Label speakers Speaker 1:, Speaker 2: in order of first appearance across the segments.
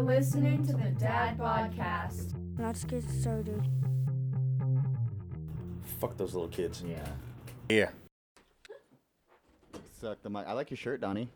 Speaker 1: listening to the Dad Podcast.
Speaker 2: Let's get started.
Speaker 3: Fuck those little kids.
Speaker 4: Yeah.
Speaker 3: Yeah.
Speaker 4: Suck the mic. I like your shirt, Donnie.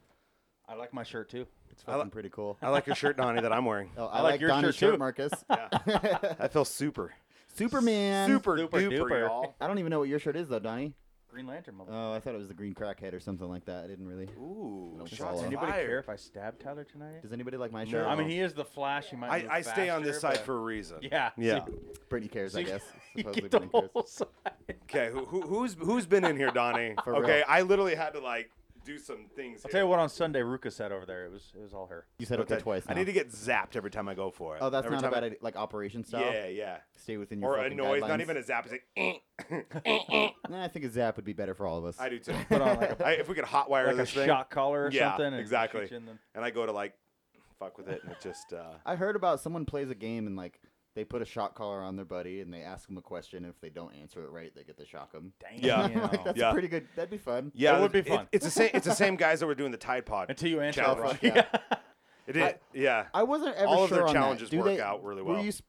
Speaker 5: I like my shirt too.
Speaker 4: It's
Speaker 3: I li-
Speaker 4: fucking pretty cool.
Speaker 3: I like your shirt, Donnie, that I'm wearing.
Speaker 4: Oh, I,
Speaker 5: I
Speaker 4: like,
Speaker 5: like your
Speaker 4: Donnie's
Speaker 5: shirt,
Speaker 4: shirt,
Speaker 5: too.
Speaker 4: Marcus.
Speaker 3: I feel super.
Speaker 4: Superman.
Speaker 3: super
Speaker 5: Duper
Speaker 3: duper,
Speaker 5: duper.
Speaker 3: y'all.
Speaker 4: I don't even know what your shirt is though, Donnie.
Speaker 5: Green Lantern, mother.
Speaker 4: Oh, I thought it was the green crackhead or something like that. I didn't really.
Speaker 3: Ooh,
Speaker 4: Does
Speaker 3: shots
Speaker 4: follow.
Speaker 5: Does
Speaker 3: fired.
Speaker 5: anybody care if I stab Tyler tonight?
Speaker 4: Does Oh. anybody like my shirt?
Speaker 5: I mean, he is the Flash. He might.
Speaker 6: I,
Speaker 5: move
Speaker 6: I stay on this
Speaker 5: faster,
Speaker 6: side for a reason.
Speaker 5: but- Yeah.
Speaker 3: Yeah.
Speaker 4: Brittany cares, I
Speaker 5: you-
Speaker 4: guess.
Speaker 5: You
Speaker 4: Supposedly
Speaker 5: get the
Speaker 4: Brittany cares.
Speaker 5: whole side.
Speaker 6: Okay. Who, who, who's who's been in here, Donnie?
Speaker 4: For
Speaker 6: okay.
Speaker 4: real.
Speaker 6: I literally had to like do some things.
Speaker 5: I'll
Speaker 6: here.
Speaker 5: tell you what. On Sunday, Ruka said over there, it was it was all her.
Speaker 4: You said okay, twice.
Speaker 6: I
Speaker 4: now.
Speaker 6: need to get zapped every time I go for it.
Speaker 4: Oh, that's
Speaker 6: every
Speaker 4: not a
Speaker 6: time
Speaker 4: bad
Speaker 6: I-
Speaker 4: idea. Like operation style.
Speaker 6: Yeah, yeah.
Speaker 4: Stay within your
Speaker 6: Or a
Speaker 4: fucking
Speaker 6: noise, not
Speaker 4: guidelines.
Speaker 6: even a zap. It's like. "Eh."
Speaker 4: Nah, I think a zap would be better for all of us.
Speaker 6: I do too.
Speaker 5: Put on like a,
Speaker 6: I, if we could hotwire
Speaker 5: like a
Speaker 6: this thing,
Speaker 5: shock collar or
Speaker 6: Yeah,
Speaker 5: something. and
Speaker 6: exactly.
Speaker 5: shoot you in the-
Speaker 6: and I go to like fuck with it, and it just uh,
Speaker 4: I heard about someone plays a game and like they put a shock collar on their buddy and they ask them a question. If they don't answer it right, they get to shock them.
Speaker 5: Damn.
Speaker 6: Yeah.
Speaker 4: like, that's
Speaker 6: Yeah.
Speaker 4: pretty good. That'd be fun.
Speaker 6: yeah,
Speaker 5: It would be
Speaker 6: it-
Speaker 5: fun.
Speaker 6: it's the same. It's the same guys that were doing the Tide Pod.
Speaker 5: Until you answer it
Speaker 6: Challenge.
Speaker 5: wrong.
Speaker 4: Yeah.
Speaker 6: It is. yeah.
Speaker 4: I wasn't ever
Speaker 6: All of
Speaker 4: sure
Speaker 6: their
Speaker 4: on that.
Speaker 6: challenges
Speaker 4: Do
Speaker 6: work
Speaker 4: they-
Speaker 6: out really
Speaker 4: Were
Speaker 6: well.
Speaker 4: you, s-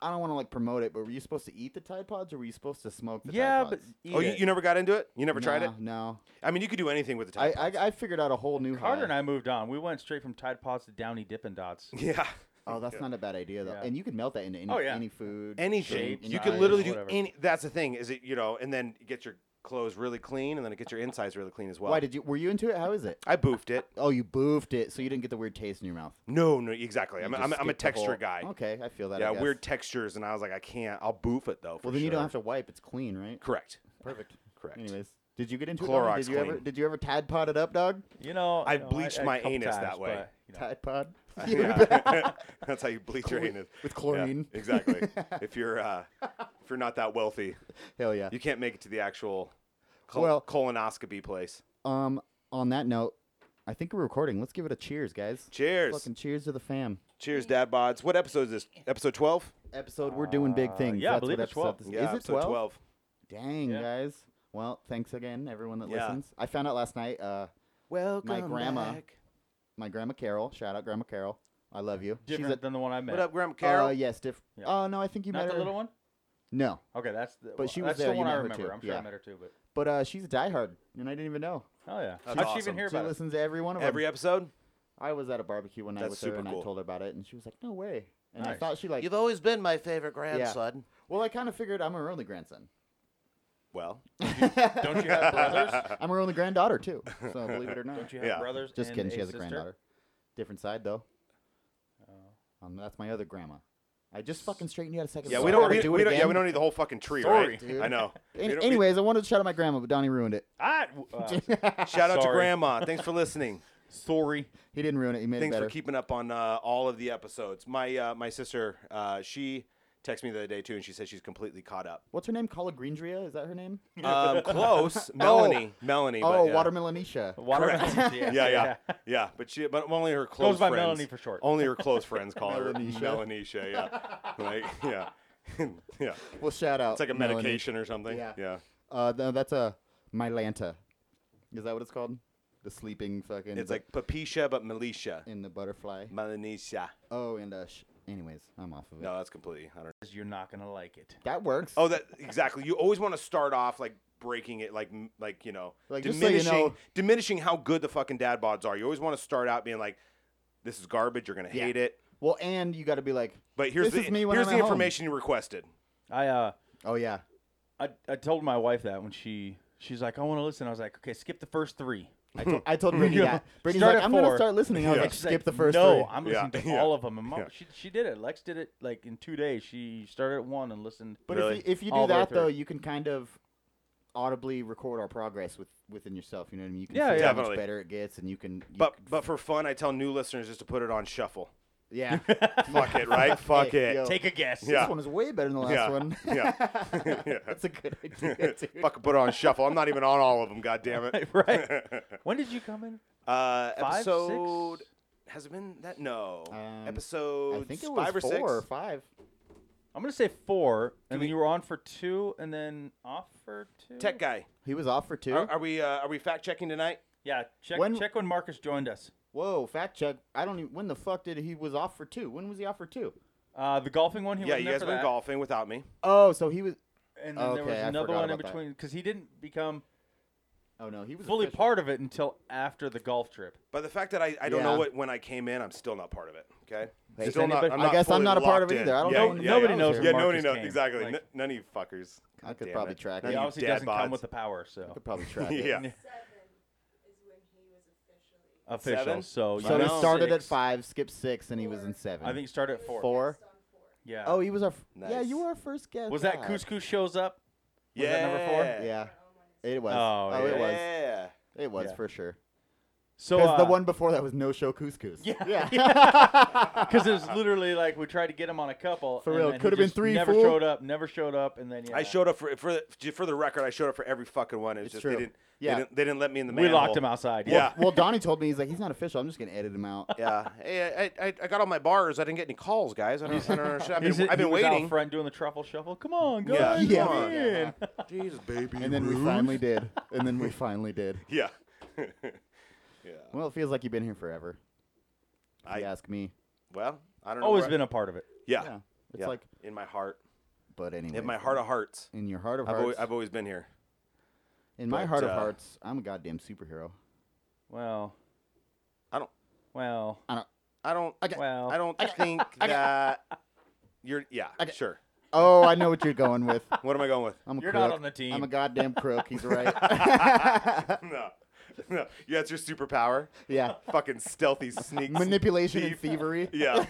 Speaker 4: I don't want to like promote it, but were you supposed to eat the Tide Pods or were you supposed to smoke the
Speaker 5: Yeah,
Speaker 4: Tide
Speaker 5: but
Speaker 4: Pods?
Speaker 5: eat
Speaker 6: Oh, you,
Speaker 5: it.
Speaker 6: you never got into it? You never tried it?
Speaker 4: No, No,
Speaker 6: I mean, you could do anything with the
Speaker 4: I,
Speaker 6: Tide Pods.
Speaker 4: I I figured out a whole new
Speaker 5: Carter
Speaker 4: high.
Speaker 5: and I moved on. We went straight from Tide Pods to Downy Dippin' Dots.
Speaker 6: yeah.
Speaker 4: Oh, that's not a bad idea though.
Speaker 5: Yeah.
Speaker 4: And you can melt that into any,
Speaker 5: Oh, yeah.
Speaker 4: any food.
Speaker 6: anything.
Speaker 5: shapes,
Speaker 6: You
Speaker 5: knives,
Speaker 6: can literally do
Speaker 5: whatever.
Speaker 6: any. That's the thing. Is it you know, and then you get your clothes really clean, and then it gets your insides really clean as well.
Speaker 4: Why did you? Were you into it? How is it?
Speaker 6: I boofed it?
Speaker 4: Oh, you boofed it, so you didn't get the weird taste in your mouth.
Speaker 6: No, no, exactly. I'm,
Speaker 4: You
Speaker 6: a-
Speaker 4: just
Speaker 6: I'm, a- I'm a
Speaker 4: skipped the
Speaker 6: texture
Speaker 4: whole-
Speaker 6: guy.
Speaker 4: Okay, I feel that. I
Speaker 6: Yeah,
Speaker 4: guess.
Speaker 6: weird textures, and I was like, I can't. I'll boof it though. For
Speaker 4: Well, then you don't
Speaker 6: sure.
Speaker 4: have to wipe. It's clean, right?
Speaker 6: Correct.
Speaker 4: Perfect.
Speaker 6: Correct.
Speaker 4: Anyways, did you get into it? Donnie?
Speaker 6: Clorox
Speaker 4: Did you ever?
Speaker 6: clean.
Speaker 4: Did you ever Tide Pod it up, dog?
Speaker 5: You know,
Speaker 6: I
Speaker 5: you know,
Speaker 6: bleached
Speaker 5: a
Speaker 6: my
Speaker 5: couple
Speaker 6: anus that
Speaker 5: times,
Speaker 6: way.
Speaker 5: but, you know.
Speaker 4: Tide Pod.
Speaker 6: Yeah. that's how you bleach your
Speaker 4: Chlor-
Speaker 6: anus
Speaker 4: with
Speaker 6: Yeah,
Speaker 4: chlorine.
Speaker 6: exactly. if you're uh, if you're not that wealthy,
Speaker 4: Hell yeah.
Speaker 6: you can't make it to the actual col-
Speaker 4: Well-
Speaker 6: colonoscopy place.
Speaker 4: Um, on that note, I think we're recording. Let's give it a cheers, guys.
Speaker 6: Cheers.
Speaker 4: Fucking cheers to the fam.
Speaker 6: Cheers, Dad Bods. What episode is this? Episode twelve.
Speaker 4: Episode, we're doing big things.
Speaker 5: Uh, yeah, I
Speaker 4: That's
Speaker 5: believe
Speaker 4: what
Speaker 5: it's
Speaker 4: episode
Speaker 5: 12.
Speaker 4: this is. is it
Speaker 6: episode
Speaker 4: 12?
Speaker 6: 12.
Speaker 4: Dang,
Speaker 5: Yeah.
Speaker 4: guys. Well, thanks again, everyone that
Speaker 6: Yeah.
Speaker 4: listens. I found out last night. Uh,
Speaker 6: Welcome
Speaker 4: grandma- my grandma Carol. Shout out, Grandma Carol. I love you.
Speaker 5: Different
Speaker 4: She's
Speaker 5: than the one I met.
Speaker 6: What up, Grandma
Speaker 4: a,
Speaker 6: Carol?
Speaker 4: Uh, yes, diff-
Speaker 5: Yeah.
Speaker 4: Oh no, I think you
Speaker 5: Not
Speaker 4: met
Speaker 5: the
Speaker 4: her.
Speaker 5: little one.
Speaker 4: No,
Speaker 5: Okay, that's the.
Speaker 4: But she was
Speaker 5: that's
Speaker 4: there,
Speaker 5: the
Speaker 4: you
Speaker 5: one I
Speaker 4: met her
Speaker 5: remember.
Speaker 4: too,
Speaker 5: I'm sure
Speaker 4: yeah.
Speaker 5: I met her too. But
Speaker 4: but uh, she's a diehard, and I didn't even know.
Speaker 5: oh yeah,
Speaker 6: That's
Speaker 5: how'd she
Speaker 6: awesome.
Speaker 5: even hear
Speaker 4: She
Speaker 5: about it?
Speaker 4: listens to every one of
Speaker 6: Every
Speaker 4: them.
Speaker 6: episode?
Speaker 4: I was at a barbecue one night
Speaker 6: That's
Speaker 4: with her,
Speaker 6: super
Speaker 4: and I
Speaker 6: cool.
Speaker 4: told her about it, and she was like, "No way." And I
Speaker 5: Nice.
Speaker 4: thought she like.
Speaker 6: always been my favorite
Speaker 4: grandson. Well, I kind of figured I'm her only grandson.
Speaker 6: Well,
Speaker 5: Don't you have brothers?
Speaker 4: I'm her only granddaughter too. So believe it or not.
Speaker 5: Don't you have
Speaker 6: Yeah.
Speaker 5: brothers?
Speaker 4: Just
Speaker 5: and
Speaker 4: kidding. She has a
Speaker 5: sister? Oh.
Speaker 4: granddaughter. Different side though. Um, that's my other grandma. I just fucking straightened you out a second.
Speaker 6: yeah,
Speaker 4: ago.
Speaker 6: we
Speaker 4: I
Speaker 6: don't.
Speaker 4: gotta
Speaker 6: We,
Speaker 4: do
Speaker 6: we
Speaker 4: it
Speaker 6: don't yeah,
Speaker 4: again.
Speaker 6: we don't need the whole fucking tree,
Speaker 5: Sorry,
Speaker 6: right?
Speaker 5: dude.
Speaker 6: I know.
Speaker 4: Any-
Speaker 6: We don't- we-
Speaker 4: anyways, I wanted to shout out my grandma, but Donnie ruined it.
Speaker 5: I, uh,
Speaker 6: shout out to
Speaker 5: Sorry.
Speaker 6: Grandma. Thanks for listening.
Speaker 5: sorry.
Speaker 4: He didn't ruin it. He made
Speaker 6: Thanks
Speaker 4: it better.
Speaker 6: for keeping up on uh, all of the episodes. My uh, my sister, uh, she texted me the other day too, and she said she's completely caught up.
Speaker 4: What's her name? Calla Greendria? Is that her name?
Speaker 6: Um, close, Melanie. Melanie. but
Speaker 4: oh,
Speaker 6: yeah.
Speaker 4: Watermelonisha.
Speaker 5: Watermelons, yeah,
Speaker 6: Yeah, yeah, yeah. But she, but only her close
Speaker 5: by
Speaker 6: friends.
Speaker 5: Melanie for short.
Speaker 6: Only her close friends call her
Speaker 4: Melanesia.
Speaker 6: Melanesia. Yeah, like yeah, yeah.
Speaker 4: Well, shout out.
Speaker 6: It's like a
Speaker 4: Melanie.
Speaker 6: medication or something.
Speaker 4: Yeah.
Speaker 6: Yeah.
Speaker 4: Uh, no, that's a Mylanta. Is that what it's called? The sleeping fucking.
Speaker 6: It's like Papisha, but Militia.
Speaker 4: in the butterfly.
Speaker 6: Melanesia.
Speaker 4: Oh, and uh, sh- anyways, I'm off of it.
Speaker 6: No, that's completely. I don't know.
Speaker 5: You're not gonna like it.
Speaker 4: That works.
Speaker 6: Oh, that exactly. You always want to start off like breaking it, like m- like you know,
Speaker 4: Like, just so you
Speaker 6: diminishing
Speaker 4: know-
Speaker 6: diminishing how good the fucking dad bods are. You always want to start out being like, "This is garbage. You're gonna
Speaker 4: Yeah.
Speaker 6: hate it."
Speaker 4: Well, and you got to be like,
Speaker 6: But here's
Speaker 4: This
Speaker 6: the
Speaker 4: is me when
Speaker 6: here's
Speaker 4: I'm
Speaker 6: the
Speaker 4: at home.
Speaker 6: information you requested.
Speaker 5: I uh,
Speaker 4: oh yeah,
Speaker 5: I, I told my wife that when she she's like, I want to listen. I was like, okay, skip the first three.
Speaker 4: I told, I told Brittany that. Brittany's
Speaker 5: Start
Speaker 4: like,
Speaker 5: at
Speaker 4: I'm gonna
Speaker 5: four.
Speaker 4: start listening. I was
Speaker 6: Yeah.
Speaker 4: like,
Speaker 5: She's
Speaker 4: skip
Speaker 5: like,
Speaker 4: the first
Speaker 5: No,
Speaker 4: three.
Speaker 5: I'm
Speaker 6: Yeah,
Speaker 5: listening to
Speaker 6: yeah,
Speaker 5: all of them. And Mom,
Speaker 6: yeah.
Speaker 5: she, she did it. Lex did it like in two days. She started at one and listened.
Speaker 4: but
Speaker 6: Really?
Speaker 4: if, you, if you do
Speaker 5: All the way
Speaker 4: that though,
Speaker 5: through.
Speaker 4: you can kind of audibly record our progress with within yourself. You know what I mean? You can
Speaker 5: Yeah,
Speaker 4: see
Speaker 5: yeah.
Speaker 4: how much
Speaker 6: Definitely.
Speaker 4: better it gets, and you can. You
Speaker 6: But
Speaker 4: can-
Speaker 6: but for fun, I tell new listeners just to put it on shuffle.
Speaker 4: yeah,
Speaker 6: Fuck it, right? Fuck
Speaker 4: Hey,
Speaker 6: it.
Speaker 4: yo.
Speaker 5: Take a guess.
Speaker 6: Yeah.
Speaker 4: this one is way better than the last
Speaker 6: Yeah.
Speaker 4: one.
Speaker 6: Yeah. Yeah.
Speaker 4: that's a good idea. Dude.
Speaker 6: Fucking put it on shuffle. I'm not even on all of them. God damn it.
Speaker 5: right. When did you come in?
Speaker 6: Uh,
Speaker 5: Five, six?
Speaker 6: episode has it been that? No.
Speaker 4: Um,
Speaker 6: episode
Speaker 4: I think it was
Speaker 6: five or
Speaker 4: four
Speaker 6: six.
Speaker 4: or five.
Speaker 5: I'm gonna say four, and
Speaker 6: we-
Speaker 5: then you were on for two, and then off for two.
Speaker 6: Tech guy.
Speaker 4: He was off for two.
Speaker 6: Are, are we uh, are we fact checking tonight?
Speaker 5: Yeah, check
Speaker 4: When-
Speaker 5: check when Marcus joined us.
Speaker 4: Whoa, fact check. I don't even. When the fuck did he was off for two? When was he off for two?
Speaker 5: Uh, the golfing one. He
Speaker 6: yeah,
Speaker 5: wasn't
Speaker 6: you
Speaker 5: there
Speaker 6: guys
Speaker 5: for
Speaker 6: went
Speaker 5: that.
Speaker 6: golfing without me.
Speaker 4: Oh, so he was.
Speaker 5: and then there was
Speaker 4: Okay, I
Speaker 5: another
Speaker 4: forgot
Speaker 5: one in
Speaker 4: about that.
Speaker 5: between because he didn't become
Speaker 4: Oh no, he was
Speaker 5: fully
Speaker 4: official.
Speaker 5: part of it until after the golf trip.
Speaker 6: But the fact that I, I don't know
Speaker 4: Yeah.
Speaker 6: what when I came in I'm still not part of it. Okay,
Speaker 4: Hey,
Speaker 6: still
Speaker 5: anybody-
Speaker 4: I guess I'm
Speaker 6: fully
Speaker 4: not a part of
Speaker 6: locked
Speaker 4: it
Speaker 6: in.
Speaker 4: either. I don't
Speaker 6: yeah,
Speaker 4: know
Speaker 6: Yeah,
Speaker 5: nobody
Speaker 6: yeah.
Speaker 5: knows
Speaker 6: Yeah,
Speaker 5: where
Speaker 6: nobody
Speaker 5: Marcus
Speaker 6: knows
Speaker 5: came.
Speaker 6: exactly.
Speaker 5: Like-
Speaker 6: N- none of you fuckers.
Speaker 4: I could
Speaker 6: damn
Speaker 4: probably
Speaker 6: it.
Speaker 4: track
Speaker 6: None
Speaker 4: it.
Speaker 5: He
Speaker 6: of you
Speaker 5: obviously
Speaker 6: dad
Speaker 5: doesn't come
Speaker 6: bods.
Speaker 5: with the power, so
Speaker 4: could probably track it.
Speaker 6: Yeah.
Speaker 2: Seven is when he was officially.
Speaker 5: official.
Speaker 6: Seven?
Speaker 5: So you
Speaker 4: So
Speaker 5: know,
Speaker 4: it started at
Speaker 5: six.
Speaker 4: five, skipped six, and he was in seven.
Speaker 5: I think it started at four.
Speaker 4: Four?
Speaker 2: Based on four.
Speaker 5: Yeah.
Speaker 4: Oh, he was our. F- Yeah,
Speaker 6: Nice.
Speaker 4: you were our first guest.
Speaker 5: was that
Speaker 4: God.
Speaker 5: Couscous shows up? Was that number four?
Speaker 6: Yeah.
Speaker 4: Yeah, it was.
Speaker 5: Oh,
Speaker 4: it was.
Speaker 6: Yeah.
Speaker 4: It was
Speaker 5: Yeah.
Speaker 4: for sure.
Speaker 5: So
Speaker 4: Because the
Speaker 5: uh,
Speaker 4: one before that was no show couscous.
Speaker 5: Yeah.
Speaker 4: yeah.
Speaker 5: Because it was literally like we tried to get him on a couple.
Speaker 4: For
Speaker 5: and
Speaker 4: real,
Speaker 5: then he
Speaker 4: could've been
Speaker 5: just
Speaker 4: three,
Speaker 5: Never
Speaker 4: fool.
Speaker 5: showed up. Never showed up, and then yeah.
Speaker 6: I showed up for for the, for the record. I showed up for every fucking one. It was
Speaker 4: It's
Speaker 6: just
Speaker 4: true.
Speaker 6: they didn't.
Speaker 4: Yeah.
Speaker 6: They didn't, they didn't let me in the.
Speaker 5: We locked
Speaker 6: manhole.
Speaker 5: him outside.
Speaker 6: Yeah.
Speaker 4: well, Donnie told me he's like he's not official. I'm just gonna edit him out.
Speaker 6: yeah. Hey, I, I, I got all my bars. I didn't get any calls, guys. I don't, I don't understand. I've
Speaker 5: He's-
Speaker 6: been, I've
Speaker 5: he
Speaker 6: been
Speaker 5: was out
Speaker 6: waiting.
Speaker 5: front doing the truffle shuffle. Come on,
Speaker 6: Yeah.
Speaker 5: guys.
Speaker 4: Yeah. Yeah.
Speaker 5: come in.
Speaker 6: Jesus, baby.
Speaker 4: And then we finally did. And then we finally did.
Speaker 6: Yeah. yeah.
Speaker 4: Well, it feels like you've been here forever. If
Speaker 6: I-
Speaker 4: you ask me.
Speaker 6: Well, I don't know.
Speaker 5: Always
Speaker 6: where-
Speaker 5: been a part of it.
Speaker 6: Yeah.
Speaker 4: Yeah. It's
Speaker 6: Yeah.
Speaker 4: like,
Speaker 6: in my heart,
Speaker 4: but anyway.
Speaker 6: in my heart of hearts.
Speaker 4: in your heart of
Speaker 6: I've
Speaker 4: hearts,
Speaker 6: always, I've always been here.
Speaker 4: in my
Speaker 6: but,
Speaker 4: heart
Speaker 6: uh,
Speaker 4: of hearts, I'm a goddamn superhero.
Speaker 5: Well,
Speaker 6: I don't.
Speaker 5: well,
Speaker 6: I don't. I,
Speaker 5: well.
Speaker 6: I don't think that you're. Yeah. Sure.
Speaker 4: Oh, I know what you're going with.
Speaker 6: What am I going with?
Speaker 4: I'm a
Speaker 5: You're
Speaker 4: crook.
Speaker 5: not on the team.
Speaker 4: I'm a goddamn crook. He's right.
Speaker 6: no. No. Yeah, it's your superpower.
Speaker 4: yeah.
Speaker 6: Fucking stealthy sneak.
Speaker 4: Manipulation and
Speaker 6: Thief.
Speaker 4: thievery.
Speaker 6: Yeah.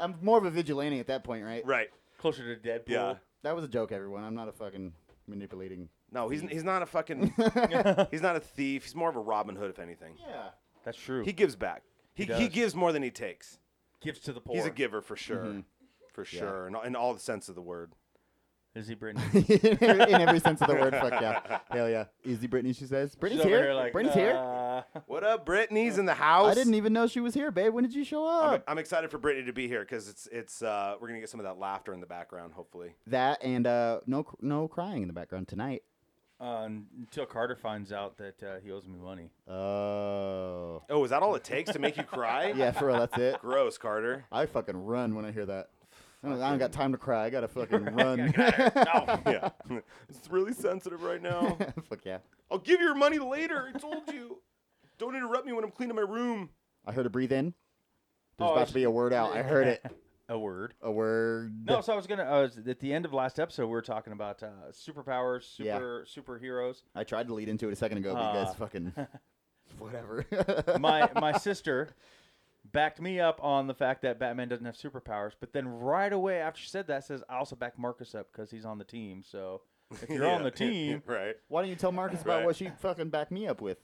Speaker 4: I'm more of a vigilante at that point, right?
Speaker 6: Right.
Speaker 5: closer to Deadpool.
Speaker 6: Yeah.
Speaker 4: That was a joke, everyone. I'm not a fucking manipulating.
Speaker 6: No, he's he's not a fucking. he's not a thief. He's more of a Robin Hood, if anything.
Speaker 4: Yeah.
Speaker 5: That's true.
Speaker 6: He gives back. He,
Speaker 5: He
Speaker 6: he,
Speaker 5: does.
Speaker 6: gives more than he takes.
Speaker 5: gives to the poor.
Speaker 6: He's a giver for sure,
Speaker 4: Mm-hmm.
Speaker 6: for sure, in, all- in all the sense of the word.
Speaker 5: Is he Brittany?
Speaker 4: in every sense of the word, fuck yeah. Hell yeah. Easy Brittany, she says. Brittany's
Speaker 5: over
Speaker 4: here.
Speaker 5: like,
Speaker 4: Brittany's here.
Speaker 5: uh,
Speaker 6: What up, Brittany's in the house?
Speaker 4: I didn't even know she was here, babe. When did you show
Speaker 6: I'm,
Speaker 4: up?
Speaker 6: I'm excited for Brittany to be here because it's it's uh, we're gonna get some of that laughter in the background, hopefully.
Speaker 4: that and uh, no cr- no crying in the background tonight.
Speaker 5: uh, until Carter finds out that uh, he owes me money.
Speaker 4: Oh.
Speaker 6: Oh, is that all it takes to make you cry?
Speaker 4: Yeah, for real, that's it.
Speaker 6: Gross, Carter.
Speaker 4: I fucking run when I hear that. I don't, I don't got time to cry. I gotta fucking run.
Speaker 6: yeah. it's really sensitive right now.
Speaker 4: Fuck yeah.
Speaker 6: I'll give you your money later. I told you. Don't interrupt me when I'm cleaning my room.
Speaker 4: I heard a breathe in. There's
Speaker 5: Oh,
Speaker 4: about
Speaker 5: it's-
Speaker 4: to be a word out. I heard it.
Speaker 5: A word.
Speaker 4: A word.
Speaker 5: No, so I was gonna. I was at the end of last episode. We were talking about uh, superpowers,
Speaker 4: Yeah.
Speaker 5: super superheroes.
Speaker 4: I tried to lead into it a second ago, but you
Speaker 5: Ah.
Speaker 4: guys fucking whatever.
Speaker 5: My my sister backed me up on the fact that Batman doesn't have superpowers, but then right away after she said that, says I also back Marcus up because he's on the team. So if you're on
Speaker 6: Yeah.
Speaker 5: the team,
Speaker 6: right?
Speaker 4: Why don't you tell Marcus about
Speaker 6: Right.
Speaker 4: what she fucking backed me up with?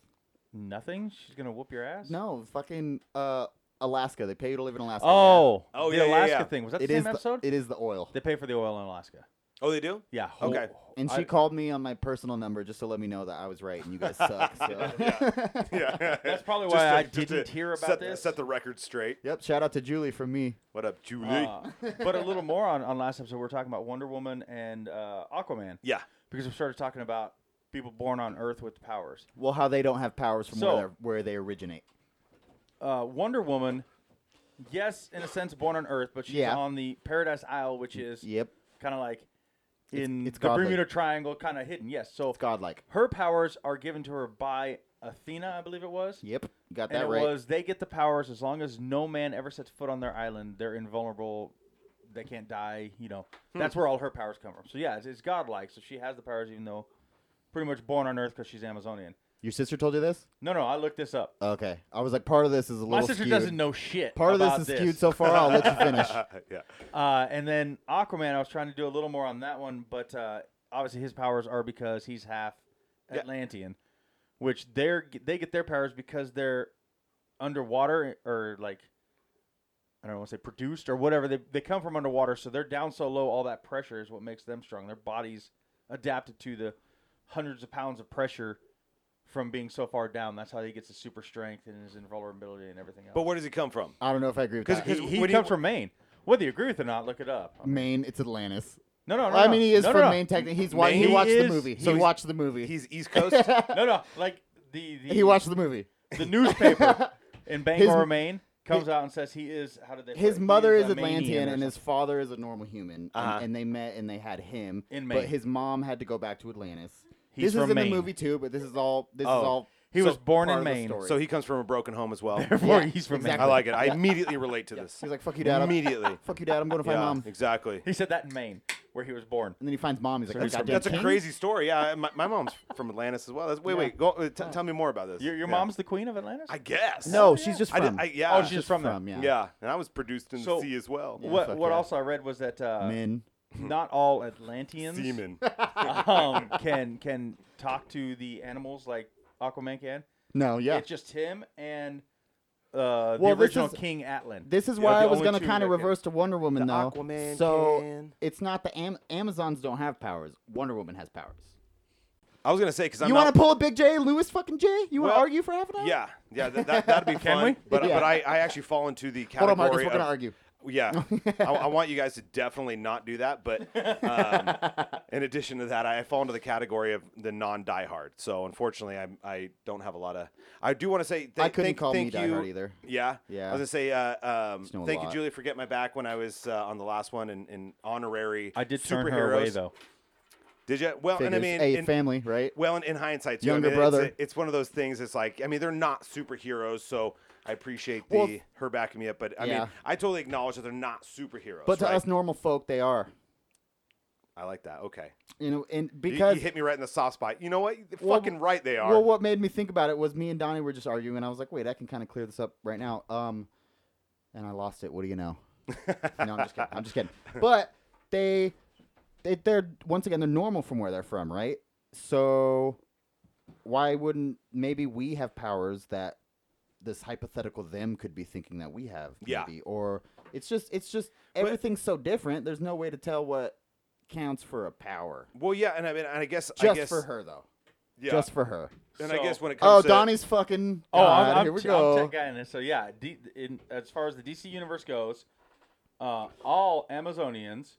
Speaker 5: nothing. She's gonna whoop your ass.
Speaker 4: No, fucking uh, Alaska. They pay you to live in Alaska.
Speaker 5: Oh,
Speaker 6: Oh,
Speaker 5: the
Speaker 6: yeah, yeah,
Speaker 5: Alaska
Speaker 6: yeah.
Speaker 5: thing was that
Speaker 4: it
Speaker 5: the
Speaker 4: is
Speaker 5: same
Speaker 4: the,
Speaker 5: episode?
Speaker 4: It is the oil.
Speaker 5: they pay for the oil in Alaska.
Speaker 6: Oh, they do.
Speaker 5: Yeah.
Speaker 6: Okay.
Speaker 4: and she
Speaker 5: I-
Speaker 4: called me on my personal number just to let me know that I was right and you guys suck. So.
Speaker 6: Yeah,
Speaker 5: That's probably
Speaker 6: Just
Speaker 5: why
Speaker 6: to-
Speaker 5: I
Speaker 6: just to
Speaker 5: didn't hear about
Speaker 6: set,
Speaker 5: this.
Speaker 6: Set the record straight.
Speaker 4: yep. Shout out to Julie from me.
Speaker 6: What up, Julie?
Speaker 5: Uh, but a little more on, on last episode, we are talking about Wonder Woman and uh, Aquaman
Speaker 6: yeah,
Speaker 5: because we started talking about people born on Earth with powers.
Speaker 4: Well, how they don't have powers from
Speaker 5: So-
Speaker 4: where, they're- where they originate.
Speaker 5: Uh, Wonder Woman, yes, in a sense, born on Earth, but she's
Speaker 4: Yeah.
Speaker 5: on the Paradise Isle, which is
Speaker 4: Yep.
Speaker 5: kind of like
Speaker 4: It's-
Speaker 5: in
Speaker 4: it's
Speaker 5: the
Speaker 4: godly.
Speaker 5: Bermuda Triangle, kind of hidden. Yes, so
Speaker 4: It's godlike.
Speaker 5: her powers are given to her by Athena, I believe it was.
Speaker 4: Yep. You got
Speaker 5: And
Speaker 4: that
Speaker 5: it
Speaker 4: right.
Speaker 5: was they get the powers as long as no man ever sets foot on their island. They're invulnerable. They can't die. You know that's where all her powers come from. So yeah, it's, it's godlike. So she has the powers even though pretty much born on Earth because she's Amazonian.
Speaker 4: Your sister told you this?
Speaker 5: No, no, I looked this up.
Speaker 4: Okay. I was like, part of this is a little
Speaker 5: My sister
Speaker 4: skewed.
Speaker 5: doesn't know shit.
Speaker 4: Part of this
Speaker 5: about
Speaker 4: is skewed so far. I'll let you finish.
Speaker 6: yeah.
Speaker 5: Uh, and then Aquaman, I was trying to do a little more on that one, but uh, obviously his powers are because he's half
Speaker 6: Yeah.
Speaker 5: Atlantean, which they're they get their powers because they're underwater or like I don't want to say produced or whatever. They they come from underwater, so they're down so low. All that pressure is what makes them strong. Their bodies adapted to the hundreds of pounds of pressure from being so far down. That's how he gets his super strength and his invulnerability and everything else.
Speaker 6: But where does he come from?
Speaker 4: I don't know if I agree with
Speaker 6: 'Cause
Speaker 4: that.
Speaker 5: he, he
Speaker 6: when he-
Speaker 5: comes from Maine. Whether you agree with it or not, look it up.
Speaker 4: Maine, it's Atlantis.
Speaker 5: No, no, no.
Speaker 4: I
Speaker 5: no.
Speaker 4: mean, he is
Speaker 5: no,
Speaker 4: from
Speaker 5: no, no.
Speaker 4: Maine, technically. He's why he
Speaker 5: Maine
Speaker 4: watched
Speaker 5: is-
Speaker 4: the movie.
Speaker 5: so
Speaker 4: he
Speaker 5: he's-
Speaker 4: watched the movie.
Speaker 6: He's East Coast.
Speaker 5: No, no. Like the, the
Speaker 4: He watched the movie.
Speaker 5: the newspaper in Bangor,
Speaker 4: His-
Speaker 5: Maine comes out and says he is how did they put it?
Speaker 4: His
Speaker 5: He
Speaker 4: mother
Speaker 5: a
Speaker 4: is
Speaker 5: manian
Speaker 4: Atlantean
Speaker 5: or
Speaker 4: and his
Speaker 5: something.
Speaker 4: father is a normal human.
Speaker 6: Uh-huh.
Speaker 4: And, and they met and they had him.
Speaker 5: In Maine.
Speaker 4: But his mom had to go back to Atlantis.
Speaker 5: He's
Speaker 4: this is
Speaker 5: from
Speaker 4: in
Speaker 5: Maine.
Speaker 4: the movie too, but this is all this
Speaker 6: Oh.
Speaker 4: is all
Speaker 5: He was born in
Speaker 4: part of the
Speaker 5: Maine,
Speaker 4: story.
Speaker 6: So he comes from a broken home as well.
Speaker 5: Therefore,
Speaker 4: Yeah,
Speaker 5: he's from
Speaker 4: exactly.
Speaker 6: I
Speaker 5: Maine.
Speaker 6: like it. I immediately relate to this.
Speaker 4: He's like, Fuck you, dad. I'm-
Speaker 6: Immediately.
Speaker 4: Fuck you, dad. I'm going to find
Speaker 6: Yeah,
Speaker 4: mom. And
Speaker 6: exactly.
Speaker 5: He said that in Maine, where he was born.
Speaker 4: then he finds mom. He's like,
Speaker 5: So
Speaker 4: "Oh,
Speaker 5: he's from-
Speaker 4: goddamn
Speaker 6: That's a
Speaker 4: king?"
Speaker 6: crazy story. Yeah, I- my, my mom's from Atlantis as well. That's, wait,
Speaker 4: Yeah.
Speaker 6: wait. Go, uh, t- tell me more about this.
Speaker 5: Your, your
Speaker 6: Yeah.
Speaker 5: mom's the queen of Atlantis.
Speaker 6: I guess.
Speaker 4: No, she's just
Speaker 6: I, did,
Speaker 4: from.
Speaker 6: I yeah.
Speaker 5: oh, she's just from there.
Speaker 4: from,
Speaker 6: yeah.
Speaker 4: yeah.
Speaker 6: and I was produced in
Speaker 5: So-
Speaker 6: the sea as well.
Speaker 4: Yeah,
Speaker 5: what
Speaker 4: fuck
Speaker 5: what
Speaker 4: yeah.
Speaker 5: also I read was that uh,
Speaker 4: Men.
Speaker 5: not all Atlanteans
Speaker 6: Seaman.
Speaker 5: um, can can talk to the animals like Aquaman can.
Speaker 4: No, yeah.
Speaker 5: It's just him and
Speaker 4: Well,
Speaker 5: uh, the
Speaker 4: this
Speaker 5: original
Speaker 4: is-
Speaker 5: King Atlan.
Speaker 4: This is
Speaker 5: Yeah,
Speaker 4: why I
Speaker 5: the
Speaker 4: was
Speaker 5: only
Speaker 4: gonna
Speaker 5: two
Speaker 4: kind
Speaker 5: that
Speaker 4: of
Speaker 5: can.
Speaker 4: reverse to Wonder Woman
Speaker 6: The
Speaker 4: though.
Speaker 6: Aquaman
Speaker 4: so
Speaker 6: can.
Speaker 4: it's not the Am- Amazons don't have powers. Wonder Woman has powers.
Speaker 6: I was gonna say because I'm
Speaker 4: you
Speaker 6: not-
Speaker 4: want to pull a Big J, Lewis fucking J? You want to
Speaker 6: Uh, Well,
Speaker 4: argue for half an hour?
Speaker 6: Yeah, yeah, that, that, that'd be
Speaker 5: Can
Speaker 6: fun.
Speaker 5: we?
Speaker 6: But,
Speaker 4: Yeah.
Speaker 6: but I, I actually fall into the
Speaker 4: Hold
Speaker 6: category
Speaker 4: on, Marcus. We're
Speaker 6: of
Speaker 4: gonna argue.
Speaker 6: Yeah, I, I want you guys to definitely not do that. But um, in addition to that, I fall into the category of the non-diehard. So unfortunately, I I don't have a lot of. I do want to say th-
Speaker 4: I couldn't
Speaker 6: thank,
Speaker 4: call me
Speaker 6: thank you.
Speaker 4: Die Hard either.
Speaker 6: Yeah,
Speaker 4: Yeah.
Speaker 6: I was gonna say uh, um,
Speaker 4: Just know a
Speaker 6: thank you,
Speaker 4: lot.
Speaker 6: Julia, for getting my back when I was uh, on the last one and, and honorary.
Speaker 5: I did turn
Speaker 6: superheroes.
Speaker 5: her away though.
Speaker 6: Did you? Well, Oh, and I
Speaker 4: Figures.
Speaker 6: mean,
Speaker 4: hey,
Speaker 6: and-
Speaker 4: family, right?
Speaker 6: well, in, in hindsight, too, I
Speaker 4: Younger
Speaker 6: mean, it's-
Speaker 4: brother.
Speaker 6: It's, one of those things. It's like, I mean, they're not superheroes, so I appreciate the
Speaker 4: Well,
Speaker 6: her backing me up. But I
Speaker 4: yeah.
Speaker 6: mean, I totally acknowledge that they're not superheroes.
Speaker 4: But to
Speaker 6: right?
Speaker 4: us normal folk, they are.
Speaker 6: I like that. Okay,
Speaker 4: You know, and
Speaker 6: You-
Speaker 4: because
Speaker 6: you, hit me right in the soft spot. You know what? You're
Speaker 4: Well,
Speaker 6: fucking right, they are.
Speaker 4: well, what made me think about it was me and Donnie were just arguing. and I was like, wait, I can kind of clear this up right now. Um, and I lost it. What do you know? no, I'm just kidding. I'm just kidding. But they, they, they're once again, they're normal from where they're from, right? So why wouldn't maybe we have powers that this hypothetical them could be thinking that we have?
Speaker 6: Yeah.
Speaker 4: Maybe? Or it's just, it's just everything's so different. There's no way to tell what counts for a power.
Speaker 6: Well, yeah, and I mean, and I guess, I
Speaker 4: Just
Speaker 6: guess,
Speaker 4: for her, though.
Speaker 6: yeah,
Speaker 4: Just for her.
Speaker 6: and I
Speaker 5: So-
Speaker 6: guess when it
Speaker 4: Oh,
Speaker 6: comes to
Speaker 4: Donnie's fucking.
Speaker 5: Oh,
Speaker 4: God,
Speaker 5: I'm, I'm,
Speaker 4: here we
Speaker 5: t-
Speaker 4: go.
Speaker 5: I'm tech guy in this. So yeah, D- in, as far as the DC universe goes, uh, all Amazonians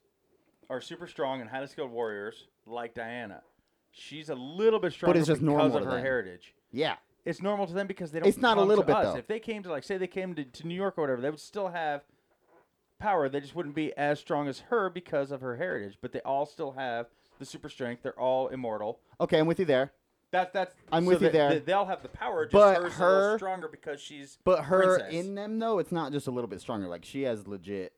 Speaker 5: are super strong and highly skilled warriors, like Diana. She's a little bit stronger
Speaker 4: it's just
Speaker 5: because
Speaker 4: normal
Speaker 5: of
Speaker 4: to
Speaker 5: her
Speaker 4: them.
Speaker 5: heritage.
Speaker 4: yeah,
Speaker 5: It's normal to them because they don't.
Speaker 4: It's not a
Speaker 5: come
Speaker 4: little
Speaker 5: to
Speaker 4: bit,
Speaker 5: us.
Speaker 4: though.
Speaker 5: If they came to like say they came to, to New York or whatever, they would still have power. They just wouldn't be as strong as her because of her heritage. But they all still have the super strength. They're all immortal.
Speaker 4: okay, I'm with you there.
Speaker 5: That's that's.
Speaker 4: I'm
Speaker 5: so
Speaker 4: with you
Speaker 5: they-
Speaker 4: there.
Speaker 5: they- they'll have the power, just
Speaker 4: But
Speaker 5: hers is a little
Speaker 4: her-
Speaker 5: stronger because she's.
Speaker 4: But her
Speaker 5: princess.
Speaker 4: in them though, it's not just a little bit stronger. Like she has legit.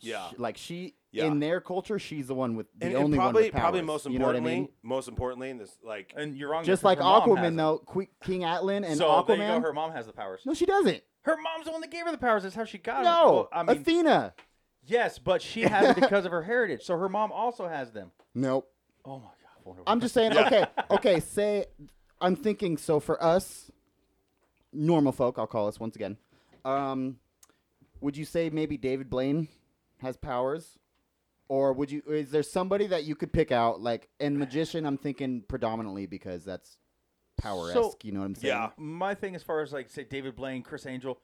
Speaker 6: Yeah.
Speaker 4: sh- like she
Speaker 6: Yeah.
Speaker 4: in their culture, she's the one with the
Speaker 6: and, and
Speaker 4: only
Speaker 6: probably,
Speaker 4: one with powers.
Speaker 6: probably most
Speaker 4: you know what I
Speaker 6: importantly,
Speaker 4: mean?
Speaker 6: most importantly, in this, like,
Speaker 5: And you're wrong.
Speaker 4: Just
Speaker 5: because
Speaker 4: like
Speaker 5: her mom has
Speaker 4: Aquaman
Speaker 5: them.
Speaker 4: though, Que- King Atlan and
Speaker 5: so there you go.
Speaker 4: Aquaman.
Speaker 5: Her mom has the powers.
Speaker 4: No, she doesn't.
Speaker 5: Her mom's the one that gave her the powers. That's how she got them.
Speaker 4: No,
Speaker 5: Well, I mean,
Speaker 4: Athena.
Speaker 5: yes, but she has it because of her heritage. So her mom also has them.
Speaker 4: Nope.
Speaker 5: Oh my god. Wonder Woman.
Speaker 4: I'm just saying. Okay, okay. Say, I'm thinking. So for us, normal folk, I'll call us once again. Um, would you say maybe David Blaine has powers, or would you? Is there somebody that you could pick out? Like, and magician, I'm thinking predominantly because that's power esque.
Speaker 5: So-
Speaker 4: you know what I'm saying?
Speaker 6: yeah,
Speaker 5: my thing as far as like say David Blaine, Chris Angel,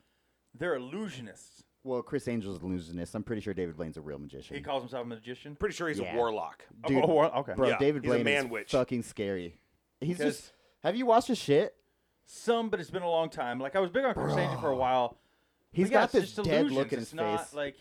Speaker 5: they're illusionists.
Speaker 4: Well, Chris Angel's illusionist. I'm pretty sure David Blaine's a real magician.
Speaker 5: He calls himself a magician.
Speaker 6: pretty sure he's
Speaker 4: Yeah.
Speaker 6: a warlock.
Speaker 4: Dude,
Speaker 5: Oh, well, okay.
Speaker 4: bro,
Speaker 6: Yeah,
Speaker 4: David
Speaker 6: he's a
Speaker 4: Blaine
Speaker 6: man
Speaker 4: is
Speaker 6: witch.
Speaker 4: fucking scary. He's
Speaker 5: Because-
Speaker 4: just. Have you watched his shit?
Speaker 5: Some, but it's been a long time. Like I was big on Chris Angel for a while.
Speaker 4: He's
Speaker 5: But yeah,
Speaker 4: got
Speaker 5: it's
Speaker 4: this
Speaker 5: just
Speaker 4: dead
Speaker 5: illusions.
Speaker 4: look in
Speaker 5: It's
Speaker 4: his
Speaker 5: not
Speaker 4: face.
Speaker 5: Like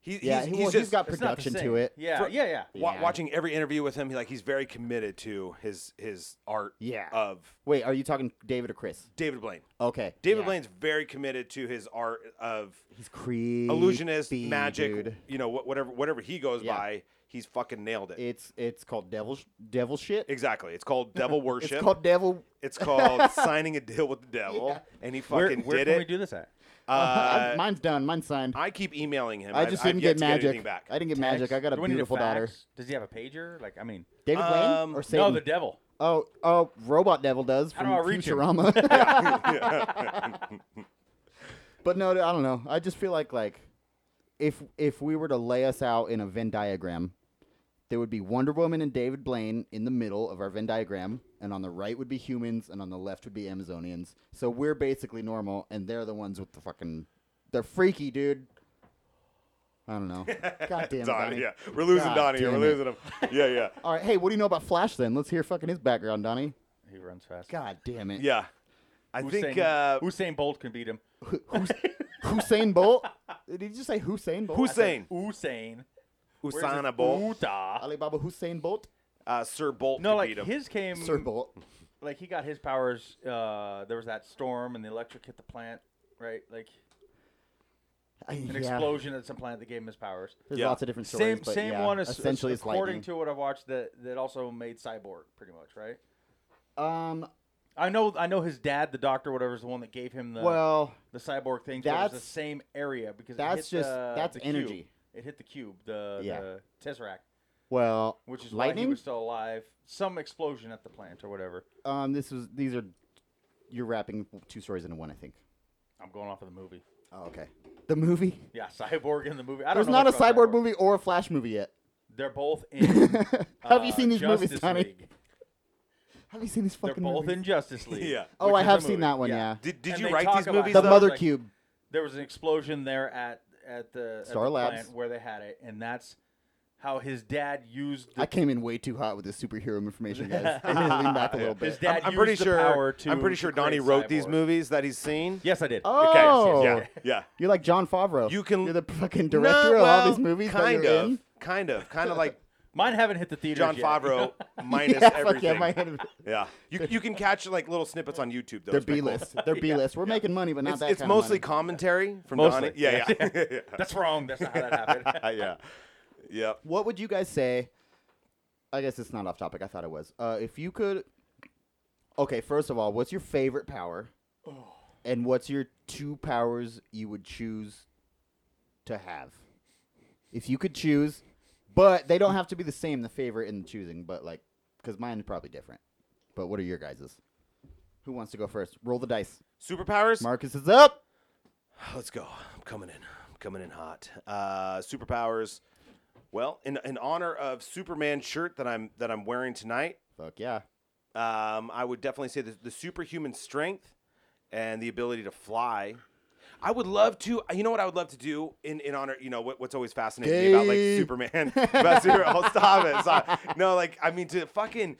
Speaker 6: He,
Speaker 4: yeah, he-
Speaker 6: he's, he's
Speaker 4: well,
Speaker 6: just
Speaker 4: he's got
Speaker 5: it's not the
Speaker 4: production
Speaker 5: same.
Speaker 4: to it.
Speaker 5: Yeah,
Speaker 6: For-
Speaker 5: yeah, yeah.
Speaker 6: wa-
Speaker 4: Yeah.
Speaker 6: watching every interview with him. He like he's very committed to his his art.
Speaker 4: Yeah.
Speaker 6: of
Speaker 4: Wait, are you talking David or Chris?
Speaker 6: David Blaine.
Speaker 4: Okay.
Speaker 6: David
Speaker 4: yeah.
Speaker 6: Blaine's very committed to his art of
Speaker 4: He's creepy.
Speaker 6: illusionist, magic,
Speaker 4: dude.
Speaker 6: you know, wh- whatever whatever he goes
Speaker 4: Yeah.
Speaker 6: by, he's fucking nailed it.
Speaker 4: It's it's called devil sh- devil shit.
Speaker 6: exactly. It's called devil worship.
Speaker 4: It's called devil.
Speaker 6: It's called signing a deal with the devil,
Speaker 4: Yeah.
Speaker 6: and he
Speaker 5: Where,
Speaker 6: fucking
Speaker 5: where
Speaker 6: did
Speaker 5: can
Speaker 6: it.
Speaker 5: we do this at?
Speaker 6: uh,
Speaker 4: mine's done. Mine's signed.
Speaker 6: I keep emailing him.
Speaker 4: I just
Speaker 6: I've,
Speaker 4: didn't get
Speaker 6: I've yet to
Speaker 4: magic.
Speaker 6: anything back.
Speaker 4: I didn't get magic.
Speaker 5: Text?
Speaker 4: I got a
Speaker 5: Do we need
Speaker 4: beautiful
Speaker 5: fax?
Speaker 4: daughter.
Speaker 5: Does he have a pager? Like I mean,
Speaker 4: David
Speaker 6: Um,
Speaker 4: Blaine or Satan?
Speaker 5: no, the devil.
Speaker 4: oh, oh, robot devil does
Speaker 5: How
Speaker 4: from
Speaker 5: do I reach him?
Speaker 4: Futurama. but no, I don't know. I just feel like like if if we were to lay us out in a Venn diagram, there would be Wonder Woman and David Blaine in the middle of our Venn diagram, and on the right would be humans, and on the left would be Amazonians. So we're basically normal, and they're the ones with the fucking they're freaky, dude. I don't know. God damn it,
Speaker 6: Donnie,
Speaker 4: Donnie.
Speaker 6: yeah, we're losing
Speaker 4: God
Speaker 6: Donnie here. We're
Speaker 4: damn it.
Speaker 6: losing him. Yeah, yeah.
Speaker 4: All right, hey, what do you know about Flash then? Let's hear fucking his background, Donnie.
Speaker 5: He runs fast.
Speaker 4: God damn it.
Speaker 6: Yeah. I
Speaker 5: Usain,
Speaker 6: think uh,
Speaker 5: Usain Bolt can beat him.
Speaker 4: Hus- Hussein Bolt? Did he just say Hussein Bolt?
Speaker 6: Hussein,
Speaker 5: Usain. Where's it?
Speaker 6: Usana Bolt,
Speaker 5: Uta.
Speaker 4: Alibaba Hussein Bolt?
Speaker 6: uh, Sir Bolt
Speaker 5: No,
Speaker 6: could
Speaker 5: like
Speaker 6: beat him.
Speaker 5: his came.
Speaker 4: Sir Bolt.
Speaker 5: Like he got his powers. Uh, there was that storm and the electric hit the plant, right? Like
Speaker 4: I-
Speaker 5: an
Speaker 4: yeah.
Speaker 5: explosion at some plant that gave him his powers.
Speaker 4: There's
Speaker 6: Yeah.
Speaker 4: lots of different stories.
Speaker 5: same
Speaker 4: but
Speaker 5: same
Speaker 4: yeah,
Speaker 5: one as
Speaker 4: essentially it's
Speaker 5: according
Speaker 4: lightning.
Speaker 5: to what I've watched that that also made Cyborg pretty much, right?
Speaker 4: um
Speaker 5: I know I know his dad, the doctor, whatever, is the one that gave him the
Speaker 4: well
Speaker 5: the cyborg thing. so it was the
Speaker 4: that's-
Speaker 5: same area because it
Speaker 4: that's
Speaker 5: hit
Speaker 4: just
Speaker 5: the-
Speaker 4: that's
Speaker 5: the cube.
Speaker 4: energy.
Speaker 5: It hit the cube, the,
Speaker 4: Yeah.
Speaker 5: the tesseract,
Speaker 4: Well,
Speaker 5: which is why he
Speaker 4: lightning.
Speaker 5: was still alive. Some explosion at the plant or whatever.
Speaker 4: um, this was these are you're wrapping two stories into one, I think.
Speaker 5: I'm going off of the movie.
Speaker 4: Oh, okay. The movie.
Speaker 5: Yeah, cyborg in the movie. I don't
Speaker 4: There's
Speaker 5: know
Speaker 4: not a
Speaker 5: much about
Speaker 4: cyborg, movie or a Flash movie yet.
Speaker 5: They're both in.
Speaker 4: Have you
Speaker 5: uh,
Speaker 4: seen these movies,
Speaker 5: Justice
Speaker 4: Tony?
Speaker 5: League.
Speaker 4: Have you seen these
Speaker 5: They're
Speaker 4: fucking
Speaker 5: both
Speaker 4: movies?
Speaker 5: in Justice League.
Speaker 6: Yeah.
Speaker 4: oh,
Speaker 5: which
Speaker 4: I
Speaker 5: is a
Speaker 4: have seen
Speaker 5: movie.
Speaker 4: that one.
Speaker 5: Yeah.
Speaker 4: Yeah.
Speaker 6: Did, did
Speaker 5: And
Speaker 6: you
Speaker 5: they
Speaker 6: write
Speaker 5: talk
Speaker 6: these
Speaker 5: about
Speaker 6: movies?
Speaker 4: The
Speaker 5: that.
Speaker 6: though?
Speaker 4: Mother
Speaker 5: like-
Speaker 4: Cube.
Speaker 5: there was an explosion there at at the, at
Speaker 4: Star
Speaker 5: the
Speaker 4: Labs.
Speaker 5: plant where they had it, and that's how his dad used. The,
Speaker 4: I came in way too hot with this superhero information, guys. I'm gonna lean back a little
Speaker 5: his
Speaker 4: bit.
Speaker 5: dad
Speaker 6: I'm
Speaker 5: used
Speaker 6: pretty
Speaker 5: the
Speaker 6: sure.
Speaker 5: power to.
Speaker 6: I'm pretty
Speaker 5: to
Speaker 6: sure Donnie
Speaker 5: create
Speaker 6: wrote these
Speaker 5: Cyborg.
Speaker 6: movies that he's seen.
Speaker 5: Yes, I did.
Speaker 4: Oh,
Speaker 6: Yeah. Yeah.
Speaker 4: you're like John Favreau.
Speaker 6: You can-
Speaker 4: You're the fucking director
Speaker 6: No,
Speaker 4: of all
Speaker 6: well,
Speaker 4: these movies that
Speaker 6: Kind
Speaker 4: you're
Speaker 6: of.
Speaker 4: in.
Speaker 6: Kind of. Kind of like
Speaker 5: Mine haven't hit the theater.
Speaker 6: John
Speaker 5: yet.
Speaker 6: Favreau minus
Speaker 4: yeah,
Speaker 6: everything.
Speaker 4: fuck yeah, my head.
Speaker 6: Yeah. You, you can catch like little snippets on YouTube though.
Speaker 4: They're
Speaker 6: It's pretty
Speaker 4: B
Speaker 6: cool.
Speaker 4: list. They're B list. We're making money, but not
Speaker 6: It's,
Speaker 4: that
Speaker 6: it's
Speaker 4: kind
Speaker 6: mostly
Speaker 4: of money.
Speaker 6: commentary from
Speaker 5: Mostly,
Speaker 6: Donnie. Yeah, yeah. yeah.
Speaker 5: That's wrong. That's not how that happened.
Speaker 6: yeah. Yep.
Speaker 4: What would you guys say? I guess it's not off topic. I thought it was. Uh, if you could, okay. First of all, what's your favorite power?
Speaker 6: Oh.
Speaker 4: And what's your two powers you would choose to have? If you could choose, but they don't have to be the same. The favorite and the choosing, but like, because mine is probably different. But what are your guys's? Who wants to go first? Roll the dice.
Speaker 6: Superpowers?
Speaker 4: Marcus is up.
Speaker 6: Let's go. I'm coming in. I'm coming in hot. Uh, superpowers. Well, in, in honor of Superman shirt that I'm that I'm wearing tonight,
Speaker 4: Fuck yeah.
Speaker 6: um, I would definitely say the, the superhuman strength and the ability to fly. I would love to. You know what I would love to do in, in honor. You know what, what's always fascinating me about like
Speaker 4: Gay.
Speaker 6: Superman. about super, oh, stop it! Stop. No, like I mean to fucking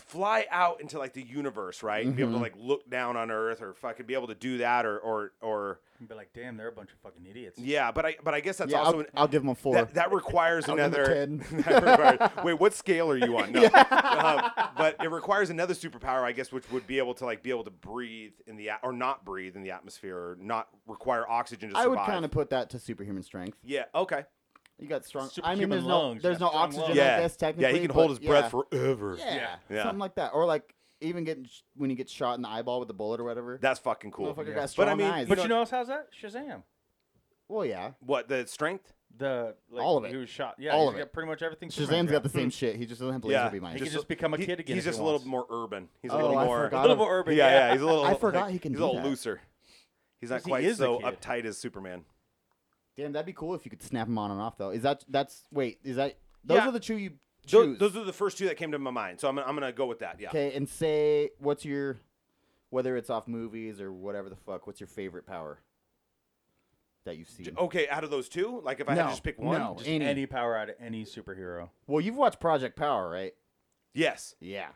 Speaker 6: fly out into like the universe, right? Be
Speaker 4: Mm-hmm.
Speaker 6: able to like look down on Earth or fucking be able to do that or or or
Speaker 5: Be like, damn, they're a bunch of fucking idiots.
Speaker 6: yeah. But I but I guess that's
Speaker 4: Yeah,
Speaker 6: also
Speaker 4: I'll,
Speaker 6: an,
Speaker 4: I'll give him a four.
Speaker 6: that, that requires
Speaker 4: I'll give him a
Speaker 6: another.
Speaker 4: 10.
Speaker 6: that requires- wait, what scale are you on? No. Um, but it requires another superpower, I guess, which would be able to like be able to breathe in the at- or not breathe in the atmosphere or not require oxygen to
Speaker 4: I
Speaker 6: survive.
Speaker 4: would kind of put that to superhuman strength.
Speaker 6: Yeah. Okay.
Speaker 4: You got strong. I mean,
Speaker 5: Superhuman
Speaker 4: there's
Speaker 5: lungs,
Speaker 4: no, there's
Speaker 5: yeah,
Speaker 4: no
Speaker 5: strong
Speaker 4: oxygen.
Speaker 5: lungs.
Speaker 4: I
Speaker 6: Yeah.
Speaker 4: guess technically.
Speaker 6: yeah. He can hold
Speaker 4: but
Speaker 6: his breath
Speaker 4: yeah.
Speaker 6: forever.
Speaker 4: Yeah.
Speaker 6: Yeah.
Speaker 4: something like that, or like even getting sh- when you get shot in the eyeball with the bullet or whatever.
Speaker 6: That's fucking cool.
Speaker 4: Motherfucker
Speaker 5: Yeah.
Speaker 4: got strong
Speaker 6: I mean,
Speaker 4: eyes.
Speaker 5: But you know, else how's that? Shazam.
Speaker 4: well, yeah.
Speaker 6: What the strength?
Speaker 5: The like,
Speaker 4: All of it.
Speaker 5: He was shot. Yeah,
Speaker 4: All
Speaker 5: he's
Speaker 4: of
Speaker 5: got pretty much everything.
Speaker 4: Shazam's
Speaker 5: Superman's
Speaker 4: got the
Speaker 6: Hmm.
Speaker 4: same shit. He just doesn't have laser
Speaker 6: yeah.
Speaker 4: beam eyes.
Speaker 5: He can just become a kid again
Speaker 6: He's
Speaker 5: if
Speaker 6: just
Speaker 5: he
Speaker 6: a little
Speaker 5: wants.
Speaker 6: more urban. He's a
Speaker 4: Oh,
Speaker 6: little
Speaker 4: I
Speaker 6: more.
Speaker 5: A
Speaker 4: forgot.
Speaker 5: little more urban.
Speaker 6: Yeah, yeah.
Speaker 5: yeah.
Speaker 6: He's a little.
Speaker 4: I forgot
Speaker 6: like,
Speaker 4: he can
Speaker 6: He's
Speaker 4: do
Speaker 6: a little
Speaker 4: that.
Speaker 6: looser. He's not
Speaker 5: 'Cause he
Speaker 6: quite
Speaker 5: is a
Speaker 6: so
Speaker 5: kid.
Speaker 6: uptight as Superman.
Speaker 4: Damn, that'd be cool if you could snap him on and off though. Is that that's wait? Is that those
Speaker 6: Yeah.
Speaker 4: are the two you
Speaker 6: Those,
Speaker 4: choose?
Speaker 6: those are the first two that came to my mind, so I'm, I'm gonna go with that. Yeah.
Speaker 4: okay, and say what's your whether it's off movies or whatever the fuck. What's your favorite power that you've seen?
Speaker 6: Okay, out of those two, like oh, if I had
Speaker 4: No,
Speaker 6: to just pick one,
Speaker 4: no.
Speaker 6: just-
Speaker 5: Any.
Speaker 4: Any.
Speaker 5: power out of any superhero.
Speaker 4: Well, you've watched Project Power, right?
Speaker 6: yes,
Speaker 4: Yeah.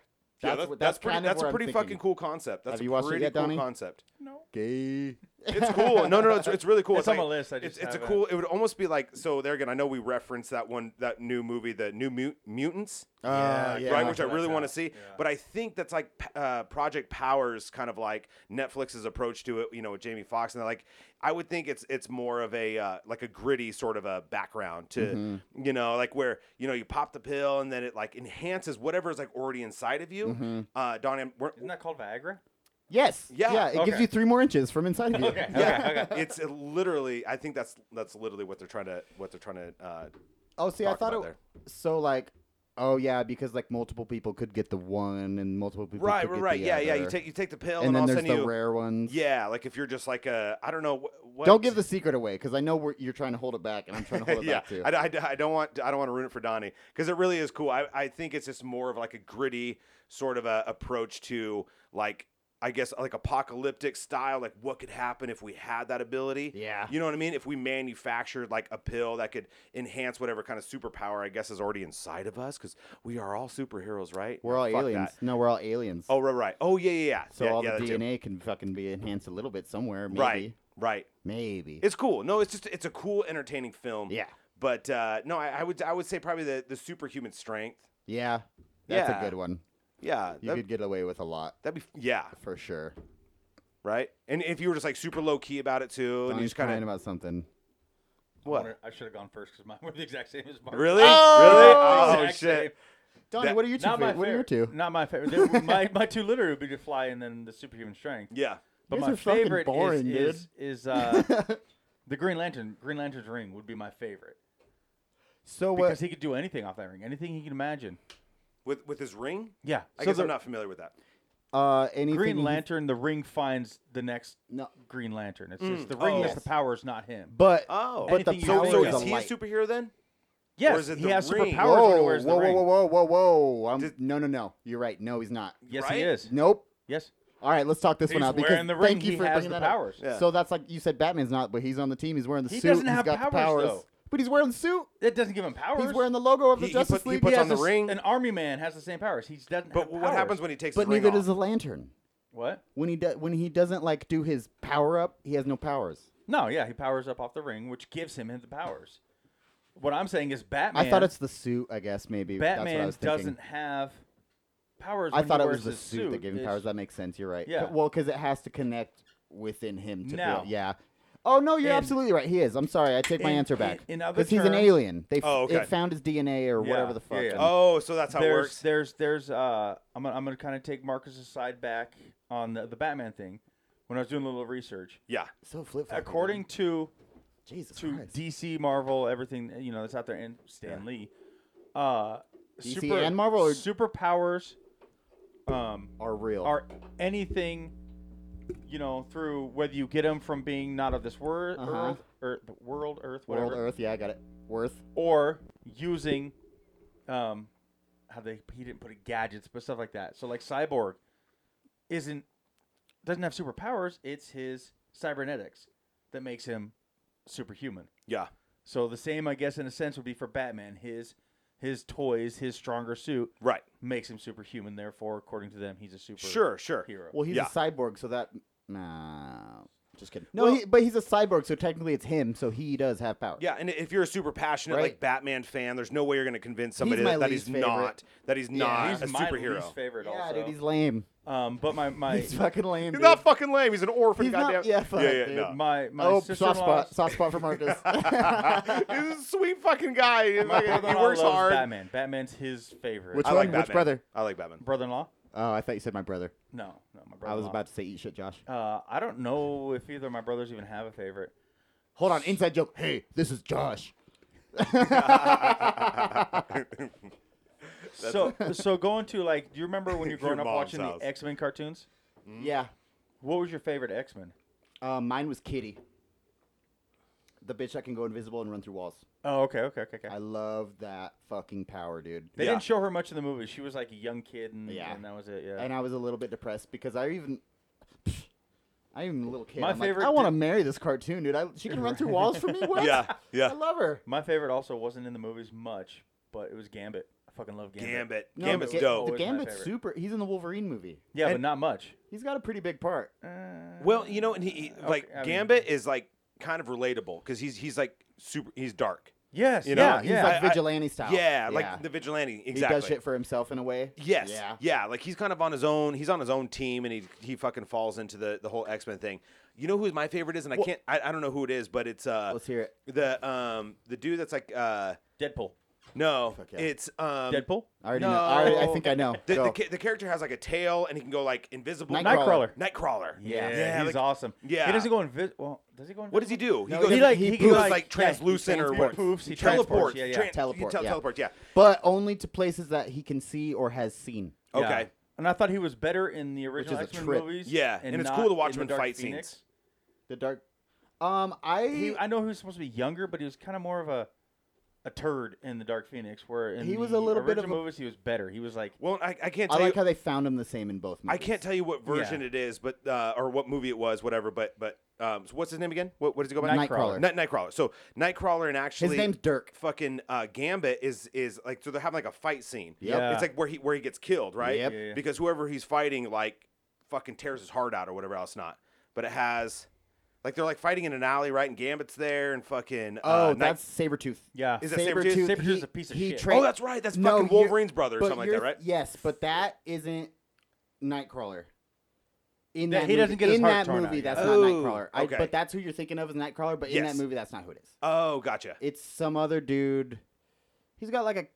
Speaker 6: yeah, that's,
Speaker 4: what-
Speaker 6: that's pretty.
Speaker 4: kind of
Speaker 6: that's
Speaker 4: what
Speaker 6: a
Speaker 4: I'm
Speaker 6: pretty
Speaker 4: thinking.
Speaker 6: fucking cool concept. That's
Speaker 4: Have
Speaker 6: a
Speaker 4: you watched it
Speaker 6: pretty
Speaker 4: yet,
Speaker 6: cool
Speaker 4: Donnie?
Speaker 6: concept.
Speaker 5: No.
Speaker 4: Gay.
Speaker 6: It's cool. No, no, no. It's, it's really cool.
Speaker 5: It's on
Speaker 6: like-
Speaker 5: my list, I just
Speaker 6: it's, it's a
Speaker 5: haven't.
Speaker 6: cool. It would almost be like so. There again, I know we referenced that one, that new movie, the New Mut- Mutants,
Speaker 4: Uh, yeah.
Speaker 6: right? Which I
Speaker 5: that's
Speaker 6: really want to
Speaker 5: out.
Speaker 6: see.
Speaker 5: Yeah.
Speaker 6: But I think that's like p- uh, Project Powers, kind of like Netflix's approach to it. You know, with Jamie Foxx, and they're like I would think it's it's more of a uh, like a gritty sort of a background to
Speaker 4: Mm-hmm.
Speaker 6: you know, like where you know you pop the pill and then it like enhances whatever is like already inside of you.
Speaker 4: Mm-hmm.
Speaker 6: Uh, Don, I'm- we're,
Speaker 5: Isn't that called Viagra?
Speaker 4: Yes.
Speaker 6: Yeah.
Speaker 4: Yeah. It gives
Speaker 5: Okay.
Speaker 4: you three more inches from inside of you.
Speaker 5: Okay.
Speaker 6: yeah,
Speaker 5: Okay. Okay.
Speaker 6: it's literally. I think that's that's literally what they're trying to what they're trying to. Uh,
Speaker 4: Oh, see, I
Speaker 6: Talk
Speaker 4: thought it.
Speaker 6: about there.
Speaker 4: So like, oh yeah, because like multiple people could get the one, and multiple people.
Speaker 6: right,
Speaker 4: could
Speaker 6: right,
Speaker 4: get
Speaker 6: right.
Speaker 4: the
Speaker 6: Yeah, yeah.
Speaker 4: other.
Speaker 6: You take you take the pill,
Speaker 4: And,
Speaker 6: and,
Speaker 4: then
Speaker 6: all of a
Speaker 4: there's
Speaker 6: sudden
Speaker 4: the
Speaker 6: you.
Speaker 4: rare ones.
Speaker 6: yeah, like if you're just like a, I don't know. wh- What,
Speaker 4: Don't give the secret away, because I know we're, you're trying to hold it back, and I'm trying to hold it
Speaker 6: yeah,
Speaker 4: back too.
Speaker 6: I, I, I don't want I don't want to ruin it for Donnie because it really is cool. I, I think it's just more of like a gritty sort of a approach to like I guess like apocalyptic style, like what could happen if we had that ability.
Speaker 4: Yeah.
Speaker 6: You know what I mean? If we manufactured like a pill that could enhance whatever kind of superpower I guess is already inside of us, because we are all superheroes, right?
Speaker 4: We're all
Speaker 6: Fuck
Speaker 4: aliens.
Speaker 6: that.
Speaker 4: No, we're all aliens.
Speaker 6: Oh right, right. Oh yeah, yeah, yeah.
Speaker 4: so
Speaker 6: yeah,
Speaker 4: all
Speaker 6: yeah,
Speaker 4: the
Speaker 6: that too.
Speaker 4: DNA can fucking be enhanced a little bit somewhere. Maybe.
Speaker 6: Right, right.
Speaker 4: Maybe.
Speaker 6: It's cool. No, it's just it's a cool, entertaining film.
Speaker 4: Yeah.
Speaker 6: But uh, no, I, I would I would say probably the the superhuman strength.
Speaker 4: yeah. That's
Speaker 6: Yeah.
Speaker 4: a good one.
Speaker 6: Yeah.
Speaker 4: You
Speaker 6: that,
Speaker 4: could get away with a lot
Speaker 6: that'd be yeah,
Speaker 4: for sure.
Speaker 6: right. And if you were just like super low key about it too, and you
Speaker 4: Donnie's
Speaker 6: just kind
Speaker 4: crying
Speaker 6: of
Speaker 4: about something.
Speaker 6: what?
Speaker 5: I, should have gone first because mine were the exact same as mine.
Speaker 6: Really?
Speaker 5: Exact
Speaker 6: Really? Oh
Speaker 5: same.
Speaker 6: shit.
Speaker 4: Donnie,
Speaker 6: That-
Speaker 4: what are your two?
Speaker 5: Not my
Speaker 4: favorite- what are your
Speaker 5: favorite-
Speaker 4: two?
Speaker 5: Not my favorite. They were- my, my two literally would be to fly and then the superhuman strength.
Speaker 6: Yeah.
Speaker 5: But
Speaker 4: Yours
Speaker 5: my
Speaker 4: are fucking
Speaker 5: favorite
Speaker 4: boring, dude.
Speaker 5: is is, is uh, the Green Lantern. Green Lantern's ring would be my favorite
Speaker 4: So
Speaker 5: because
Speaker 4: what?
Speaker 5: he could do anything off that ring, anything he can imagine.
Speaker 6: With with his ring?
Speaker 5: Yeah.
Speaker 6: I
Speaker 5: so
Speaker 6: guess
Speaker 5: the
Speaker 6: I'm not familiar with that.
Speaker 4: Uh, anything
Speaker 5: Green
Speaker 4: you-
Speaker 5: Lantern, the ring finds the next
Speaker 4: No.
Speaker 5: Green Lantern. It's,
Speaker 4: Mm.
Speaker 5: it's the ring
Speaker 6: Oh.
Speaker 5: that's the power, is not him.
Speaker 4: But
Speaker 6: Oh.
Speaker 4: but the
Speaker 5: Anything you
Speaker 4: power
Speaker 5: think
Speaker 6: so
Speaker 5: of.
Speaker 4: is
Speaker 6: is
Speaker 4: a
Speaker 6: he
Speaker 4: light.
Speaker 6: a superhero then?
Speaker 5: Yes,
Speaker 6: is it
Speaker 5: he
Speaker 6: the
Speaker 5: has
Speaker 6: ring?
Speaker 5: superpowers
Speaker 4: whoa,
Speaker 5: when he wears the
Speaker 4: whoa,
Speaker 5: ring.
Speaker 4: whoa, whoa, whoa, whoa, whoa! I'm,
Speaker 6: Did-
Speaker 4: no, no, no. You're right. No, he's not.
Speaker 5: Yes, he
Speaker 6: Right?
Speaker 5: is.
Speaker 4: Nope.
Speaker 5: Yes.
Speaker 4: All right, let's talk this one
Speaker 5: He's
Speaker 4: out because
Speaker 5: wearing the ring.
Speaker 4: thank you
Speaker 5: He
Speaker 4: for
Speaker 5: has
Speaker 4: bringing
Speaker 5: the
Speaker 4: that up.
Speaker 5: powers.
Speaker 6: Yeah.
Speaker 4: So that's like you said, Batman's not, but he's on the team. He's wearing the
Speaker 5: He
Speaker 4: suit.
Speaker 5: doesn't
Speaker 4: he's
Speaker 5: have
Speaker 4: got the
Speaker 5: powers,
Speaker 4: powers,
Speaker 5: though.
Speaker 4: but he's wearing the suit.
Speaker 5: That doesn't give him powers.
Speaker 4: He's wearing the logo of the
Speaker 6: He- he
Speaker 4: Justice
Speaker 6: put- he
Speaker 4: League.
Speaker 6: put- puts
Speaker 5: has
Speaker 6: on the
Speaker 5: this-
Speaker 6: ring.
Speaker 5: An army man has the same powers. He doesn't.
Speaker 6: But
Speaker 5: have
Speaker 6: what
Speaker 5: powers.
Speaker 6: happens when he takes
Speaker 4: but
Speaker 6: the ring
Speaker 4: neither does the
Speaker 6: off?
Speaker 4: Lantern.
Speaker 5: What?
Speaker 4: When he do, when he doesn't like do his power up, he has no powers.
Speaker 5: No, yeah, he powers up off the ring, which gives him the powers. What I'm saying is Batman.
Speaker 4: I thought it's the suit. I guess maybe that's what I
Speaker 5: Batman
Speaker 4: was thinking.
Speaker 5: doesn't have powers.
Speaker 4: I
Speaker 5: when he
Speaker 4: thought it
Speaker 5: wears
Speaker 4: was the
Speaker 5: his
Speaker 4: suit, that gave him
Speaker 5: It's-
Speaker 4: powers. That makes sense. You're right.
Speaker 5: Yeah.
Speaker 4: Well, because it has to connect within him to
Speaker 5: Now.
Speaker 4: feel. Yeah. Oh no, you're
Speaker 5: In-
Speaker 4: absolutely right. He is. I'm sorry. I take my
Speaker 5: in-
Speaker 4: answer
Speaker 5: in-
Speaker 4: back.
Speaker 5: in other
Speaker 4: he's an
Speaker 5: terms-
Speaker 4: alien. They f-
Speaker 6: Oh, okay.
Speaker 4: it found his DNA or
Speaker 5: Yeah,
Speaker 4: whatever the fuck.
Speaker 5: yeah, yeah.
Speaker 4: and-
Speaker 6: Oh, so that's how it
Speaker 5: there's,
Speaker 6: works.
Speaker 5: There's, there's, uh, I'm gonna, I'm gonna kind of take Marcus's side back on the, the Batman thing. When I was doing a little research,
Speaker 6: Yeah.
Speaker 4: So flip.
Speaker 5: according to
Speaker 4: Jesus
Speaker 5: to
Speaker 4: Christ.
Speaker 5: DC, Marvel, everything you know that's out there, and Stan Lee, uh,
Speaker 4: DC
Speaker 5: super,
Speaker 4: and Marvel or-
Speaker 5: superpowers, um,
Speaker 4: are real.
Speaker 5: are anything, you know, through whether you get them from being not of this world,
Speaker 4: Uh-huh.
Speaker 5: earth, or the world, earth, whatever,
Speaker 4: World Earth. Yeah, I got it. Worth.
Speaker 5: or using, um, how they he didn't put it gadgets, but stuff like that. So like Cyborg, isn't doesn't have superpowers. It's his cybernetics that makes him superhuman.
Speaker 6: Yeah.
Speaker 5: So the same, I guess, in a sense, would be for Batman. His his toys, his stronger suit
Speaker 6: Right.
Speaker 5: makes him superhuman. Therefore, according to them, he's a super
Speaker 6: Sure, sure.
Speaker 5: hero.
Speaker 4: Well, he's
Speaker 6: Yeah.
Speaker 4: a cyborg, so that. Nah. Just kidding. No,
Speaker 6: Well-
Speaker 4: he, but he's a cyborg, so technically it's him. So he does have power.
Speaker 6: Yeah, and if you're a super passionate
Speaker 4: Right.
Speaker 6: like Batman fan, there's no way you're going to convince somebody
Speaker 4: my
Speaker 6: that, that
Speaker 4: least
Speaker 6: he's
Speaker 4: favorite.
Speaker 6: not that he's not
Speaker 5: he's
Speaker 6: a
Speaker 5: my
Speaker 6: superhero.
Speaker 5: least favorite.
Speaker 4: Yeah,
Speaker 5: also.
Speaker 4: dude, he's lame.
Speaker 5: um, but my my
Speaker 4: He's fucking lame.
Speaker 6: He's
Speaker 4: dude.
Speaker 6: not fucking lame. He's an orphan.
Speaker 4: He's not-
Speaker 6: goddamn.
Speaker 4: yeah, fuck,
Speaker 6: yeah,
Speaker 4: dude.
Speaker 6: no.
Speaker 5: my my
Speaker 4: oh,
Speaker 5: sister-in-law's-
Speaker 4: soft spot. Soft spot for Marcus.
Speaker 6: He's a sweet fucking guy. He,
Speaker 5: My
Speaker 6: fucking- he
Speaker 5: brother-in-law
Speaker 6: works
Speaker 5: loves
Speaker 6: hard.
Speaker 5: Batman. Batman's his favorite.
Speaker 4: Which
Speaker 6: I
Speaker 4: one?
Speaker 6: like Batman.
Speaker 4: Which brother?
Speaker 6: I like Batman.
Speaker 5: brother-in-law?
Speaker 4: Oh, I thought you said my brother.
Speaker 5: No, no, my brother.
Speaker 4: I was about to say eat shit, Josh.
Speaker 5: Uh, I don't know if either of my brothers even have a favorite.
Speaker 4: Hold on, inside joke. Hey, this is Josh.
Speaker 5: so so going to like, do you remember when you
Speaker 6: Your
Speaker 5: were growing up
Speaker 6: mom's
Speaker 5: watching
Speaker 6: house.
Speaker 5: the X Men cartoons? Mm-hmm.
Speaker 4: Yeah.
Speaker 5: What was your favorite X Men?
Speaker 4: Uh, mine was Kitty. The bitch that can go invisible and run through walls.
Speaker 5: Oh, okay, okay, okay, okay.
Speaker 4: I love that fucking power, dude.
Speaker 5: They
Speaker 6: Yeah.
Speaker 5: didn't show her much in the movie. She was like a young kid, and,
Speaker 4: Yeah.
Speaker 5: and that was it. Yeah.
Speaker 4: And I was a little bit depressed because I even, I even a little kid.
Speaker 5: My
Speaker 4: I'm like,
Speaker 5: favorite
Speaker 4: I want to
Speaker 5: di-
Speaker 4: marry this cartoon, dude. I, she can run through walls for me. What?
Speaker 6: Yeah,
Speaker 4: I
Speaker 6: yeah.
Speaker 4: love her.
Speaker 5: My favorite also wasn't in the movies much, but it was Gambit. I fucking love Gambit.
Speaker 6: Gambit.
Speaker 4: No,
Speaker 6: Gambit's
Speaker 4: the, Ga-
Speaker 6: dope.
Speaker 4: The
Speaker 5: Always my
Speaker 4: Gambit's
Speaker 5: favorite.
Speaker 4: super. He's in the Wolverine movie.
Speaker 5: Yeah, but
Speaker 6: And-
Speaker 5: not much.
Speaker 4: He's got a pretty big part.
Speaker 6: Well, you know, and he, he
Speaker 5: Okay,
Speaker 6: like
Speaker 5: I mean-
Speaker 6: Gambit is like kind of relatable because he's he's like super. He's dark.
Speaker 5: Yes.
Speaker 6: You
Speaker 5: yeah.
Speaker 6: know,
Speaker 4: he's
Speaker 5: yeah.
Speaker 6: I-
Speaker 4: like
Speaker 6: I-
Speaker 4: vigilante style.
Speaker 6: Yeah,
Speaker 4: Yeah.
Speaker 6: like the vigilante.
Speaker 4: He
Speaker 6: Exactly.
Speaker 4: does shit for himself in a way.
Speaker 6: Yes.
Speaker 4: Yeah.
Speaker 6: Yeah. Like he's kind of on his own. He's on his own team, and he he fucking falls into the the whole X Men thing. You know who my favorite is, and I can't. I, I don't know who it is, but it's uh.
Speaker 4: Let's hear it.
Speaker 6: The um the dude that's like uh
Speaker 5: Deadpool.
Speaker 6: no
Speaker 4: Fuck yeah.
Speaker 6: it's um
Speaker 5: Deadpool.
Speaker 4: I already know. I, already, I
Speaker 6: No.
Speaker 4: think I know.
Speaker 6: the, the,
Speaker 4: Go.
Speaker 6: ca- the character has like a tail and he can go like invisible.
Speaker 4: Nightcrawler.
Speaker 5: Nightcrawler.
Speaker 6: Nightcrawler.
Speaker 5: Yeah,
Speaker 6: yeah.
Speaker 5: he's
Speaker 6: like,
Speaker 5: awesome.
Speaker 6: yeah.
Speaker 5: He doesn't go invisible. Well, does he go invisible?
Speaker 6: What does he do?
Speaker 4: No,
Speaker 6: he goes
Speaker 4: he,
Speaker 5: He
Speaker 4: like-
Speaker 5: like
Speaker 4: he
Speaker 5: he,
Speaker 4: goes,
Speaker 6: goes,
Speaker 5: like,
Speaker 6: like, translucent or
Speaker 5: transports.
Speaker 6: what?
Speaker 5: He poofs. He
Speaker 6: teleports.
Speaker 5: transports. Yeah, yeah.
Speaker 6: Tran- he
Speaker 4: Teleport,
Speaker 6: tel-
Speaker 4: yeah.
Speaker 6: Teleport. Yeah.
Speaker 4: but only to places that he can see or has seen.
Speaker 5: Yeah.
Speaker 6: Okay.
Speaker 5: And I thought he was better in the original
Speaker 4: is a
Speaker 5: X-Men
Speaker 4: trip.
Speaker 5: movies.
Speaker 6: Yeah, and it's
Speaker 5: not
Speaker 6: cool to watch
Speaker 5: in the
Speaker 6: him in
Speaker 5: Dark
Speaker 6: fight
Speaker 5: Phoenix.
Speaker 6: scenes.
Speaker 4: The dark. Um, I
Speaker 5: He, I know he was supposed to be younger, but he was kind of more of a a turd in the Dark Phoenix. Where in
Speaker 4: He was
Speaker 5: the
Speaker 4: a little bit of
Speaker 5: original
Speaker 4: a-
Speaker 5: movies, he was better. He was like
Speaker 6: Well, I, I can't
Speaker 4: I
Speaker 6: tell
Speaker 4: like
Speaker 6: you.
Speaker 4: how they found him the same in both
Speaker 6: I
Speaker 4: movies.
Speaker 6: can't tell you what version
Speaker 5: Yeah.
Speaker 6: it is, but uh, or what movie it was, whatever. But but um, so what's his name again? What, what does he go by?
Speaker 4: Nightcrawler.
Speaker 6: Night, Nightcrawler. So Nightcrawler and
Speaker 4: His
Speaker 6: actually
Speaker 4: name's Dirk.
Speaker 6: fucking uh, Gambit is is like so they're having like a fight scene.
Speaker 4: Yep.
Speaker 5: Yeah.
Speaker 6: It's like where he where he gets killed, right?
Speaker 4: Yep.
Speaker 5: Yeah, yeah.
Speaker 6: Because whoever he's fighting like fucking tears his heart out or whatever else not. But it has like they're like fighting in an alley, right? And Gambit's there and fucking uh,
Speaker 4: Oh,
Speaker 6: Night-
Speaker 4: that's Sabretooth.
Speaker 5: yeah.
Speaker 6: Is that Sabretooth?
Speaker 5: Sabretooth's
Speaker 4: he-
Speaker 5: a piece of
Speaker 4: he
Speaker 5: shit.
Speaker 4: tra-
Speaker 6: Oh, that's right. That's
Speaker 4: No,
Speaker 6: fucking
Speaker 4: you're-
Speaker 6: Wolverine's brother or
Speaker 4: but
Speaker 6: something like
Speaker 4: you're-
Speaker 6: that, right?
Speaker 4: Yes, but that isn't Nightcrawler. In
Speaker 5: That-
Speaker 4: that
Speaker 5: he doesn't
Speaker 4: movie-
Speaker 5: get his
Speaker 4: in
Speaker 5: heart
Speaker 4: that
Speaker 5: torn out,
Speaker 4: movie,
Speaker 5: yeah.
Speaker 4: that's
Speaker 6: Oh,
Speaker 4: not Nightcrawler. I,
Speaker 6: okay.
Speaker 4: But that's who you're thinking of as Nightcrawler. But in
Speaker 6: Yes.
Speaker 4: that movie, that's not who it is.
Speaker 6: Oh, gotcha.
Speaker 4: It's some other dude. He's got like a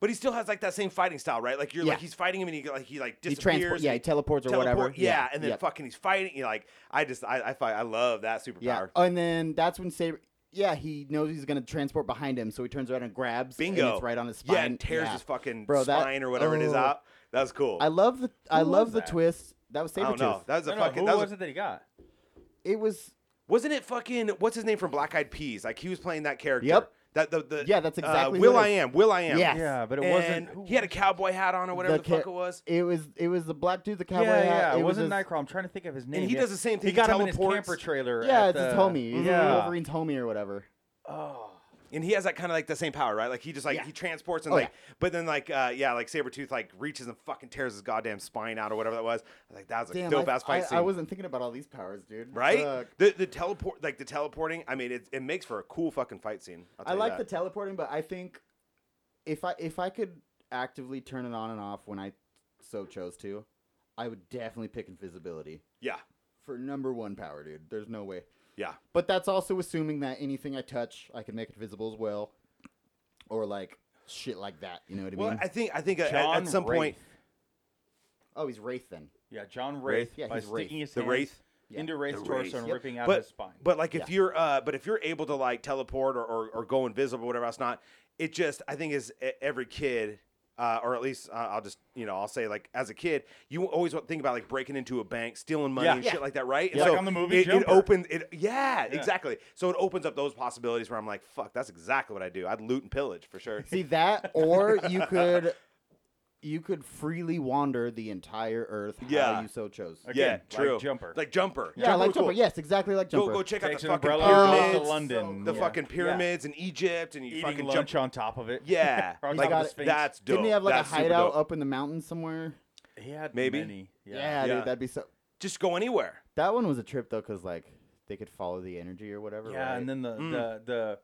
Speaker 6: But he still has like that same fighting style, right? Like you're
Speaker 4: Yeah.
Speaker 6: like he's fighting him and he like he like
Speaker 4: he
Speaker 6: disappears.
Speaker 4: transport.
Speaker 6: and
Speaker 4: Yeah,
Speaker 6: he
Speaker 4: he teleports or
Speaker 6: teleport-
Speaker 4: whatever.
Speaker 6: Yeah, and then
Speaker 4: yep,
Speaker 6: fucking he's fighting. You like I just I I, fi- I love that superpower.
Speaker 4: yeah, Oh, and then that's when Saber. Yeah, he knows he's gonna transport behind him, so he turns around and grabs. And
Speaker 6: Bingo.
Speaker 4: it's right on his spine.
Speaker 6: Yeah, and tears
Speaker 4: Yeah.
Speaker 6: his fucking
Speaker 4: Bro, that-
Speaker 6: spine or whatever it is
Speaker 4: oh.
Speaker 6: out. That was cool.
Speaker 4: I love the. I
Speaker 5: Who
Speaker 4: love
Speaker 5: was
Speaker 4: the
Speaker 5: that?
Speaker 4: twist. That was
Speaker 6: I don't know.
Speaker 4: Sabretooth.
Speaker 6: That was a
Speaker 5: No, no,
Speaker 6: fucking.
Speaker 5: who
Speaker 6: That was,
Speaker 5: was it that he got?
Speaker 4: It was.
Speaker 6: wasn't it fucking? What's his name from Black Eyed Peas? Like he was playing that character.
Speaker 4: Yep.
Speaker 6: That the, the
Speaker 4: Yeah, that's
Speaker 6: uh,
Speaker 4: exactly who
Speaker 6: Will
Speaker 4: it
Speaker 6: I
Speaker 4: is.
Speaker 6: Am. Will I Am.
Speaker 4: Yes.
Speaker 5: Yeah, but it
Speaker 6: And
Speaker 5: wasn't. who
Speaker 6: he had a
Speaker 5: was it?
Speaker 6: cowboy hat on or whatever the,
Speaker 4: The ca-
Speaker 6: fuck it was.
Speaker 4: It was. It was the black dude, the cowboy
Speaker 5: yeah,
Speaker 4: hat.
Speaker 5: yeah. It, wasn't
Speaker 4: his-
Speaker 5: Nightcrawler. I'm trying to think of his name.
Speaker 6: he
Speaker 5: yeah.
Speaker 6: does the same thing.
Speaker 5: He
Speaker 6: He
Speaker 5: got him in his
Speaker 6: teleports.
Speaker 5: camper trailer.
Speaker 4: Yeah,
Speaker 5: at
Speaker 4: it's his
Speaker 5: the-
Speaker 4: homie. He's
Speaker 5: Yeah.
Speaker 4: Wolverine's homie or whatever.
Speaker 5: Oh.
Speaker 6: And he has that kind of like the same power, right? Like he just like
Speaker 4: Yeah.
Speaker 6: he transports and
Speaker 4: Oh,
Speaker 6: like, but then like uh yeah, like Sabretooth like reaches and fucking tears his goddamn spine out or whatever that was. I was like that was a
Speaker 4: Damn,
Speaker 6: dope
Speaker 4: I,
Speaker 6: ass fight
Speaker 4: I-
Speaker 6: scene.
Speaker 4: I wasn't thinking about all these powers, dude.
Speaker 6: right?
Speaker 4: Fuck.
Speaker 6: The the teleport like the teleporting. I mean, it, it makes for a cool fucking fight scene. I'll
Speaker 4: I
Speaker 6: tell you
Speaker 4: like the
Speaker 6: that.
Speaker 4: teleporting, but I think if I if I could actively turn it on and off when I so chose to, I would definitely pick invisibility
Speaker 6: yeah
Speaker 4: for number one power, dude. There's no way.
Speaker 6: yeah.
Speaker 4: But that's also assuming that anything I touch, I can make invisible as well, or like shit like that. You know what I
Speaker 6: Well,
Speaker 4: mean?
Speaker 6: I think I think uh, at, at-
Speaker 5: John
Speaker 6: at some point
Speaker 5: Wraith.
Speaker 4: oh, he's wraith then.
Speaker 5: Yeah, John Wraith.
Speaker 4: Yeah,
Speaker 5: by
Speaker 4: he's Wraith.
Speaker 5: sticking his
Speaker 6: The
Speaker 5: hands
Speaker 6: Wraith?
Speaker 4: Yeah.
Speaker 5: into Wraith's
Speaker 6: The
Speaker 5: torso
Speaker 6: Wraith.
Speaker 5: and
Speaker 6: Yep.
Speaker 5: ripping out
Speaker 6: but
Speaker 5: his spine.
Speaker 6: but like if
Speaker 4: Yeah.
Speaker 6: you're uh but if you're able to like teleport or or, or go invisible whatever else not, it just I think is e- every kid. Uh, or at least uh, I'll just you know I'll say like as a kid you always want to think about like breaking into a bank stealing money
Speaker 5: Yeah.
Speaker 6: and
Speaker 5: Yeah.
Speaker 6: shit like that right And
Speaker 5: Like on the movie
Speaker 6: it, it
Speaker 5: Jumper.
Speaker 6: opens it yeah,
Speaker 5: Yeah.
Speaker 6: exactly so it opens up those possibilities where I'm like fuck that's exactly what I do I'd loot and pillage for sure
Speaker 4: See that, or you could you could freely wander the entire Earth
Speaker 6: Yeah.
Speaker 4: how you so chose.
Speaker 6: yeah
Speaker 5: Again, like
Speaker 6: true
Speaker 5: Jumper.
Speaker 6: like jumper
Speaker 4: Yeah, like
Speaker 6: was cool.
Speaker 4: jumper. Yes, exactly like jumper.
Speaker 6: Go go check out the
Speaker 5: Takes an
Speaker 6: fucking
Speaker 5: umbrella
Speaker 4: Oh,
Speaker 5: and goes
Speaker 6: pyramids,
Speaker 5: to London.
Speaker 6: the
Speaker 5: Yeah.
Speaker 6: fucking
Speaker 5: Yeah.
Speaker 6: pyramids in Egypt, and you
Speaker 5: Eating
Speaker 6: fucking
Speaker 5: lunch
Speaker 6: jump.
Speaker 5: on top of it.
Speaker 6: Yeah,
Speaker 5: Or on
Speaker 4: Like,
Speaker 5: top of the
Speaker 4: uh,
Speaker 5: Sphinx.
Speaker 6: that's dope.
Speaker 4: Didn't he have like
Speaker 6: That's
Speaker 4: a
Speaker 6: super
Speaker 4: hideout
Speaker 6: dope.
Speaker 4: up in the mountains somewhere?
Speaker 5: He had
Speaker 6: Maybe.
Speaker 5: many. Yeah.
Speaker 4: Yeah,
Speaker 6: Yeah.
Speaker 4: dude, that'd be so.
Speaker 6: Just go anywhere.
Speaker 4: That one was a trip though, because like they could follow the energy or whatever.
Speaker 5: Yeah,
Speaker 4: right?
Speaker 5: and then the the the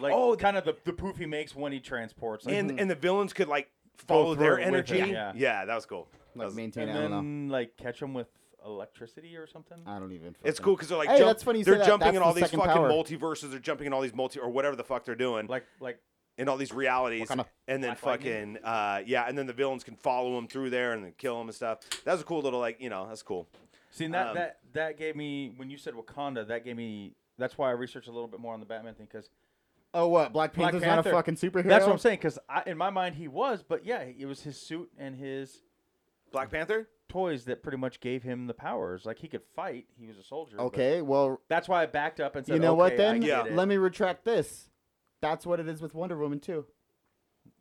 Speaker 5: like
Speaker 6: Mm. Oh, the-
Speaker 5: kind of the, the poof he makes when he transports. Like,
Speaker 4: hmm.
Speaker 6: And and the villains could like follow
Speaker 5: through
Speaker 6: their
Speaker 5: it with
Speaker 6: energy.
Speaker 5: it,
Speaker 6: Yeah.
Speaker 5: yeah.
Speaker 6: that was cool. That
Speaker 4: like
Speaker 6: was-
Speaker 4: maintain.
Speaker 5: and
Speaker 4: I don't know. Uh,
Speaker 5: then like catch him with electricity or something.
Speaker 4: I don't even.
Speaker 6: it's
Speaker 4: fucking-
Speaker 6: cool because they're like
Speaker 4: Hey,
Speaker 6: jump-
Speaker 4: that's funny you say
Speaker 6: they're
Speaker 4: that.
Speaker 6: jumping
Speaker 4: That's
Speaker 6: in all
Speaker 4: the
Speaker 6: these
Speaker 4: second
Speaker 6: fucking
Speaker 4: power.
Speaker 6: multiverses. They're jumping in all these multi or whatever the fuck they're doing
Speaker 5: Like like
Speaker 6: in all these realities.
Speaker 4: Wakanda.
Speaker 6: And then
Speaker 5: Black
Speaker 6: fucking uh, yeah, and then the villains can follow them through there and then kill them and stuff. That was a cool little like you know that's cool.
Speaker 5: see that
Speaker 6: Um,
Speaker 5: that that gave me when you said Wakanda that gave me that's why I researched a little bit more on the Batman thing because
Speaker 4: Oh what? Black
Speaker 5: Black
Speaker 4: Panther's
Speaker 5: Panther.
Speaker 4: not a fucking superhero.
Speaker 5: that's what I'm saying because in my mind he was but yeah it was his suit and his
Speaker 6: Black Panther.
Speaker 5: toys that pretty much gave him the powers like he could fight he was a soldier but
Speaker 4: Okay, well,
Speaker 5: that's why I backed up and said
Speaker 4: you know what?
Speaker 5: "Okay, I
Speaker 4: Then
Speaker 5: get
Speaker 6: Yeah.
Speaker 5: it."
Speaker 4: let me retract this. That's what it is with Wonder Woman too.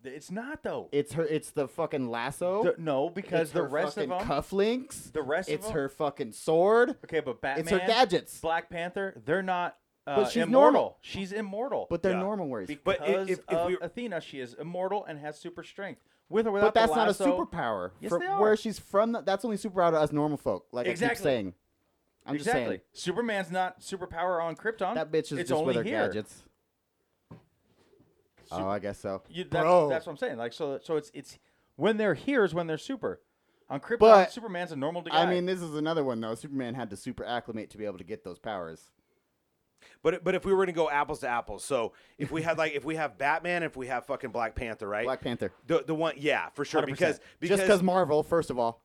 Speaker 5: it's not though
Speaker 4: It's her. It's the fucking lasso.
Speaker 5: The- no because
Speaker 4: it's
Speaker 5: the
Speaker 4: her
Speaker 5: rest of
Speaker 4: fucking
Speaker 5: them
Speaker 4: cufflinks.
Speaker 5: the rest of
Speaker 4: It's
Speaker 5: 'em-
Speaker 4: her fucking sword.
Speaker 5: okay but Batman
Speaker 4: It's her gadgets.
Speaker 5: Black Panther they're not uh,
Speaker 4: But she's
Speaker 5: immortal
Speaker 4: normal.
Speaker 5: she's immortal
Speaker 4: But they're
Speaker 6: Yeah.
Speaker 4: normal worries.
Speaker 5: because
Speaker 6: But i- if- if
Speaker 5: of
Speaker 6: we-
Speaker 5: Athena, she is immortal and has super strength. With or
Speaker 4: But
Speaker 5: without
Speaker 4: that's
Speaker 5: the
Speaker 4: not a
Speaker 5: lasso,
Speaker 4: superpower.
Speaker 5: Yes,
Speaker 4: For-
Speaker 5: they are.
Speaker 4: Where she's from, th- that's only superpower to us normal folk. Like I
Speaker 5: Exactly.
Speaker 4: keep saying, I'm
Speaker 5: exactly.
Speaker 4: just saying
Speaker 5: Superman's not superpower on Krypton.
Speaker 4: that bitch is
Speaker 5: it's
Speaker 4: just
Speaker 5: only
Speaker 4: with her
Speaker 5: here.
Speaker 4: gadgets. Oh, I guess so.
Speaker 5: You, that's,
Speaker 4: Bro.
Speaker 5: that's what I'm saying. Like so, so it's it's when they're here is when they're super. On Krypton,
Speaker 4: But-
Speaker 5: Superman's a normal guy.
Speaker 4: I mean, this is another one though. Superman had to super acclimate to be able to get those powers.
Speaker 6: But but if we were to go apples to apples, so if we had like if we have Batman, if we have fucking Black Panther, right?
Speaker 4: Black Panther.
Speaker 6: The the one, yeah, for sure. Because
Speaker 5: 100%.
Speaker 6: because
Speaker 4: just because Marvel, first of all,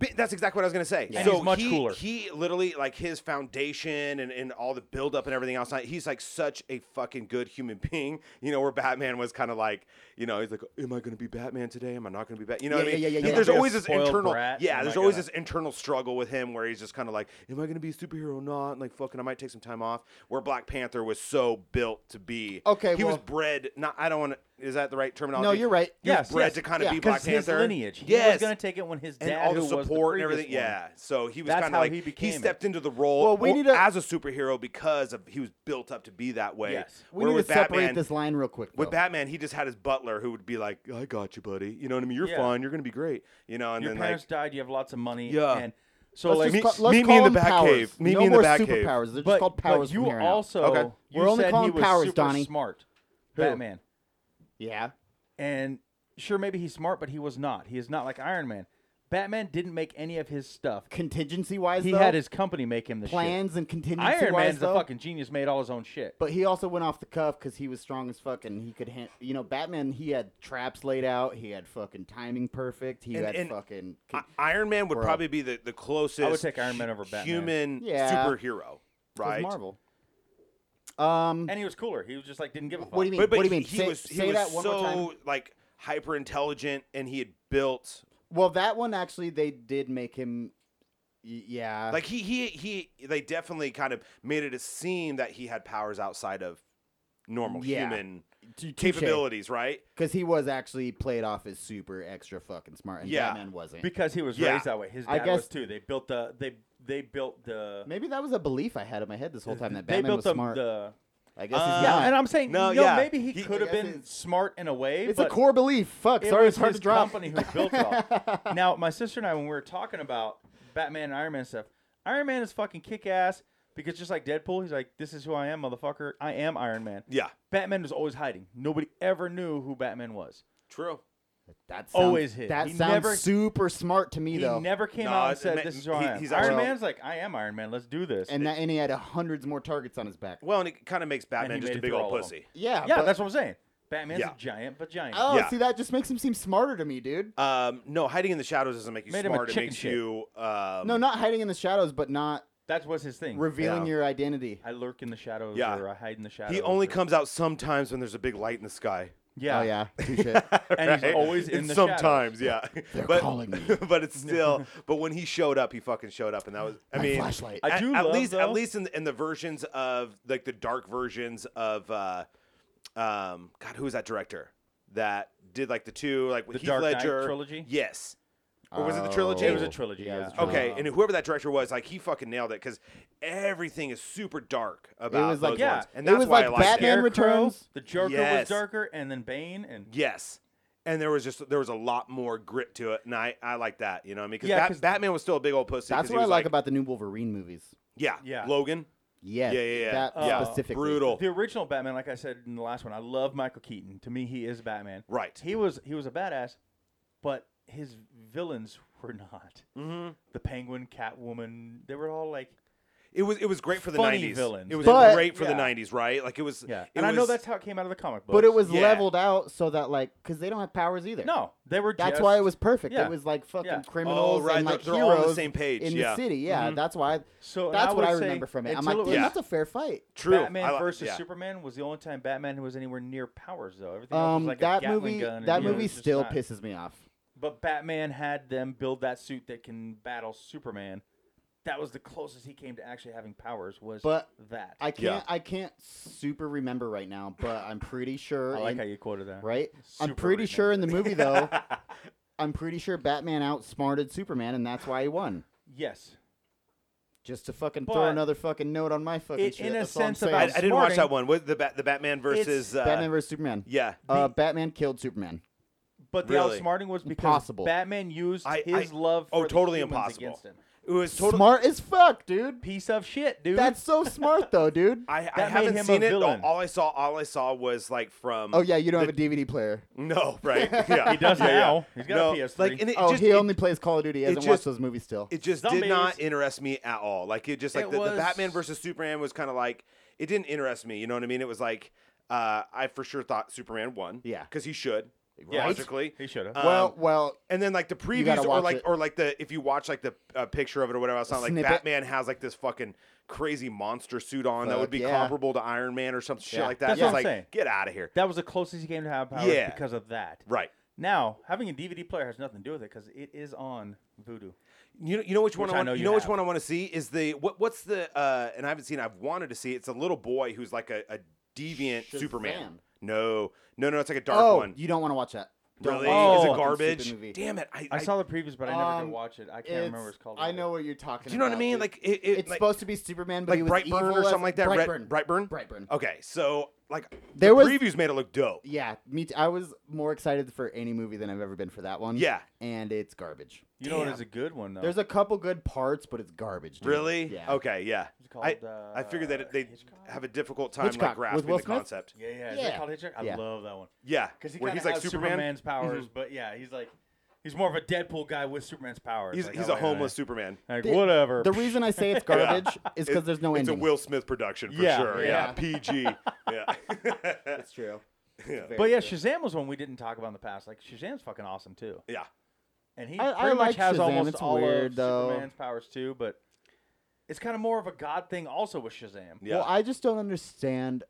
Speaker 6: Bi- That's exactly what I was gonna say.
Speaker 5: Yeah. And
Speaker 6: So
Speaker 5: he's much
Speaker 6: he,
Speaker 5: cooler.
Speaker 6: He literally like his foundation and, and all the buildup and everything else. like, He's like such a fucking good human being. You know where Batman was kind of like, you know, he's like, am I gonna be Batman today? Am I not gonna be Batman? You know
Speaker 4: Yeah,
Speaker 6: what I mean?
Speaker 4: yeah, yeah, yeah,
Speaker 6: He-
Speaker 4: yeah.
Speaker 6: There's
Speaker 5: Be a
Speaker 6: always this
Speaker 5: spoiled
Speaker 6: internal,
Speaker 5: brat.
Speaker 6: yeah.
Speaker 5: Am
Speaker 6: There's
Speaker 5: I
Speaker 6: always
Speaker 5: gonna-
Speaker 6: this internal struggle with him where he's just kind of like, am I gonna be a superhero or not? And like fucking, I might take some time off. Where Black Panther was so built to be.
Speaker 4: Okay,
Speaker 6: he was
Speaker 4: well-
Speaker 6: bred. Not I don't want. to Is that the right terminology?
Speaker 4: No, you're right.
Speaker 6: He was
Speaker 5: Yes,
Speaker 6: bred
Speaker 5: yes.
Speaker 6: to kind of
Speaker 4: Yeah.
Speaker 6: be Black
Speaker 5: Because
Speaker 6: Panther.
Speaker 5: his lineage. He
Speaker 6: yes
Speaker 5: was going to take it when his dad,
Speaker 6: and all the
Speaker 5: who was the
Speaker 6: support and
Speaker 5: previous
Speaker 6: everything.
Speaker 5: one.
Speaker 6: Yeah, so he was
Speaker 5: That's
Speaker 6: kind of
Speaker 5: how
Speaker 6: like
Speaker 5: he became it.
Speaker 6: stepped into the role.
Speaker 4: Well, we
Speaker 6: o-
Speaker 4: need to-
Speaker 6: as a superhero because of he was built up to be that way.
Speaker 5: Yes.
Speaker 4: We
Speaker 6: Where
Speaker 4: need to
Speaker 6: with
Speaker 4: separate
Speaker 6: Batman,
Speaker 4: this line real quick.
Speaker 6: With
Speaker 4: though.
Speaker 6: Batman, he just had his butler who would be like, "I got you, buddy. You know what I mean? You're
Speaker 5: Yeah.
Speaker 6: fine. You're gonna be great. You know." And
Speaker 5: Your
Speaker 6: then
Speaker 5: parents
Speaker 6: like,
Speaker 5: died. You have lots of money.
Speaker 6: Yeah.
Speaker 5: And so
Speaker 4: Let's
Speaker 5: like,
Speaker 4: just
Speaker 6: meet-
Speaker 4: call- let's
Speaker 6: meet me
Speaker 4: call
Speaker 6: in the
Speaker 4: them
Speaker 6: back
Speaker 4: powers.
Speaker 6: cave. Meet
Speaker 4: no
Speaker 6: me in the
Speaker 4: more
Speaker 6: back cave.
Speaker 4: superpowers. They're just
Speaker 5: but,
Speaker 4: called
Speaker 5: but
Speaker 4: powers.
Speaker 5: you
Speaker 4: from here on out.
Speaker 5: also
Speaker 6: Okay.
Speaker 5: you
Speaker 4: We're only
Speaker 5: said
Speaker 4: calling
Speaker 5: he was
Speaker 4: powers,
Speaker 5: super
Speaker 4: Donnie.
Speaker 5: smart.
Speaker 4: Who?
Speaker 5: Batman.
Speaker 4: yeah.
Speaker 5: and sure maybe he's smart but he was not he is not like iron man batman didn't make any of his stuff
Speaker 4: Contingency wise,
Speaker 5: he
Speaker 4: though,
Speaker 5: had his company make him the
Speaker 4: plans and
Speaker 5: shit.
Speaker 4: contingency
Speaker 5: iron
Speaker 4: wise
Speaker 5: man's
Speaker 4: though.
Speaker 5: a fucking genius made all his own shit
Speaker 4: But he also went off the cuff because he was strong as fuck and he could, hand, you know, Batman. He had traps laid out. He had fucking timing perfect. He
Speaker 6: And-
Speaker 4: had
Speaker 6: and
Speaker 4: fucking.
Speaker 6: I- Iron Man would
Speaker 4: Bro.
Speaker 6: probably be the the closest.
Speaker 5: take Iron Man over Batman.
Speaker 6: Human
Speaker 4: Yeah.
Speaker 6: superhero,
Speaker 4: 'cause
Speaker 6: right?
Speaker 4: Marvel. Um.
Speaker 5: and he was cooler he was just like didn't give a fuck
Speaker 4: What do you mean?
Speaker 6: But, but
Speaker 4: what do you
Speaker 6: he-
Speaker 4: mean?
Speaker 6: He
Speaker 4: say
Speaker 6: was he
Speaker 4: say
Speaker 6: was
Speaker 4: that one
Speaker 6: so
Speaker 4: more time.
Speaker 6: like hyper intelligent, and he had built
Speaker 4: Well, that one actually they did make him. y- Yeah.
Speaker 6: like he he he they definitely kind of made it a seem that he had powers outside of normal
Speaker 4: Yeah.
Speaker 6: human capabilities right
Speaker 4: because he was actually played off as super extra fucking smart, and
Speaker 6: Yeah.
Speaker 4: Batman wasn't.
Speaker 5: because he was
Speaker 6: Yeah.
Speaker 5: raised that way his dad
Speaker 4: I
Speaker 5: was
Speaker 4: guess-
Speaker 5: too they built the they they built the
Speaker 4: Maybe that was a belief I had in my head this whole time that
Speaker 5: they
Speaker 4: Batman
Speaker 5: built
Speaker 4: was
Speaker 5: the,
Speaker 4: smart.
Speaker 5: the
Speaker 4: I guess
Speaker 6: Uh,
Speaker 4: he's
Speaker 5: yeah
Speaker 4: not.
Speaker 5: and i'm saying
Speaker 6: No,
Speaker 5: no, you know,
Speaker 6: yeah.
Speaker 5: maybe he,
Speaker 6: He-
Speaker 5: could have
Speaker 4: I guess
Speaker 5: been
Speaker 4: it's-
Speaker 5: smart in a way
Speaker 4: it's a
Speaker 5: but
Speaker 4: core belief. Fuck.
Speaker 5: it
Speaker 4: Sorry,
Speaker 5: was
Speaker 4: it's hard
Speaker 5: his
Speaker 4: to drop.
Speaker 5: company who built it all. now my sister and i when we were talking about batman and iron man stuff iron man is fucking kick-ass because just like deadpool he's like this is who i am motherfucker i am iron man
Speaker 6: yeah
Speaker 5: batman was always hiding nobody ever knew who batman was
Speaker 6: true
Speaker 4: That sounds,
Speaker 5: Always his.
Speaker 4: That
Speaker 5: He
Speaker 4: sounds
Speaker 5: never-
Speaker 4: super smart to me,
Speaker 5: he
Speaker 4: though.
Speaker 5: never came
Speaker 6: No,
Speaker 5: out and
Speaker 6: it-
Speaker 5: said
Speaker 6: it-
Speaker 5: this is who i
Speaker 6: he-
Speaker 5: am
Speaker 6: he's
Speaker 5: iron
Speaker 6: actually-
Speaker 5: man's like i am iron man let's do this
Speaker 4: and that, and he had hundreds more targets on his back.
Speaker 6: well and it kind of makes batman
Speaker 5: he
Speaker 6: just
Speaker 5: made
Speaker 6: a
Speaker 5: it
Speaker 6: big
Speaker 5: through
Speaker 6: old
Speaker 5: all of
Speaker 6: pussy
Speaker 4: Yeah.
Speaker 5: yeah
Speaker 4: but-
Speaker 5: Uh, that's what i'm saying batman's
Speaker 6: Yeah.
Speaker 5: a giant but giant
Speaker 4: Oh,
Speaker 6: Yeah.
Speaker 4: see, that just makes him seem smarter to me, dude.
Speaker 6: um no hiding in the shadows doesn't make you
Speaker 5: Made him a
Speaker 6: smart it
Speaker 5: chicken
Speaker 6: makes
Speaker 5: shit.
Speaker 6: you um
Speaker 4: no, not hiding in the shadows, but not
Speaker 5: that was his thing
Speaker 4: revealing
Speaker 6: Yeah.
Speaker 4: your identity.
Speaker 5: i lurk in the shadows
Speaker 6: Yeah.
Speaker 5: or i hide in the shadows
Speaker 6: he only
Speaker 5: or-
Speaker 6: comes out sometimes when there's a big light in the sky
Speaker 5: yeah
Speaker 4: Oh yeah, touche.
Speaker 5: and he's
Speaker 6: Right?
Speaker 5: always in
Speaker 6: And
Speaker 5: the shadows.
Speaker 6: sometimes yeah
Speaker 4: They're
Speaker 6: but
Speaker 4: calling me.
Speaker 6: but it's still but when he showed up he fucking showed up and that was i
Speaker 4: My
Speaker 6: mean
Speaker 4: flashlight.
Speaker 5: I
Speaker 6: at,
Speaker 5: do
Speaker 6: at
Speaker 5: love,
Speaker 6: least
Speaker 5: though-
Speaker 6: at least in the, in the versions of like the dark versions of uh um god who was that director that did like the two like with
Speaker 5: The
Speaker 6: Heath
Speaker 5: Dark Knight
Speaker 6: Ledger
Speaker 5: trilogy?
Speaker 6: Yes. Or was it the trilogy?
Speaker 4: Oh.
Speaker 6: Oh,
Speaker 5: It was a trilogy,
Speaker 4: Yeah, it was a
Speaker 5: yeah.
Speaker 4: trilogy.
Speaker 6: Okay, and whoever that director was, like he fucking nailed it because everything is super dark about
Speaker 4: was like-
Speaker 6: those
Speaker 5: Yeah.
Speaker 6: ones, and
Speaker 4: It
Speaker 6: that's
Speaker 4: was
Speaker 6: why
Speaker 4: like
Speaker 6: I liked
Speaker 4: Batman
Speaker 6: it.
Speaker 5: Scarecrow,
Speaker 4: Returns.
Speaker 5: The Joker was
Speaker 6: Yes.
Speaker 5: darker, and then Bane, and
Speaker 6: Yes, and there was just there was a lot more grit to it, and I I like that, you know, what I mean, because
Speaker 5: Yeah, 'cause-
Speaker 6: Batman was still a big old pussy.
Speaker 4: That's
Speaker 6: 'cause he
Speaker 4: what I
Speaker 6: was
Speaker 4: like about the new Wolverine movies.
Speaker 6: yeah,
Speaker 5: Yeah.
Speaker 6: Logan,
Speaker 4: Yes,
Speaker 6: Yeah, yeah, yeah.
Speaker 4: that
Speaker 5: Yeah.
Speaker 4: specifically.
Speaker 6: brutal,
Speaker 5: the original Batman. Like I said in the last one, I love Michael Keaton. To me, he is Batman.
Speaker 6: right?
Speaker 5: He was he was a badass, but his villains were not.
Speaker 6: Mhm.
Speaker 5: The Penguin, Catwoman, they were all like
Speaker 6: It was it was great for the
Speaker 5: Funny
Speaker 6: nineties.
Speaker 5: villains.
Speaker 6: It was
Speaker 4: But-
Speaker 6: great for
Speaker 5: Yeah.
Speaker 6: the nineties, right? Like it was.
Speaker 5: yeah.
Speaker 6: it
Speaker 5: And I know
Speaker 6: was-
Speaker 5: that's how it came out of the comic book.
Speaker 4: But it was
Speaker 6: Yeah.
Speaker 4: leveled out so that like, because they don't have powers either.
Speaker 5: no, they were.
Speaker 4: That's
Speaker 5: just-
Speaker 4: why it was perfect.
Speaker 5: yeah.
Speaker 4: It was like fucking
Speaker 5: Yeah.
Speaker 4: criminals
Speaker 6: Oh, right,
Speaker 4: and
Speaker 6: they're-
Speaker 4: like
Speaker 6: they're all on
Speaker 4: heroes
Speaker 6: the same page,
Speaker 4: in
Speaker 6: yeah. Mm-hmm.
Speaker 4: the city. Yeah, that's why.
Speaker 5: So and
Speaker 4: That's what
Speaker 5: would
Speaker 4: I
Speaker 5: say
Speaker 4: remember from it. I'm
Speaker 5: until
Speaker 4: like,
Speaker 5: was
Speaker 4: damn, that's a fair fight.
Speaker 6: true.
Speaker 5: Batman
Speaker 6: I li-
Speaker 5: versus
Speaker 6: yeah.
Speaker 5: Superman was the only time Batman was anywhere near powers though. Everything else was
Speaker 4: Um,
Speaker 5: like a
Speaker 4: that
Speaker 5: Gatling
Speaker 4: movie,
Speaker 5: gun. and,
Speaker 4: that
Speaker 5: you know, it
Speaker 4: movie
Speaker 5: was just
Speaker 4: still
Speaker 5: not-
Speaker 4: pisses me off.
Speaker 5: But Batman had them build that suit that can battle Superman. That was the closest he came to actually having powers. Was
Speaker 4: But
Speaker 5: that
Speaker 4: I
Speaker 6: Yeah.
Speaker 4: can't, I can't super remember right now, but I'm pretty sure.
Speaker 5: I like
Speaker 4: in-
Speaker 5: how you quoted that.
Speaker 4: right? I'm
Speaker 5: Super
Speaker 4: pretty
Speaker 5: right now.
Speaker 4: sure in the movie though, I'm pretty sure Batman outsmarted Superman, and that's why he won.
Speaker 5: Yes.
Speaker 4: Just to fucking throw
Speaker 5: But
Speaker 4: another fucking note on my fucking
Speaker 5: it-
Speaker 4: shit.
Speaker 5: in a
Speaker 4: that's all I'm
Speaker 5: sense about
Speaker 6: I, I
Speaker 4: saying.
Speaker 6: didn't watch
Speaker 5: Smarting.
Speaker 6: that one. With the Bat the Batman versus uh,
Speaker 4: Batman versus Superman.
Speaker 6: Yeah,
Speaker 4: Uh, Batman killed Superman.
Speaker 5: But the
Speaker 6: Really?
Speaker 5: outsmarting was because
Speaker 4: Impossible.
Speaker 5: Batman used
Speaker 6: I- I-
Speaker 5: his love
Speaker 6: oh,
Speaker 5: for the
Speaker 6: totally
Speaker 5: humans
Speaker 6: impossible.
Speaker 5: against him.
Speaker 6: it was totally.
Speaker 4: Smart as fuck, dude.
Speaker 5: Piece of shit, dude.
Speaker 4: That's so smart though, dude.
Speaker 6: I, I
Speaker 5: made him
Speaker 6: haven't
Speaker 5: a
Speaker 6: seen it.
Speaker 5: villain.
Speaker 6: All, all I saw, all I saw was like from.
Speaker 4: Oh yeah, you don't have a DVD player.
Speaker 6: No, right? Yeah, he
Speaker 5: does now. He's got a PS3.
Speaker 6: Like, and it
Speaker 4: Oh,
Speaker 6: just,
Speaker 4: he
Speaker 6: it,
Speaker 4: only plays Call of Duty. He hasn't watched
Speaker 6: just-
Speaker 4: those movies still.
Speaker 6: it just
Speaker 5: Zombies.
Speaker 6: did not interest me at all. Like it just like
Speaker 5: It
Speaker 6: the,
Speaker 5: was-
Speaker 6: the Batman versus Superman was kind of like it didn't interest me. You know what I mean? It was like uh, I for sure thought Superman won.
Speaker 4: Yeah.
Speaker 6: because he should.
Speaker 4: Right?
Speaker 6: logically.
Speaker 5: He should have.
Speaker 6: Um,
Speaker 4: well, well,
Speaker 6: and then like the
Speaker 4: gotta
Speaker 6: previews, or
Speaker 4: watch
Speaker 6: like
Speaker 4: it.
Speaker 6: or like the if you watch like the uh, picture of it or whatever, it's not like
Speaker 4: Snippet.
Speaker 6: Batman has like this fucking crazy monster suit on that
Speaker 4: Fuck
Speaker 6: would be
Speaker 4: yeah.
Speaker 6: comparable to Iron Man or some shit
Speaker 4: Yeah.
Speaker 6: like that.
Speaker 5: That's
Speaker 6: So
Speaker 5: what
Speaker 6: it's like
Speaker 5: I'm saying.
Speaker 6: get out of here,
Speaker 5: that was the closest he came to have powers
Speaker 6: Yeah.
Speaker 5: because of that.
Speaker 6: right?
Speaker 5: Now, having a DVD player has nothing to do with it because it is on Voodoo.
Speaker 6: You know, you know which one I
Speaker 5: Which I
Speaker 6: want.
Speaker 5: know
Speaker 6: you
Speaker 5: you
Speaker 6: know which
Speaker 5: have.
Speaker 6: one I want to see is the what? What's the? Uh, and I haven't seen. I've wanted to see. It's a little boy who's like a, a deviant Superman.
Speaker 4: Shazam.
Speaker 6: No, no, no. It's like a dark
Speaker 4: oh,
Speaker 6: one.
Speaker 4: you don't want to watch that. Don't
Speaker 6: really?
Speaker 4: watch
Speaker 5: Oh.
Speaker 4: that
Speaker 6: is it
Speaker 5: Fucking
Speaker 4: stupid
Speaker 6: garbage?
Speaker 4: movie.
Speaker 6: Damn it! I,
Speaker 5: I, saw the previews, but I never
Speaker 4: um,
Speaker 5: did watch it. I can't remember what it's called.
Speaker 4: I know what you're talking.
Speaker 6: Do you know what I
Speaker 4: about,
Speaker 6: mean?
Speaker 4: dude.
Speaker 6: Like it, it
Speaker 4: it's
Speaker 6: like,
Speaker 4: supposed to be Superman, but
Speaker 6: like
Speaker 4: he was
Speaker 6: Brightburn
Speaker 4: evil
Speaker 6: or something
Speaker 4: as-
Speaker 6: like that. Red-
Speaker 4: Brightburn.
Speaker 6: Brightburn.
Speaker 4: Brightburn.
Speaker 6: Okay, so like
Speaker 4: There
Speaker 6: the
Speaker 4: was-
Speaker 6: previews made it look dope.
Speaker 4: Yeah, me. T- I was more excited for any movie than I've ever been for that one.
Speaker 6: Yeah.
Speaker 4: and it's garbage.
Speaker 5: You know what
Speaker 6: Damn.
Speaker 5: is a good one though.
Speaker 4: There's a couple good parts, but it's garbage. Dude.
Speaker 6: Really?
Speaker 4: Yeah.
Speaker 6: Okay. Yeah.
Speaker 5: It's
Speaker 6: I,
Speaker 5: called, uh,
Speaker 6: I figured that they
Speaker 5: Hitchcock?
Speaker 6: have a difficult time
Speaker 4: Hitchcock
Speaker 6: like
Speaker 4: with
Speaker 6: grasping
Speaker 4: Will
Speaker 6: the
Speaker 4: Smith?
Speaker 6: concept.
Speaker 5: yeah, yeah. Is
Speaker 4: Yeah.
Speaker 5: it called Hitchcock? I
Speaker 4: Yeah.
Speaker 5: love that one
Speaker 6: Yeah,
Speaker 5: because he
Speaker 6: where
Speaker 5: kind
Speaker 6: he's
Speaker 5: of
Speaker 6: like Mm-hmm.
Speaker 5: has
Speaker 6: Superman.
Speaker 5: Superman's powers, but yeah, he's like he's more of a Deadpool guy with Superman's powers.
Speaker 6: He's,
Speaker 5: Like,
Speaker 6: he's
Speaker 5: I
Speaker 6: a
Speaker 5: like-
Speaker 6: homeless Superman.
Speaker 5: Like,
Speaker 4: The-
Speaker 5: whatever.
Speaker 4: The reason I say it's
Speaker 6: Yeah.
Speaker 4: garbage is because
Speaker 6: It-
Speaker 4: there's no
Speaker 6: It's
Speaker 4: ending.
Speaker 6: a Will Smith production for
Speaker 5: Yeah.
Speaker 6: sure. Yeah,
Speaker 4: Yeah.
Speaker 6: PG. yeah.
Speaker 4: That's true.
Speaker 6: Yeah.
Speaker 5: But yeah, Shazam was one we didn't talk about in the past. Like Shazam's fucking awesome too,
Speaker 6: yeah.
Speaker 5: and he
Speaker 4: I- I
Speaker 5: pretty much
Speaker 4: like
Speaker 5: has
Speaker 4: Shazam.
Speaker 5: almost
Speaker 4: It's
Speaker 5: all
Speaker 4: weird,
Speaker 5: of
Speaker 4: though.
Speaker 5: Superman's powers too. But it's kind of more of a god thing also with Shazam.
Speaker 6: Yeah.
Speaker 4: Well, I just don't understand.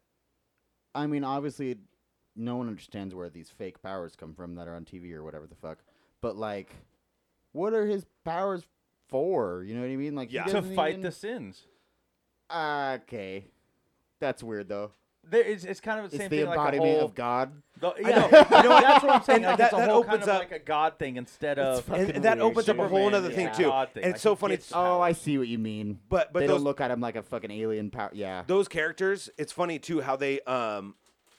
Speaker 4: I mean, obviously, no one understands where these fake powers come from that are on TV or whatever the fuck. But like, what are his powers for? You know what I mean? Like, he
Speaker 6: Yeah.
Speaker 5: To
Speaker 4: doesn't
Speaker 5: fight
Speaker 4: even- Ah,
Speaker 5: the sins.
Speaker 4: Okay, that's weird though.
Speaker 5: There, it's, it's kind of the
Speaker 4: It's
Speaker 5: same
Speaker 4: the
Speaker 5: thing.
Speaker 4: embodiment
Speaker 5: like a whole,
Speaker 4: of God.
Speaker 5: The, yeah, you know, that's what I'm saying.
Speaker 6: And
Speaker 5: Like,
Speaker 6: that-
Speaker 5: it's a
Speaker 6: that
Speaker 5: whole
Speaker 6: opens
Speaker 5: kind of
Speaker 6: up-
Speaker 5: like a God thing instead of.
Speaker 4: fucking
Speaker 6: And, and that
Speaker 4: weird.
Speaker 6: opens up a whole
Speaker 5: Superman
Speaker 6: other
Speaker 5: is
Speaker 6: thing
Speaker 5: a
Speaker 6: too.
Speaker 5: god thing.
Speaker 6: And
Speaker 5: Like,
Speaker 6: it's so
Speaker 5: he
Speaker 6: funny.
Speaker 5: gets
Speaker 4: Oh, I see what you mean.
Speaker 6: But but
Speaker 4: they
Speaker 6: those
Speaker 4: don't look at him like a fucking alien power. Yeah.
Speaker 6: those characters, it's funny too how they um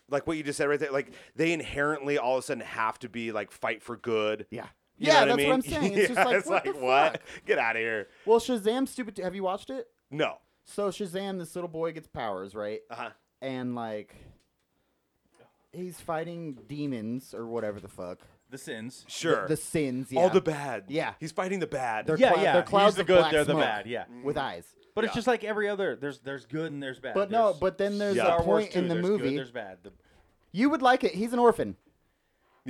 Speaker 6: like what you just said right there, like they inherently all of a sudden have to be like fight for good.
Speaker 4: yeah.
Speaker 6: You
Speaker 4: yeah,
Speaker 6: know
Speaker 4: that's
Speaker 6: what, I mean?
Speaker 4: what I'm saying. It's
Speaker 6: Yeah,
Speaker 4: just like,
Speaker 6: it's
Speaker 4: what
Speaker 6: like
Speaker 4: the
Speaker 6: what?
Speaker 4: fuck?
Speaker 6: Get out of here.
Speaker 4: Well, Shazam's stupid. Have you watched it?
Speaker 6: No.
Speaker 4: So Shazam, this little boy gets powers, right?
Speaker 6: Uh-huh.
Speaker 4: And like, he's fighting demons or whatever the fuck.
Speaker 5: The sins.
Speaker 6: Sure.
Speaker 4: The sins. Yeah.
Speaker 6: All the bad.
Speaker 4: Yeah.
Speaker 6: He's fighting the bad.
Speaker 4: They're
Speaker 5: Yeah,
Speaker 4: clou-
Speaker 5: yeah.
Speaker 4: They're
Speaker 5: He's
Speaker 4: clouds
Speaker 5: the
Speaker 4: of
Speaker 5: good,
Speaker 4: black
Speaker 5: they're the
Speaker 4: smoke
Speaker 5: bad, yeah.
Speaker 4: With eyes.
Speaker 5: But
Speaker 6: Yeah.
Speaker 5: it's just like every other. There's there's good and there's bad.
Speaker 4: But no,
Speaker 5: There's
Speaker 4: but then there's
Speaker 6: Yeah.
Speaker 4: a
Speaker 5: Star Wars
Speaker 4: point
Speaker 5: 2,
Speaker 4: in the
Speaker 5: there's
Speaker 4: movie.
Speaker 5: Good, there's bad. The,
Speaker 4: you would like it. He's an orphan.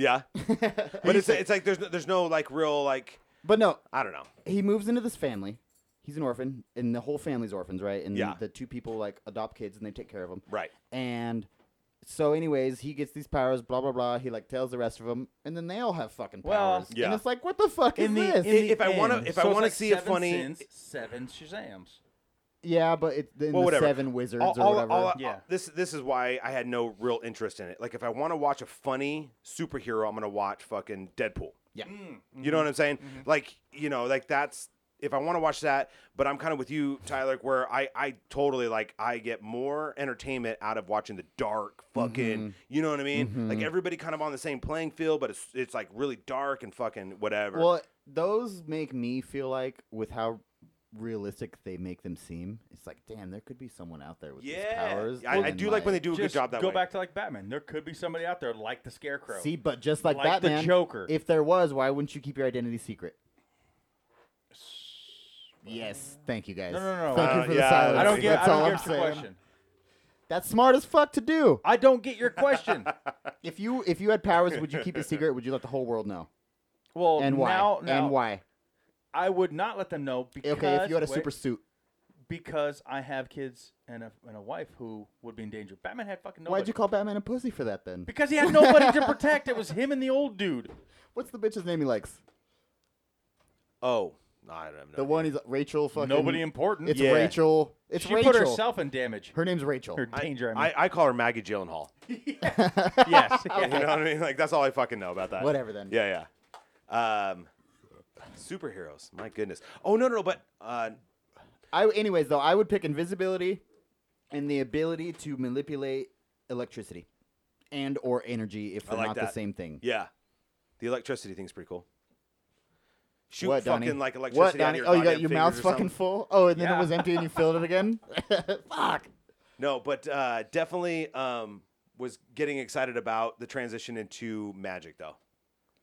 Speaker 6: yeah. but it's it's like there's no, there's no like real like
Speaker 4: But no,
Speaker 6: I don't know.
Speaker 4: he moves into this family. He's an orphan, and the whole family's orphans, right? And
Speaker 6: Yeah.
Speaker 4: the two people like adopt kids and they take care of them.
Speaker 6: Right.
Speaker 4: And so, anyways, he gets these powers, blah blah blah. He like tells the rest of them, and then they all have fucking
Speaker 5: Well-
Speaker 4: powers.
Speaker 6: Yeah.
Speaker 4: And it's like, what the fuck
Speaker 5: in
Speaker 4: is
Speaker 5: the,
Speaker 4: this?
Speaker 5: in the
Speaker 6: If I wanna-
Speaker 5: end.
Speaker 6: if
Speaker 5: So
Speaker 6: I
Speaker 5: it's
Speaker 6: wanna
Speaker 5: like
Speaker 6: see a
Speaker 5: seven
Speaker 6: funny-
Speaker 5: sins, seven Shazams.
Speaker 4: yeah, but it's in
Speaker 6: Well,
Speaker 4: the
Speaker 6: whatever.
Speaker 4: seven wizards
Speaker 6: All-
Speaker 4: or
Speaker 6: all-
Speaker 4: whatever.
Speaker 6: all- all-
Speaker 5: Yeah.
Speaker 6: This this is why I had no real interest in it. Like if I want to watch a funny superhero, I'm gonna watch fucking Deadpool.
Speaker 4: Yeah. mm-hmm.
Speaker 6: You know what I'm saying? Like you know, like that's if I want to watch that. But I'm kind of with you, Tyler, where I I totally like I get more entertainment out of watching the dark fucking.
Speaker 4: Mm-hmm.
Speaker 6: You know what I mean? Like everybody kind of on the same playing field, but it's it's like really dark and fucking whatever.
Speaker 4: well, those make me feel like with how realistic they make them seem, it's like, damn, there could be someone out there with these
Speaker 6: yeah,
Speaker 4: powers.
Speaker 6: I, I
Speaker 4: and,
Speaker 6: do like, when they do a good
Speaker 5: Just
Speaker 6: job that
Speaker 5: go
Speaker 6: way.
Speaker 5: back to like Batman. There could be somebody out there like the Scarecrow.
Speaker 4: See, but just like,
Speaker 5: Like the
Speaker 4: Batman,
Speaker 5: Joker.
Speaker 4: If there was, why wouldn't you keep your identity secret? Yes, thank you guys.
Speaker 5: No, no, no, no.
Speaker 4: Thank
Speaker 6: Uh,
Speaker 4: you for the
Speaker 6: yeah,
Speaker 4: silence.
Speaker 5: I don't get.
Speaker 4: That's
Speaker 5: I don't
Speaker 4: all
Speaker 5: get
Speaker 4: I'm
Speaker 5: your
Speaker 4: saying.
Speaker 5: question.
Speaker 4: That's smart as fuck to do.
Speaker 5: I don't get your question.
Speaker 4: If you if you had powers, would you keep it secret? Would you let the whole world know?
Speaker 5: Well,
Speaker 4: And why?
Speaker 5: now, now
Speaker 4: and why?
Speaker 5: I would not let them know because
Speaker 4: Okay, if you had a
Speaker 5: wait,
Speaker 4: super suit,
Speaker 5: because I have kids and a and a wife who would be in danger. Batman had fucking nobody.
Speaker 4: why'd you call Batman a pussy for that then?
Speaker 5: Because he had nobody to protect. It was him and the old dude.
Speaker 4: What's the bitch's name he likes?
Speaker 6: oh, I don't know.
Speaker 4: The one he's Rachel fucking.
Speaker 5: Nobody important.
Speaker 4: It's
Speaker 6: Yeah.
Speaker 4: Rachel. It's
Speaker 5: she
Speaker 4: Rachel.
Speaker 5: put herself in damage.
Speaker 4: Her name's Rachel.
Speaker 5: Her danger. I,
Speaker 6: I,
Speaker 5: mean.
Speaker 6: I call her Maggie Gyllenhaal.
Speaker 5: yes. yeah.
Speaker 6: You know what I mean? Like that's all I fucking know about that.
Speaker 4: Whatever then.
Speaker 6: Yeah, yeah. Um, superheroes. My goodness. Oh no, no, no. But uh,
Speaker 4: I, anyways, though, I would pick invisibility and the ability to manipulate electricity and or energy if they're
Speaker 6: like
Speaker 4: not the
Speaker 6: that.
Speaker 4: same thing.
Speaker 6: yeah, the electricity thing's pretty cool. Shoot
Speaker 4: what,
Speaker 6: fucking
Speaker 4: Donnie?
Speaker 6: like electricity
Speaker 4: What,
Speaker 6: out of
Speaker 4: Donnie?
Speaker 6: your
Speaker 4: Oh, you got
Speaker 6: goddamn
Speaker 4: your
Speaker 6: fingers
Speaker 4: mouth's
Speaker 6: or
Speaker 4: fucking
Speaker 6: something.
Speaker 4: full. Oh, and then it
Speaker 5: Yeah.
Speaker 4: was empty, and you filled it again. Fuck.
Speaker 6: No, but uh, definitely um, was getting excited about the transition into magic though.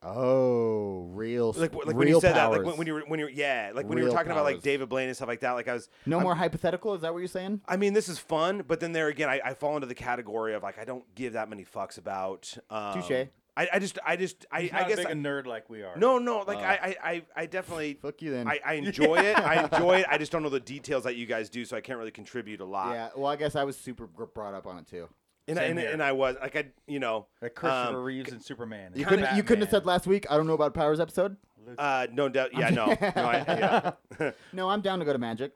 Speaker 4: Oh, real.
Speaker 6: Like, w- like
Speaker 4: real
Speaker 6: when you said that,
Speaker 4: powers.
Speaker 6: like when, when you were when you were yeah, like when you
Speaker 4: Real
Speaker 6: were talking about like
Speaker 4: powers.
Speaker 6: David Blaine and stuff like that. Like I was
Speaker 4: no more hypothetical. Is that what you're saying?
Speaker 6: I mean, this is fun, but then there again, I, I fall into the category of like I don't give that many fucks about. Um,
Speaker 4: Touche.
Speaker 6: I, I just I just I,
Speaker 5: He's
Speaker 6: I
Speaker 5: not
Speaker 6: guess
Speaker 5: big
Speaker 6: I-
Speaker 5: a nerd like we are.
Speaker 6: no no like I, I I I definitely
Speaker 4: Uh, Fuck you then.
Speaker 6: I, I enjoy it I enjoy it I just don't know the details that you guys do so I can't really contribute a lot
Speaker 4: yeah. Well, I guess I was super gr- brought up on it too.
Speaker 6: and I,
Speaker 5: Same
Speaker 6: and,
Speaker 5: here.
Speaker 6: and I was like I you know
Speaker 5: Like Christopher
Speaker 6: um,
Speaker 5: Reeves and Superman.
Speaker 4: You
Speaker 5: and
Speaker 4: couldn't. You couldn't have said
Speaker 5: Batman.
Speaker 4: last week. I don't know about powers episode.
Speaker 6: uh no doubt yeah no no I yeah.
Speaker 4: No, I'm down to go to Magic.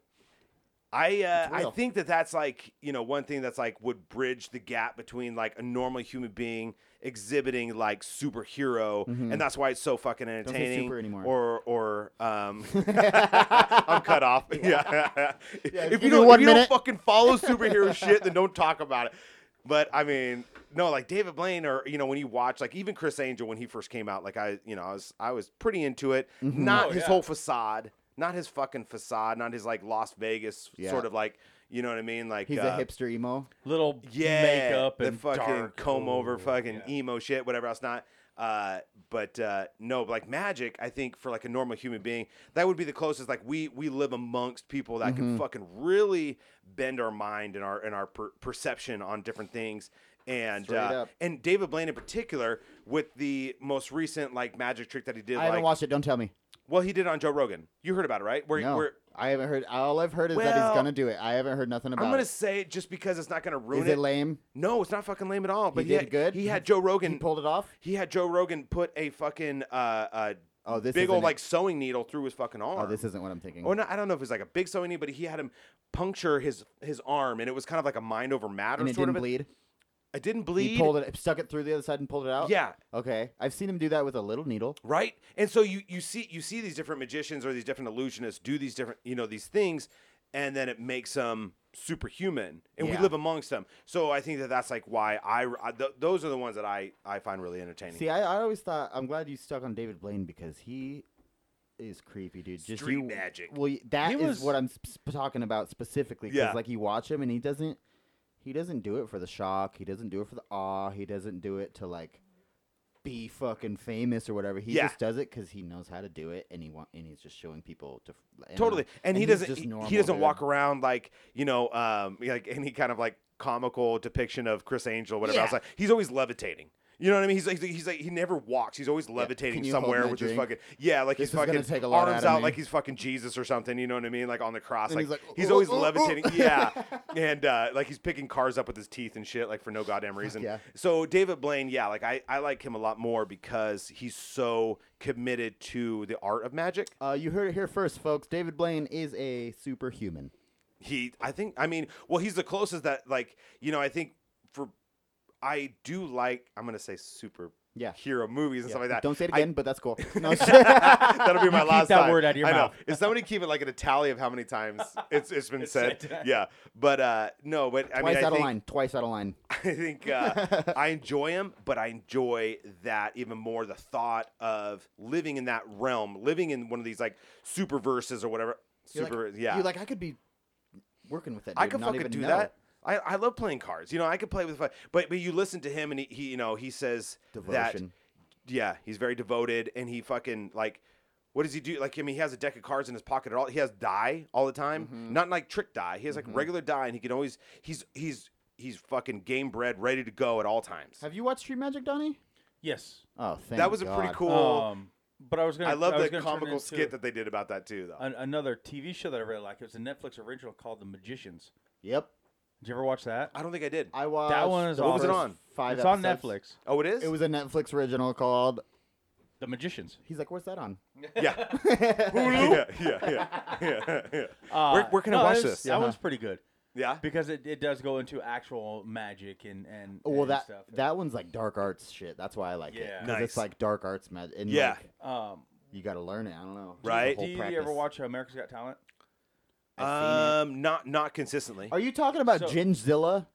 Speaker 6: I uh, I
Speaker 4: real.
Speaker 6: think that that's like you know one thing that's like would bridge the gap between like a normal human being exhibiting like superhero, and that's why it's so fucking
Speaker 4: Mm-hmm. say
Speaker 6: entertaining.
Speaker 4: super anymore.
Speaker 6: Or or um, I'm cut off. Yeah. if
Speaker 4: give me
Speaker 6: you don't
Speaker 4: one
Speaker 6: if you don't
Speaker 4: minute.
Speaker 6: fucking follow superhero shit, then don't talk about it. But I mean, no, like David Blaine, or you know, when you watch, like even Chris Angel when he first came out, like I, you know, I was I was pretty into it.
Speaker 4: Mm-hmm.
Speaker 6: Not
Speaker 5: Oh,
Speaker 6: his
Speaker 5: yeah.
Speaker 6: whole facade, not his fucking facade, not his like Las Vegas
Speaker 4: Yeah.
Speaker 6: sort of like, you know what I mean? Like
Speaker 4: He's
Speaker 6: uh,
Speaker 4: a hipster emo.
Speaker 5: little
Speaker 6: yeah,
Speaker 5: makeup
Speaker 6: the
Speaker 5: and
Speaker 6: fucking
Speaker 5: dark.
Speaker 6: comb over,
Speaker 5: Ooh,
Speaker 6: fucking
Speaker 5: yeah.
Speaker 6: emo shit, whatever else not. Uh, but uh, no, but, like magic, I think for like a normal human being, that would be the closest. Like we we live amongst people that
Speaker 4: Mm-hmm.
Speaker 6: can fucking really bend our mind and our and our per- perception on different things. And
Speaker 4: Straight
Speaker 6: uh,
Speaker 4: up.
Speaker 6: and David Blaine in particular with the most recent like magic trick that he did.
Speaker 4: I haven't
Speaker 6: like,
Speaker 4: watched it. Don't tell me.
Speaker 6: Well, he did it on Joe Rogan. You heard about it, right? Where,
Speaker 4: No,
Speaker 6: where
Speaker 4: I haven't heard. All I've heard is that he's
Speaker 6: Well,
Speaker 4: gonna do it. I haven't heard nothing about
Speaker 6: I'm gonna
Speaker 4: it.
Speaker 6: say it just because it's not gonna ruin
Speaker 4: Is it lame?
Speaker 6: No, it's not fucking lame at all. But
Speaker 4: did
Speaker 6: had,
Speaker 4: good?
Speaker 6: He had Joe Rogan
Speaker 4: He pulled it off.
Speaker 6: He had Joe Rogan put a fucking uh, uh
Speaker 4: Oh, this
Speaker 6: big
Speaker 4: isn't
Speaker 6: old
Speaker 4: it.
Speaker 6: like sewing needle through his fucking arm.
Speaker 4: Oh, this isn't what I'm thinking.
Speaker 6: Or not, I don't know if it was like a big sewing needle, but he had him puncture his his arm, and it was kind of like a mind over matter
Speaker 4: and it
Speaker 6: sort
Speaker 4: didn't
Speaker 6: of. a-
Speaker 4: bleed.
Speaker 6: It didn't bleed.
Speaker 4: He pulled it, stuck it through the other side, and pulled it out.
Speaker 6: Yeah.
Speaker 4: Okay. I've seen him do that with a little needle.
Speaker 6: right? And so you you see you see these different magicians or these different illusionists do these different you know these things, and then it makes them superhuman, and we
Speaker 4: Yeah.
Speaker 6: live amongst them. So I think that that's like why I, I th- those are the ones that I I find really entertaining.
Speaker 4: See, I, I always thought I'm glad you stuck on David Blaine because he is creepy, dude. Just
Speaker 6: Street
Speaker 4: you-
Speaker 6: magic.
Speaker 4: Well, y- that
Speaker 5: He
Speaker 4: is
Speaker 5: was-
Speaker 4: what I'm sp- sp- talking about specifically. 'cause,
Speaker 6: Yeah.
Speaker 4: Like you watch him and he doesn't, he doesn't do it for the shock. He doesn't do it for the awe. He doesn't do it to like be fucking famous or whatever. He
Speaker 6: Yeah.
Speaker 4: just does it because he knows how to do it and he want and he's just showing people to f- I don't know.
Speaker 6: totally and, he
Speaker 4: he's
Speaker 6: doesn't
Speaker 4: just
Speaker 6: he,
Speaker 4: normal,
Speaker 6: he doesn't
Speaker 4: dude.
Speaker 6: walk around like you know um like any kind of like comical depiction of chris angel whatever else
Speaker 4: Yeah.
Speaker 6: like he's always levitating you know what I mean? He's like, he's like, he never walks. He's always
Speaker 4: Can
Speaker 6: levitating
Speaker 4: you hold
Speaker 6: somewhere
Speaker 4: my
Speaker 6: with his
Speaker 4: drink?
Speaker 6: fucking, yeah, like
Speaker 4: This is
Speaker 6: he's
Speaker 4: gonna
Speaker 6: fucking
Speaker 4: take a lot
Speaker 6: arms
Speaker 4: out of
Speaker 6: out
Speaker 4: me.
Speaker 6: like he's fucking Jesus or something. You know what I mean? Like on the cross,
Speaker 4: And
Speaker 6: like
Speaker 4: he's like,
Speaker 6: he's
Speaker 4: "Ooh,
Speaker 6: always
Speaker 4: ooh, ooh, ooh."
Speaker 6: levitating. Yeah, and uh, like he's picking cars up with his teeth and shit, like for no goddamn reason.
Speaker 4: yeah.
Speaker 6: So David Blaine, yeah, like I, I like him a lot more because he's so committed to the art of magic.
Speaker 4: Uh, you heard it here first, folks. David Blaine is a superhuman.
Speaker 6: He, I think, I mean, well, he's the closest that, like, you know, I think for, I do like, I'm gonna say super
Speaker 4: Yeah.
Speaker 6: hero movies and stuff like that.
Speaker 4: Don't say it
Speaker 6: I-
Speaker 4: again, but that's cool. No,
Speaker 6: That'll be my
Speaker 5: keep
Speaker 6: last
Speaker 5: that
Speaker 6: time.
Speaker 5: word out of your
Speaker 6: I
Speaker 5: mouth.
Speaker 6: know. Is somebody keep it like an tally of how many times it's it's been said?
Speaker 5: said.
Speaker 6: Yeah, but uh no, but I
Speaker 4: twice
Speaker 6: mean, I
Speaker 4: out
Speaker 6: think,
Speaker 4: of line. Twice out of line.
Speaker 6: I think uh, I enjoy him, but I enjoy that even more the thought of living in that realm, living in one of these like super verses or whatever.
Speaker 4: You're
Speaker 6: Super,
Speaker 4: like,
Speaker 6: yeah.
Speaker 4: You're like, I could be working with that. Dude,
Speaker 6: I could
Speaker 4: not
Speaker 6: fucking
Speaker 4: even
Speaker 6: do
Speaker 4: know.
Speaker 6: that. I, I love playing cards. You know, I could play with fu- but but you listen to him and he, he you know he says
Speaker 4: Devotion.
Speaker 6: that yeah he's very devoted and he fucking like what does he do like I mean he has a deck of cards in his pocket at all he has die all the time
Speaker 4: Mm-hmm.
Speaker 6: not like trick die he has like regular die and he can always he's he's he's fucking game bred ready to go at all times
Speaker 4: Have you watched Street Magic, Donnie?
Speaker 5: Yes.
Speaker 4: Oh, thank
Speaker 6: that was a pretty
Speaker 4: God.
Speaker 6: cool
Speaker 5: Um, but I was gonna.
Speaker 6: I love
Speaker 5: was
Speaker 6: the
Speaker 5: gonna turn it
Speaker 6: comical
Speaker 5: into
Speaker 6: skit that they did about that too though
Speaker 5: an- another TV show that I really like. It was a Netflix original called The Magicians.
Speaker 4: Yep,
Speaker 5: Did you ever watch that?
Speaker 6: I don't think I did
Speaker 4: I watched.
Speaker 5: that one is
Speaker 4: the
Speaker 5: awesome.
Speaker 6: What was it
Speaker 4: first
Speaker 6: on?
Speaker 4: Five.
Speaker 5: It's on
Speaker 4: episodes.
Speaker 5: Netflix.
Speaker 6: oh it is
Speaker 4: It was a Netflix original called.
Speaker 5: The Magicians.
Speaker 4: He's like, where's that on?
Speaker 6: yeah Hulu yeah yeah yeah yeah, yeah.
Speaker 5: Uh,
Speaker 6: Where- where can I
Speaker 5: no,
Speaker 6: watch
Speaker 5: it was-
Speaker 6: this?
Speaker 5: That one's pretty good
Speaker 6: yeah?
Speaker 5: because it, it does go into actual magic and and
Speaker 4: Oh, well,
Speaker 5: and
Speaker 4: that
Speaker 5: stuff.
Speaker 4: that one's like dark arts shit. That's why I like it.
Speaker 5: Yeah.
Speaker 4: 'Cause
Speaker 6: Nice.
Speaker 4: It's like dark arts magic. And
Speaker 6: Yeah.
Speaker 4: like,
Speaker 5: um.
Speaker 4: you got to learn it. I don't know. It's
Speaker 6: Right.
Speaker 4: a
Speaker 5: Do
Speaker 4: whole
Speaker 5: you
Speaker 4: practice.
Speaker 5: ever watch America's Got Talent?
Speaker 4: I've
Speaker 6: Um, not not consistently.
Speaker 4: Are you talking about
Speaker 5: So-
Speaker 4: Gingzilla?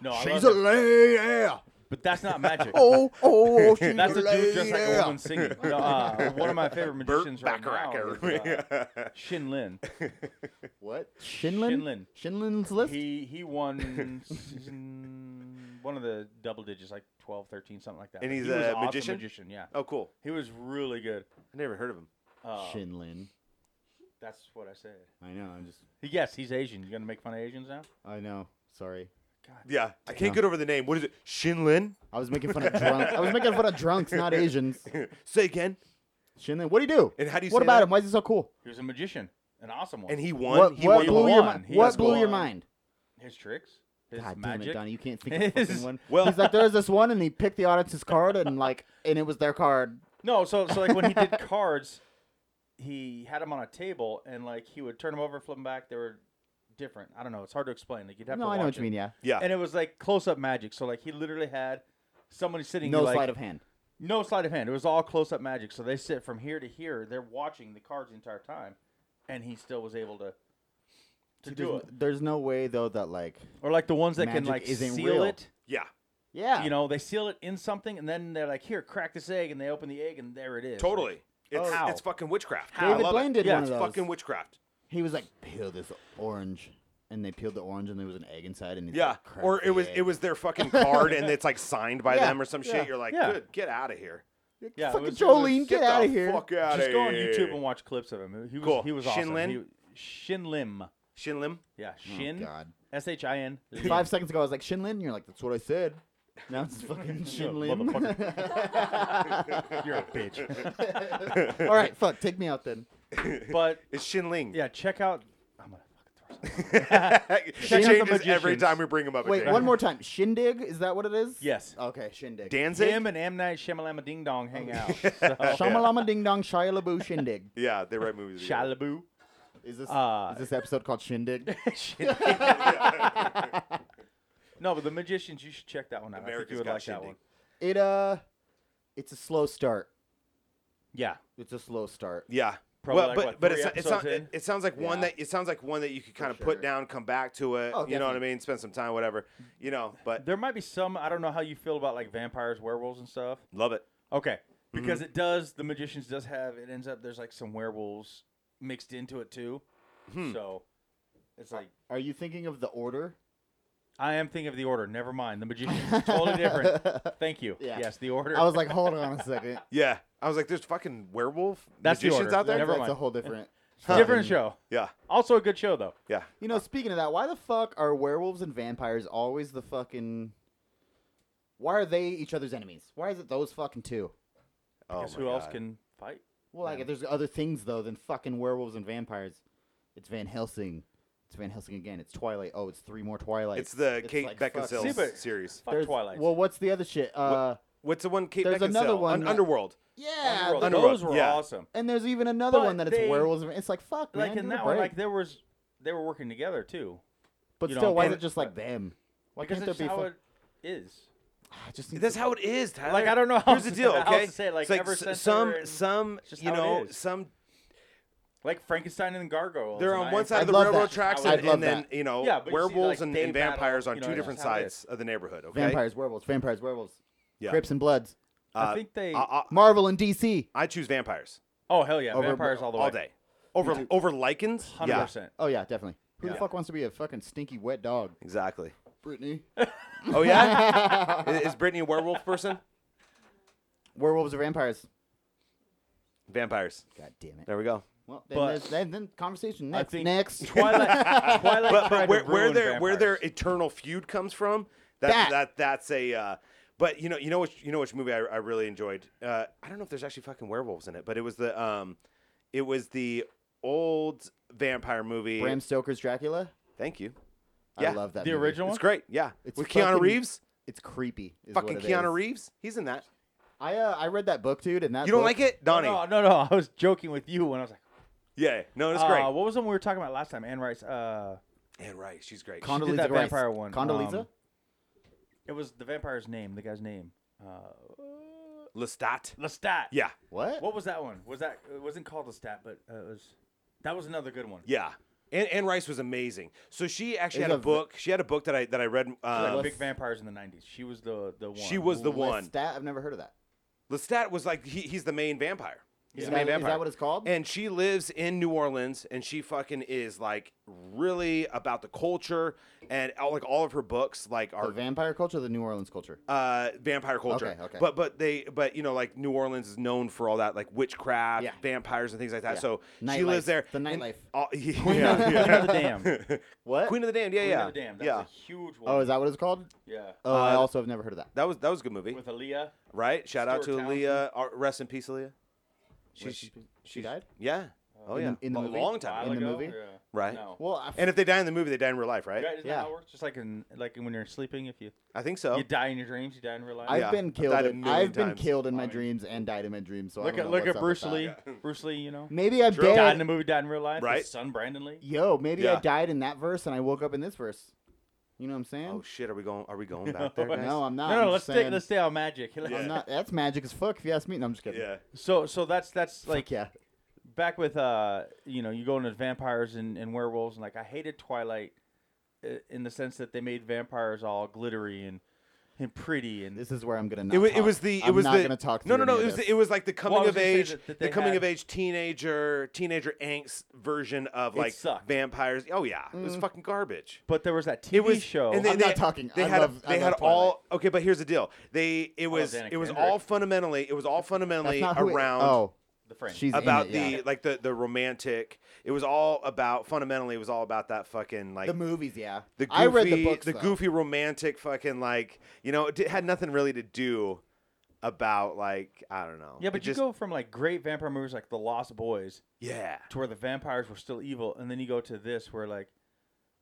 Speaker 5: No, I
Speaker 4: She's
Speaker 5: love
Speaker 4: a
Speaker 5: it,
Speaker 4: lady. Yeah.
Speaker 5: but that's not magic.
Speaker 4: Oh, oh, she's
Speaker 5: That's
Speaker 4: a
Speaker 5: a dude
Speaker 4: lady.
Speaker 5: dressed like a woman singing. No, uh, one of my favorite
Speaker 6: Burt
Speaker 5: magicians right
Speaker 6: Bacharach.
Speaker 5: now is, uh, Shin Lin.
Speaker 4: What? Shinlin?
Speaker 5: Shinlin.
Speaker 4: Shinlin's list?
Speaker 5: He he won season one of the double digits, like 12, 13, something like that.
Speaker 6: And
Speaker 5: Like,
Speaker 6: he's
Speaker 5: he was
Speaker 6: a
Speaker 5: an awesome
Speaker 6: magician?
Speaker 5: magician, yeah.
Speaker 6: oh, cool.
Speaker 5: He was really good.
Speaker 6: I never heard of him.
Speaker 5: Uh,
Speaker 4: Shinlin.
Speaker 5: That's what I said.
Speaker 4: I know. I'm just.
Speaker 5: Yes, he's Asian. You gonna make fun of Asians now?
Speaker 4: I know. Sorry.
Speaker 6: Yeah, I can't get over the name. What is it? Shinlin?
Speaker 4: I was making fun of drunk. I was making fun of drunks, not Asians.
Speaker 6: Say again.
Speaker 4: Shinlin, what do you do?
Speaker 6: And how do you
Speaker 4: What
Speaker 6: say
Speaker 4: about
Speaker 6: that?
Speaker 4: him? Why is he so cool?
Speaker 5: He was a magician, an awesome one.
Speaker 6: And he won.
Speaker 4: What,
Speaker 6: he
Speaker 4: what
Speaker 6: won.
Speaker 4: blew your
Speaker 5: won.
Speaker 4: mind?
Speaker 5: He
Speaker 4: What
Speaker 5: has
Speaker 4: blew your
Speaker 5: won.
Speaker 4: mind?
Speaker 5: his tricks, his
Speaker 4: God damn it,
Speaker 5: magic.
Speaker 4: Donnie, you can't think of a fucking
Speaker 5: His-
Speaker 4: one.
Speaker 6: well-
Speaker 4: He's like, there was this one, and he picked the audience's card, and like, and it was their card.
Speaker 5: No, so so like when he did cards, he had them on a table and like he would turn them over, flip them back. They were different. I don't know. It's hard to explain. Like you'd have
Speaker 4: No,
Speaker 5: to.
Speaker 4: I know
Speaker 5: watch
Speaker 4: what you
Speaker 5: it.
Speaker 4: mean. Yeah,
Speaker 6: Yeah.
Speaker 5: And it was like close up magic. So like he literally had somebody sitting.
Speaker 4: no
Speaker 5: like,
Speaker 4: sleight of hand.
Speaker 5: No sleight of hand. It was all close up magic. So they sit from here to here. They're watching the cards the entire time, and he still was able to to
Speaker 4: See,
Speaker 5: do
Speaker 4: there's,
Speaker 5: it.
Speaker 4: there's no way though that like,
Speaker 5: Or like the ones that can
Speaker 4: Magic
Speaker 5: like
Speaker 4: isn't
Speaker 5: seal
Speaker 4: real.
Speaker 5: it.
Speaker 6: yeah.
Speaker 4: yeah,
Speaker 5: You know, they seal it in something, and then they're like, "Here, crack this egg," and they open the egg, and there it is.
Speaker 6: Totally. It's,
Speaker 5: How?
Speaker 6: it's fucking witchcraft.
Speaker 5: How?
Speaker 6: I
Speaker 4: David
Speaker 6: love
Speaker 4: Blaine
Speaker 6: it.
Speaker 4: did
Speaker 5: Yeah,
Speaker 4: one of
Speaker 6: It's
Speaker 4: those.
Speaker 6: fucking witchcraft.
Speaker 4: he was like, peel this orange, and they peeled the orange, and there was an egg inside, and he's
Speaker 6: Yeah.
Speaker 4: like, crack
Speaker 6: Or it
Speaker 4: the
Speaker 6: was
Speaker 4: egg.
Speaker 6: it was their fucking card and it's like signed by
Speaker 4: Yeah,
Speaker 6: them or some
Speaker 5: yeah,
Speaker 6: shit. You're like,
Speaker 5: yeah.
Speaker 6: good, get out of here.
Speaker 5: Yeah, it
Speaker 4: fucking
Speaker 5: was- it was-
Speaker 4: Jolene, get,
Speaker 6: the
Speaker 4: out of here.
Speaker 6: Fuck out
Speaker 5: Just
Speaker 6: of
Speaker 5: go on
Speaker 6: here.
Speaker 5: YouTube and watch clips of him. He was
Speaker 6: Cool.
Speaker 5: he was awesome.
Speaker 6: Shin Lin?
Speaker 5: He- Shin Lim.
Speaker 6: Shinlim.
Speaker 5: Yeah, Shin.
Speaker 4: Oh, God.
Speaker 5: S H I N. Lim.
Speaker 4: Five seconds ago, I was like Shinlin, and you're like, that's what I said. Now it's fucking
Speaker 5: Yeah,
Speaker 4: Shinlin.
Speaker 5: motherfucker. You're a bitch.
Speaker 4: All right, fuck, take me out then.
Speaker 5: But
Speaker 6: It's Shinling.
Speaker 5: yeah, check out. I'm gonna fucking throw something.
Speaker 6: it
Speaker 5: out the
Speaker 6: changes every
Speaker 5: magicians.
Speaker 6: time we bring him up. it
Speaker 4: Wait,
Speaker 6: changes.
Speaker 4: one more time. Shindig, is that what it is?
Speaker 5: Yes.
Speaker 6: Uh,
Speaker 4: Okay, Shindig.
Speaker 6: Danzig.
Speaker 5: Him and M Night Shyamalama Ding Dong hang out. So,
Speaker 4: Shamalama Ding Dong Shia LaBeouf Shindig.
Speaker 6: Yeah, they write movies. together.
Speaker 5: Shalabu.
Speaker 4: Is this
Speaker 5: Uh,
Speaker 4: is this episode called Shindig?
Speaker 5: Shin- no, but the magicians. You should check that one out. I think
Speaker 6: America's
Speaker 5: you would
Speaker 6: Got
Speaker 5: like that
Speaker 6: Shindig.
Speaker 5: one.
Speaker 4: It uh, it's a slow start.
Speaker 5: Yeah.
Speaker 4: It's a slow start.
Speaker 6: Yeah.
Speaker 5: Probably
Speaker 6: well,
Speaker 5: like,
Speaker 6: but
Speaker 5: what,
Speaker 6: but
Speaker 5: three
Speaker 6: it's, it,
Speaker 5: episodes
Speaker 6: sound- it,
Speaker 5: in?
Speaker 6: it sounds like one
Speaker 4: Yeah.
Speaker 6: that it sounds like one that you could kind of
Speaker 4: sure.
Speaker 6: put down, come back to it.
Speaker 4: Oh,
Speaker 6: you know what I
Speaker 4: definitely.
Speaker 6: mean? Spend some time, whatever. You know, but
Speaker 5: There might be some. I don't know how you feel about like vampires, werewolves, and stuff.
Speaker 6: love it.
Speaker 5: Okay, because
Speaker 6: Mm-hmm.
Speaker 5: it does. The magicians does have. It ends up there's like some werewolves mixed into it too.
Speaker 6: Hmm.
Speaker 5: So it's like
Speaker 4: Are you thinking of the order?
Speaker 5: I am thinking of the order. Never mind. The magicians is totally different. Thank you.
Speaker 4: Yeah.
Speaker 5: Yes, the order.
Speaker 4: I was like, hold on a second.
Speaker 6: Yeah, I was like, there's fucking werewolf
Speaker 5: That's the
Speaker 6: magicians
Speaker 5: order.
Speaker 6: out there.
Speaker 5: Never
Speaker 4: That's
Speaker 5: mind.
Speaker 4: a whole different.
Speaker 5: different
Speaker 4: fucking-
Speaker 5: show.
Speaker 6: Yeah,
Speaker 5: Also a good show though.
Speaker 6: yeah.
Speaker 4: You know, speaking of that, why the fuck are werewolves and vampires always the fucking? Why are they each other's enemies? Why is it those fucking two?
Speaker 6: Oh
Speaker 5: Guess
Speaker 6: my
Speaker 5: who else
Speaker 6: God.
Speaker 5: can fight?
Speaker 4: Well, like, there's other things though than fucking werewolves and vampires. It's Van Helsing. It's Van Helsing again. It's Twilight. Oh, it's three more Twilight.
Speaker 6: It's the
Speaker 4: It's
Speaker 6: Kate
Speaker 4: like fuck-
Speaker 6: Beckinsale
Speaker 5: See, but-
Speaker 6: series.
Speaker 5: Fuck Twilight.
Speaker 4: Well, what's the other shit? Uh,
Speaker 6: What's the one Kate
Speaker 4: There's
Speaker 6: Beckinsale?
Speaker 4: another one
Speaker 6: Un-
Speaker 4: that-
Speaker 6: Underworld.
Speaker 4: yeah.
Speaker 5: Underworld.
Speaker 4: the-
Speaker 6: Underworld,
Speaker 5: Those were
Speaker 6: yeah.
Speaker 5: awesome.
Speaker 4: and there's even another
Speaker 5: But
Speaker 4: one that it's
Speaker 5: they-
Speaker 4: werewolves. And, it's like fuck, man,
Speaker 5: Like in
Speaker 4: give it a
Speaker 5: that one,
Speaker 4: break.
Speaker 5: like there was they were working together too.
Speaker 4: but
Speaker 5: you know,
Speaker 4: still, why is
Speaker 5: and-
Speaker 4: it just like them? Why
Speaker 5: Because
Speaker 4: can't there
Speaker 5: that's
Speaker 4: be?
Speaker 5: how
Speaker 4: fu-
Speaker 5: it is.
Speaker 4: I just need
Speaker 6: That's
Speaker 4: to-
Speaker 6: how it is, Tyler.
Speaker 5: Like, I don't know how
Speaker 6: Here's the
Speaker 5: else-
Speaker 6: deal,
Speaker 5: how
Speaker 6: okay?
Speaker 5: else to say it, like,
Speaker 6: It's like
Speaker 5: ever
Speaker 6: s-
Speaker 5: since they
Speaker 6: some
Speaker 5: were in-
Speaker 6: some
Speaker 5: It's just
Speaker 6: you
Speaker 5: how it
Speaker 6: know
Speaker 5: is.
Speaker 6: some
Speaker 5: Like Frankenstein and Gargoyles.
Speaker 6: They're
Speaker 5: and
Speaker 6: on
Speaker 5: I
Speaker 6: one
Speaker 5: Am
Speaker 6: side
Speaker 4: I'd
Speaker 6: of the
Speaker 4: love
Speaker 6: railroad
Speaker 4: that.
Speaker 6: tracks,
Speaker 4: I'd
Speaker 6: and,
Speaker 4: love
Speaker 6: and then
Speaker 4: that.
Speaker 6: you know
Speaker 5: Yeah, but you see,
Speaker 6: werewolves
Speaker 5: like,
Speaker 6: and,
Speaker 5: they
Speaker 6: and
Speaker 5: battle,
Speaker 6: vampires on
Speaker 5: you
Speaker 6: two
Speaker 5: know, that's
Speaker 6: different
Speaker 5: how it is.
Speaker 6: sides of the neighborhood. Okay,
Speaker 4: vampires, werewolves, vampires, werewolves,
Speaker 6: Yeah.
Speaker 4: Crips and Bloods,
Speaker 5: I
Speaker 6: Uh,
Speaker 5: think they.
Speaker 6: I, I,
Speaker 4: Marvel and DC.
Speaker 6: I choose vampires
Speaker 5: oh hell yeah,
Speaker 4: over-
Speaker 5: vampires all the way.
Speaker 6: all day over over lichens.
Speaker 5: Hundred
Speaker 6: Yeah,
Speaker 5: percent.
Speaker 4: Oh yeah, definitely. Who the
Speaker 5: Yeah.
Speaker 4: fuck wants to be a fucking stinky wet dog?
Speaker 6: exactly.
Speaker 4: Brittany.
Speaker 6: Oh yeah, is, is Brittany a werewolf person?
Speaker 4: Werewolves or vampires?
Speaker 6: Vampires.
Speaker 4: God damn it.
Speaker 6: There we go.
Speaker 4: Well, then,
Speaker 5: But-
Speaker 4: there's- then, then conversation next.
Speaker 5: think-
Speaker 4: next.
Speaker 5: Twilight. Twilight
Speaker 6: But,
Speaker 5: tried
Speaker 6: but
Speaker 5: to
Speaker 6: where, where
Speaker 5: ruin
Speaker 6: their where their
Speaker 5: vampires.
Speaker 6: eternal feud comes from, that's,
Speaker 4: That.
Speaker 6: that that's a. Uh, but you know you know which you know which movie I, I really enjoyed. Uh, I don't know if there's actually fucking werewolves in it, but it was the um, it was the old vampire movie.
Speaker 4: Bram Stoker's Dracula.
Speaker 6: Thank you.
Speaker 4: I
Speaker 6: Yeah.
Speaker 4: love that.
Speaker 5: the
Speaker 4: movie.
Speaker 5: original
Speaker 6: It's
Speaker 5: one.
Speaker 6: great. Yeah.
Speaker 4: It's
Speaker 6: With Keanu
Speaker 4: fucking-
Speaker 6: Reeves.
Speaker 4: It's creepy. is
Speaker 6: Fucking
Speaker 4: what it
Speaker 6: Keanu
Speaker 4: is.
Speaker 6: Reeves. He's in that.
Speaker 4: I uh, I read that book, dude, and that
Speaker 6: You don't
Speaker 4: book-
Speaker 6: like it? Donnie.
Speaker 5: No, no, no. I was joking with you when I was like,
Speaker 6: Yeah. No, it's
Speaker 5: uh,
Speaker 6: great.
Speaker 5: What was the one we were talking about last time? Anne Rice. Uh,
Speaker 6: And right. She's great.
Speaker 4: Condoleezza
Speaker 5: that
Speaker 4: Rice.
Speaker 5: vampire one,
Speaker 4: Condoleezza.
Speaker 5: um, it was the vampire's name. The guy's name. Uh,
Speaker 6: Lestat.
Speaker 5: Lestat.
Speaker 6: Yeah.
Speaker 4: what?
Speaker 5: What was that one? Was that? It wasn't called Lestat, but uh, it was. That was another good one.
Speaker 6: Yeah. And, and Rice was amazing. So she actually
Speaker 4: Is
Speaker 6: had a
Speaker 4: a v-
Speaker 6: book. She had a book that I that I read.
Speaker 5: Like
Speaker 6: Um,
Speaker 5: big vampires in the '90s. She was the the one.
Speaker 6: she was the one.
Speaker 4: Lestat? I've never heard of that.
Speaker 6: Lestat was like he, he's the main vampire. He's
Speaker 4: Is,
Speaker 6: the main
Speaker 4: that, is
Speaker 6: vampire.
Speaker 4: that what it's called?
Speaker 6: And she lives in New Orleans, and she fucking is like really about the culture, and all, like all of her books like
Speaker 4: the
Speaker 6: are
Speaker 4: vampire culture, or the New Orleans culture.
Speaker 6: uh, vampire culture.
Speaker 4: Okay, okay.
Speaker 6: But but they but you know like New Orleans is known for all that like witchcraft,
Speaker 4: Yeah.
Speaker 6: vampires and things like that.
Speaker 4: Yeah.
Speaker 6: So she
Speaker 4: Nightlife.
Speaker 6: lives there.
Speaker 4: The
Speaker 6: and
Speaker 4: nightlife.
Speaker 6: all- yeah,
Speaker 5: Queen
Speaker 6: yeah.
Speaker 5: of the Dam. Queen
Speaker 4: What?
Speaker 6: Queen of the Damned. Yeah, yeah,
Speaker 5: of the Dam. That's
Speaker 6: yeah.
Speaker 5: a huge one.
Speaker 4: oh, is that what it's called?
Speaker 5: yeah.
Speaker 4: Oh, I
Speaker 6: Uh,
Speaker 4: also have never heard of that.
Speaker 6: That was that was a good movie,
Speaker 5: With Aaliyah.
Speaker 6: right? Shout out to
Speaker 5: Stuart
Speaker 6: Aaliyah. Uh, Rest in peace, Aaliyah. She,
Speaker 4: Rest
Speaker 6: she,
Speaker 4: She died
Speaker 6: yeah. Oh
Speaker 4: In the-
Speaker 6: yeah.
Speaker 4: in the
Speaker 6: a
Speaker 4: movie?
Speaker 6: long
Speaker 5: A while
Speaker 6: time.
Speaker 4: In the
Speaker 5: ago,
Speaker 4: movie?
Speaker 5: yeah.
Speaker 6: Right.
Speaker 5: No.
Speaker 4: Well, I f-
Speaker 6: And if they die in the movie, they die in real life, right?
Speaker 5: Right, isn't
Speaker 4: Yeah. Oh.
Speaker 5: that how it works? Just like in like when you're sleeping, if you
Speaker 6: I think so.
Speaker 5: you die in your dreams, you die in real life.
Speaker 4: I've
Speaker 6: yeah,
Speaker 4: been
Speaker 6: I've
Speaker 4: killed.
Speaker 6: died a
Speaker 4: in-
Speaker 6: million
Speaker 4: I've been
Speaker 6: times.
Speaker 4: killed in my
Speaker 5: I mean-
Speaker 4: dreams and died in my dreams. So I
Speaker 5: Look
Speaker 4: don't
Speaker 5: at
Speaker 4: know what's
Speaker 5: look at
Speaker 4: up with
Speaker 5: Bruce
Speaker 4: that.
Speaker 5: Lee. Bruce Lee, you know,
Speaker 4: Maybe I'm
Speaker 6: True.
Speaker 5: died in
Speaker 4: dead.
Speaker 5: the movie, died in real life.
Speaker 6: Right.
Speaker 5: His son Brandon Lee.
Speaker 4: Yo, maybe I
Speaker 6: Yeah.
Speaker 4: died in that verse and I woke up in this verse. You know what I'm saying?
Speaker 6: Oh shit! Are we going? Are we going back there?
Speaker 5: No,
Speaker 6: guys?
Speaker 4: no, I'm not.
Speaker 5: No, no,
Speaker 4: I'm
Speaker 5: let's
Speaker 4: just
Speaker 5: stay
Speaker 4: saying-
Speaker 5: let's stay on magic.
Speaker 4: I'm not. That's magic as fuck. If you ask me, no, I'm just kidding.
Speaker 6: Yeah.
Speaker 5: So so that's that's
Speaker 4: Fuck
Speaker 5: like
Speaker 4: yeah.
Speaker 5: back with uh you know you go into vampires and, and werewolves and like I hated Twilight uh, in the sense that they made vampires all glittery and and pretty and
Speaker 4: This is where I'm gonna. Not
Speaker 6: It was,
Speaker 4: talk.
Speaker 6: it was the. It
Speaker 4: I'm
Speaker 6: was
Speaker 4: not
Speaker 6: the.
Speaker 4: gonna talk.
Speaker 6: no, no,
Speaker 4: through
Speaker 6: no.
Speaker 4: any
Speaker 6: It
Speaker 4: of
Speaker 6: was.
Speaker 4: this.
Speaker 6: The, it was like the coming
Speaker 5: was
Speaker 6: of
Speaker 5: gonna say
Speaker 6: age,
Speaker 5: that- that
Speaker 6: the
Speaker 5: they
Speaker 6: coming
Speaker 5: had-
Speaker 6: of age teenager, teenager angst version of
Speaker 5: It
Speaker 6: like
Speaker 5: sucked.
Speaker 6: vampires. Oh yeah, it was
Speaker 4: Mm.
Speaker 6: fucking garbage.
Speaker 5: but there was that TV
Speaker 6: It was
Speaker 5: show
Speaker 6: And they,
Speaker 4: I'm
Speaker 6: they,
Speaker 4: not talking.
Speaker 6: They
Speaker 4: I
Speaker 6: had.
Speaker 4: love-
Speaker 6: a,
Speaker 4: I
Speaker 6: they had
Speaker 4: love
Speaker 6: all. Okay, but here's the deal. They. It
Speaker 5: love
Speaker 6: was.
Speaker 5: Anna
Speaker 6: It was
Speaker 5: Oh, Kendrick.
Speaker 6: all fundamentally. It was all
Speaker 4: That's
Speaker 6: fundamentally
Speaker 4: not who it-
Speaker 6: around.
Speaker 4: oh,
Speaker 5: the French.
Speaker 4: she's in
Speaker 6: about
Speaker 4: it,
Speaker 6: the
Speaker 4: yeah.
Speaker 6: like the the romantic. It was all about fundamentally. It was all about that fucking like
Speaker 4: the movies. Yeah,
Speaker 6: the goofy,
Speaker 4: I read the books. though.
Speaker 6: goofy romantic fucking like you know it di- had nothing really to do about like I don't know.
Speaker 5: yeah, but
Speaker 6: It
Speaker 5: you
Speaker 6: just,
Speaker 5: go from like great vampire movies like The Lost Boys
Speaker 6: yeah,
Speaker 5: to where the vampires were still evil, and then you go to this where like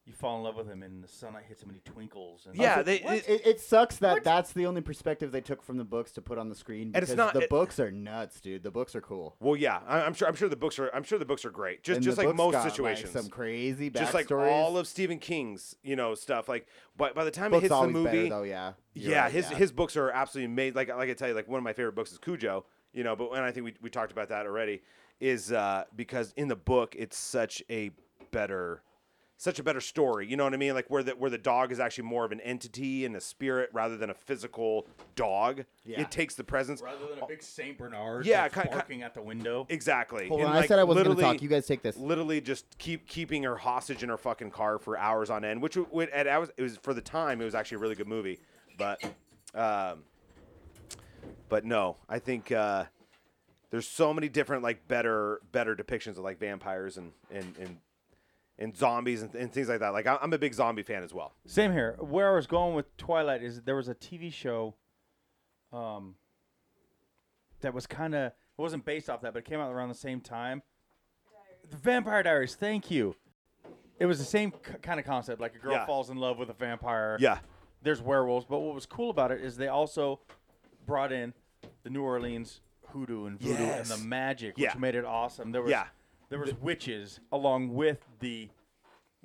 Speaker 5: you fall in love with him and the sunlight hits him and he twinkles. And
Speaker 6: yeah.
Speaker 5: Also,
Speaker 6: They,
Speaker 4: It,
Speaker 6: it-
Speaker 4: it, it sucks that
Speaker 6: What?
Speaker 4: that's the only perspective they took from the books to put on the screen.
Speaker 6: it's
Speaker 4: Because
Speaker 6: not-
Speaker 4: the
Speaker 6: it-
Speaker 4: books are nuts, dude. The books are cool.
Speaker 6: well, yeah. I, I'm sure. I'm sure the books are. I'm sure the books are great. Just
Speaker 4: And
Speaker 6: just
Speaker 4: the
Speaker 6: like
Speaker 4: books
Speaker 6: most
Speaker 4: got,
Speaker 6: situations.
Speaker 4: some crazy backstories.
Speaker 6: just like all of Stephen King's, you know, stuff. Like, by, by the time
Speaker 4: books
Speaker 6: it hits the
Speaker 4: always better,
Speaker 6: movie,
Speaker 4: though. Yeah, You're
Speaker 6: yeah,
Speaker 4: right,
Speaker 6: his his books are absolutely made. Like like I tell you, like one of my favorite books is Cujo. You know, but and I think we, we talked about that already. Is uh, because in the book it's such a better, such a better story. You know what I mean? Like where the where the dog is actually more of an entity and a spirit rather than a physical dog.
Speaker 4: Yeah.
Speaker 6: It takes the presence.
Speaker 5: rather than a big Saint Bernard,
Speaker 6: Yeah,
Speaker 5: that's
Speaker 6: ki- ki-
Speaker 5: barking at the window.
Speaker 6: Exactly.
Speaker 4: Hold
Speaker 6: And,
Speaker 4: on, I
Speaker 6: like,
Speaker 4: said I wasn't gonna
Speaker 6: literally-
Speaker 4: talk. You guys take this.
Speaker 6: literally just keep keeping her hostage in her fucking car for hours on end, which would at hours it was for the time it was actually a really good movie, but um, but no, I think uh, there's so many different like better better depictions of like vampires and and and, and zombies and, and things like that. Like I, I'm a big zombie fan as well.
Speaker 5: Same here. Where I was going with Twilight is there was a TV show, um, that was kind of it wasn't based off that, but it came out around the same time. The Vampire Diaries. Thank you. It was the same c- kind of concept, like a girl
Speaker 6: Yeah.
Speaker 5: falls in love with a vampire.
Speaker 6: Yeah,
Speaker 5: There's werewolves, but what was cool about it is they also brought in the New Orleans hoodoo and voodoo
Speaker 6: Yes.
Speaker 5: and the magic,
Speaker 6: Yeah.
Speaker 5: which made it awesome. There was
Speaker 6: Yeah.
Speaker 5: there was witches along with the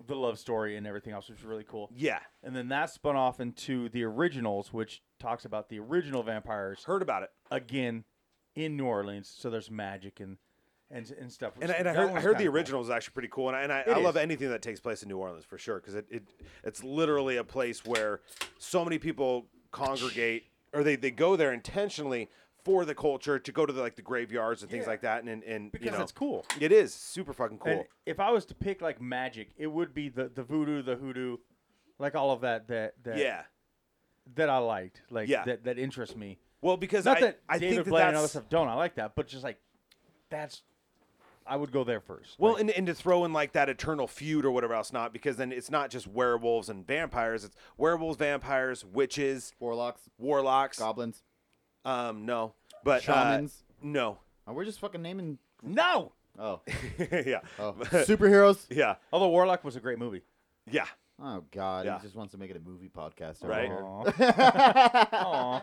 Speaker 5: the love story and everything else, which was really cool.
Speaker 6: yeah,
Speaker 5: And then that spun off into the originals, which talks about the original vampires
Speaker 6: heard about it,
Speaker 5: again in New Orleans. So there's magic and and, and stuff.
Speaker 6: and,
Speaker 5: So
Speaker 6: I- and I
Speaker 5: that
Speaker 6: heard I
Speaker 5: one's
Speaker 6: heard
Speaker 5: kinda
Speaker 6: the
Speaker 5: cool.
Speaker 6: original is actually pretty cool, and I, and I, I
Speaker 5: is.
Speaker 6: love anything that takes place in New Orleans for sure because it, it it's literally a place where so many people congregate or they, they go there intentionally for the culture to go to the, like the graveyards and things
Speaker 5: Yeah.
Speaker 6: like that, and and, and
Speaker 5: because
Speaker 6: you know
Speaker 5: it's cool.
Speaker 6: it is super fucking cool.
Speaker 5: And if I was to pick like magic, it would be the the voodoo, the hoodoo, like all of that that that
Speaker 6: yeah,
Speaker 5: that I liked, like
Speaker 6: Yeah.
Speaker 5: that that interests me.
Speaker 6: well because
Speaker 5: Not
Speaker 6: I,
Speaker 5: that
Speaker 6: I
Speaker 5: David
Speaker 6: think that
Speaker 5: Blaine
Speaker 6: that's
Speaker 5: and all that stuff don't. I like that, but just like that's I would go there first.
Speaker 6: Well,
Speaker 5: Like,
Speaker 6: and, and to throw in like that eternal feud or whatever else, not because then it's not just werewolves and vampires; it's werewolves, vampires, witches,
Speaker 4: warlocks,
Speaker 6: warlocks.
Speaker 4: goblins.
Speaker 6: Um, no, but uh,
Speaker 4: Shamans.
Speaker 6: no,
Speaker 4: Oh, we're just fucking naming.
Speaker 5: no.
Speaker 4: Oh,
Speaker 6: yeah,
Speaker 4: oh, superheroes.
Speaker 6: yeah,
Speaker 5: Although Warlock was a great movie.
Speaker 6: yeah.
Speaker 4: Oh God,
Speaker 6: Yeah.
Speaker 4: he just wants to make it a movie podcast. over
Speaker 6: Right.
Speaker 4: here.
Speaker 5: Aw. Aw.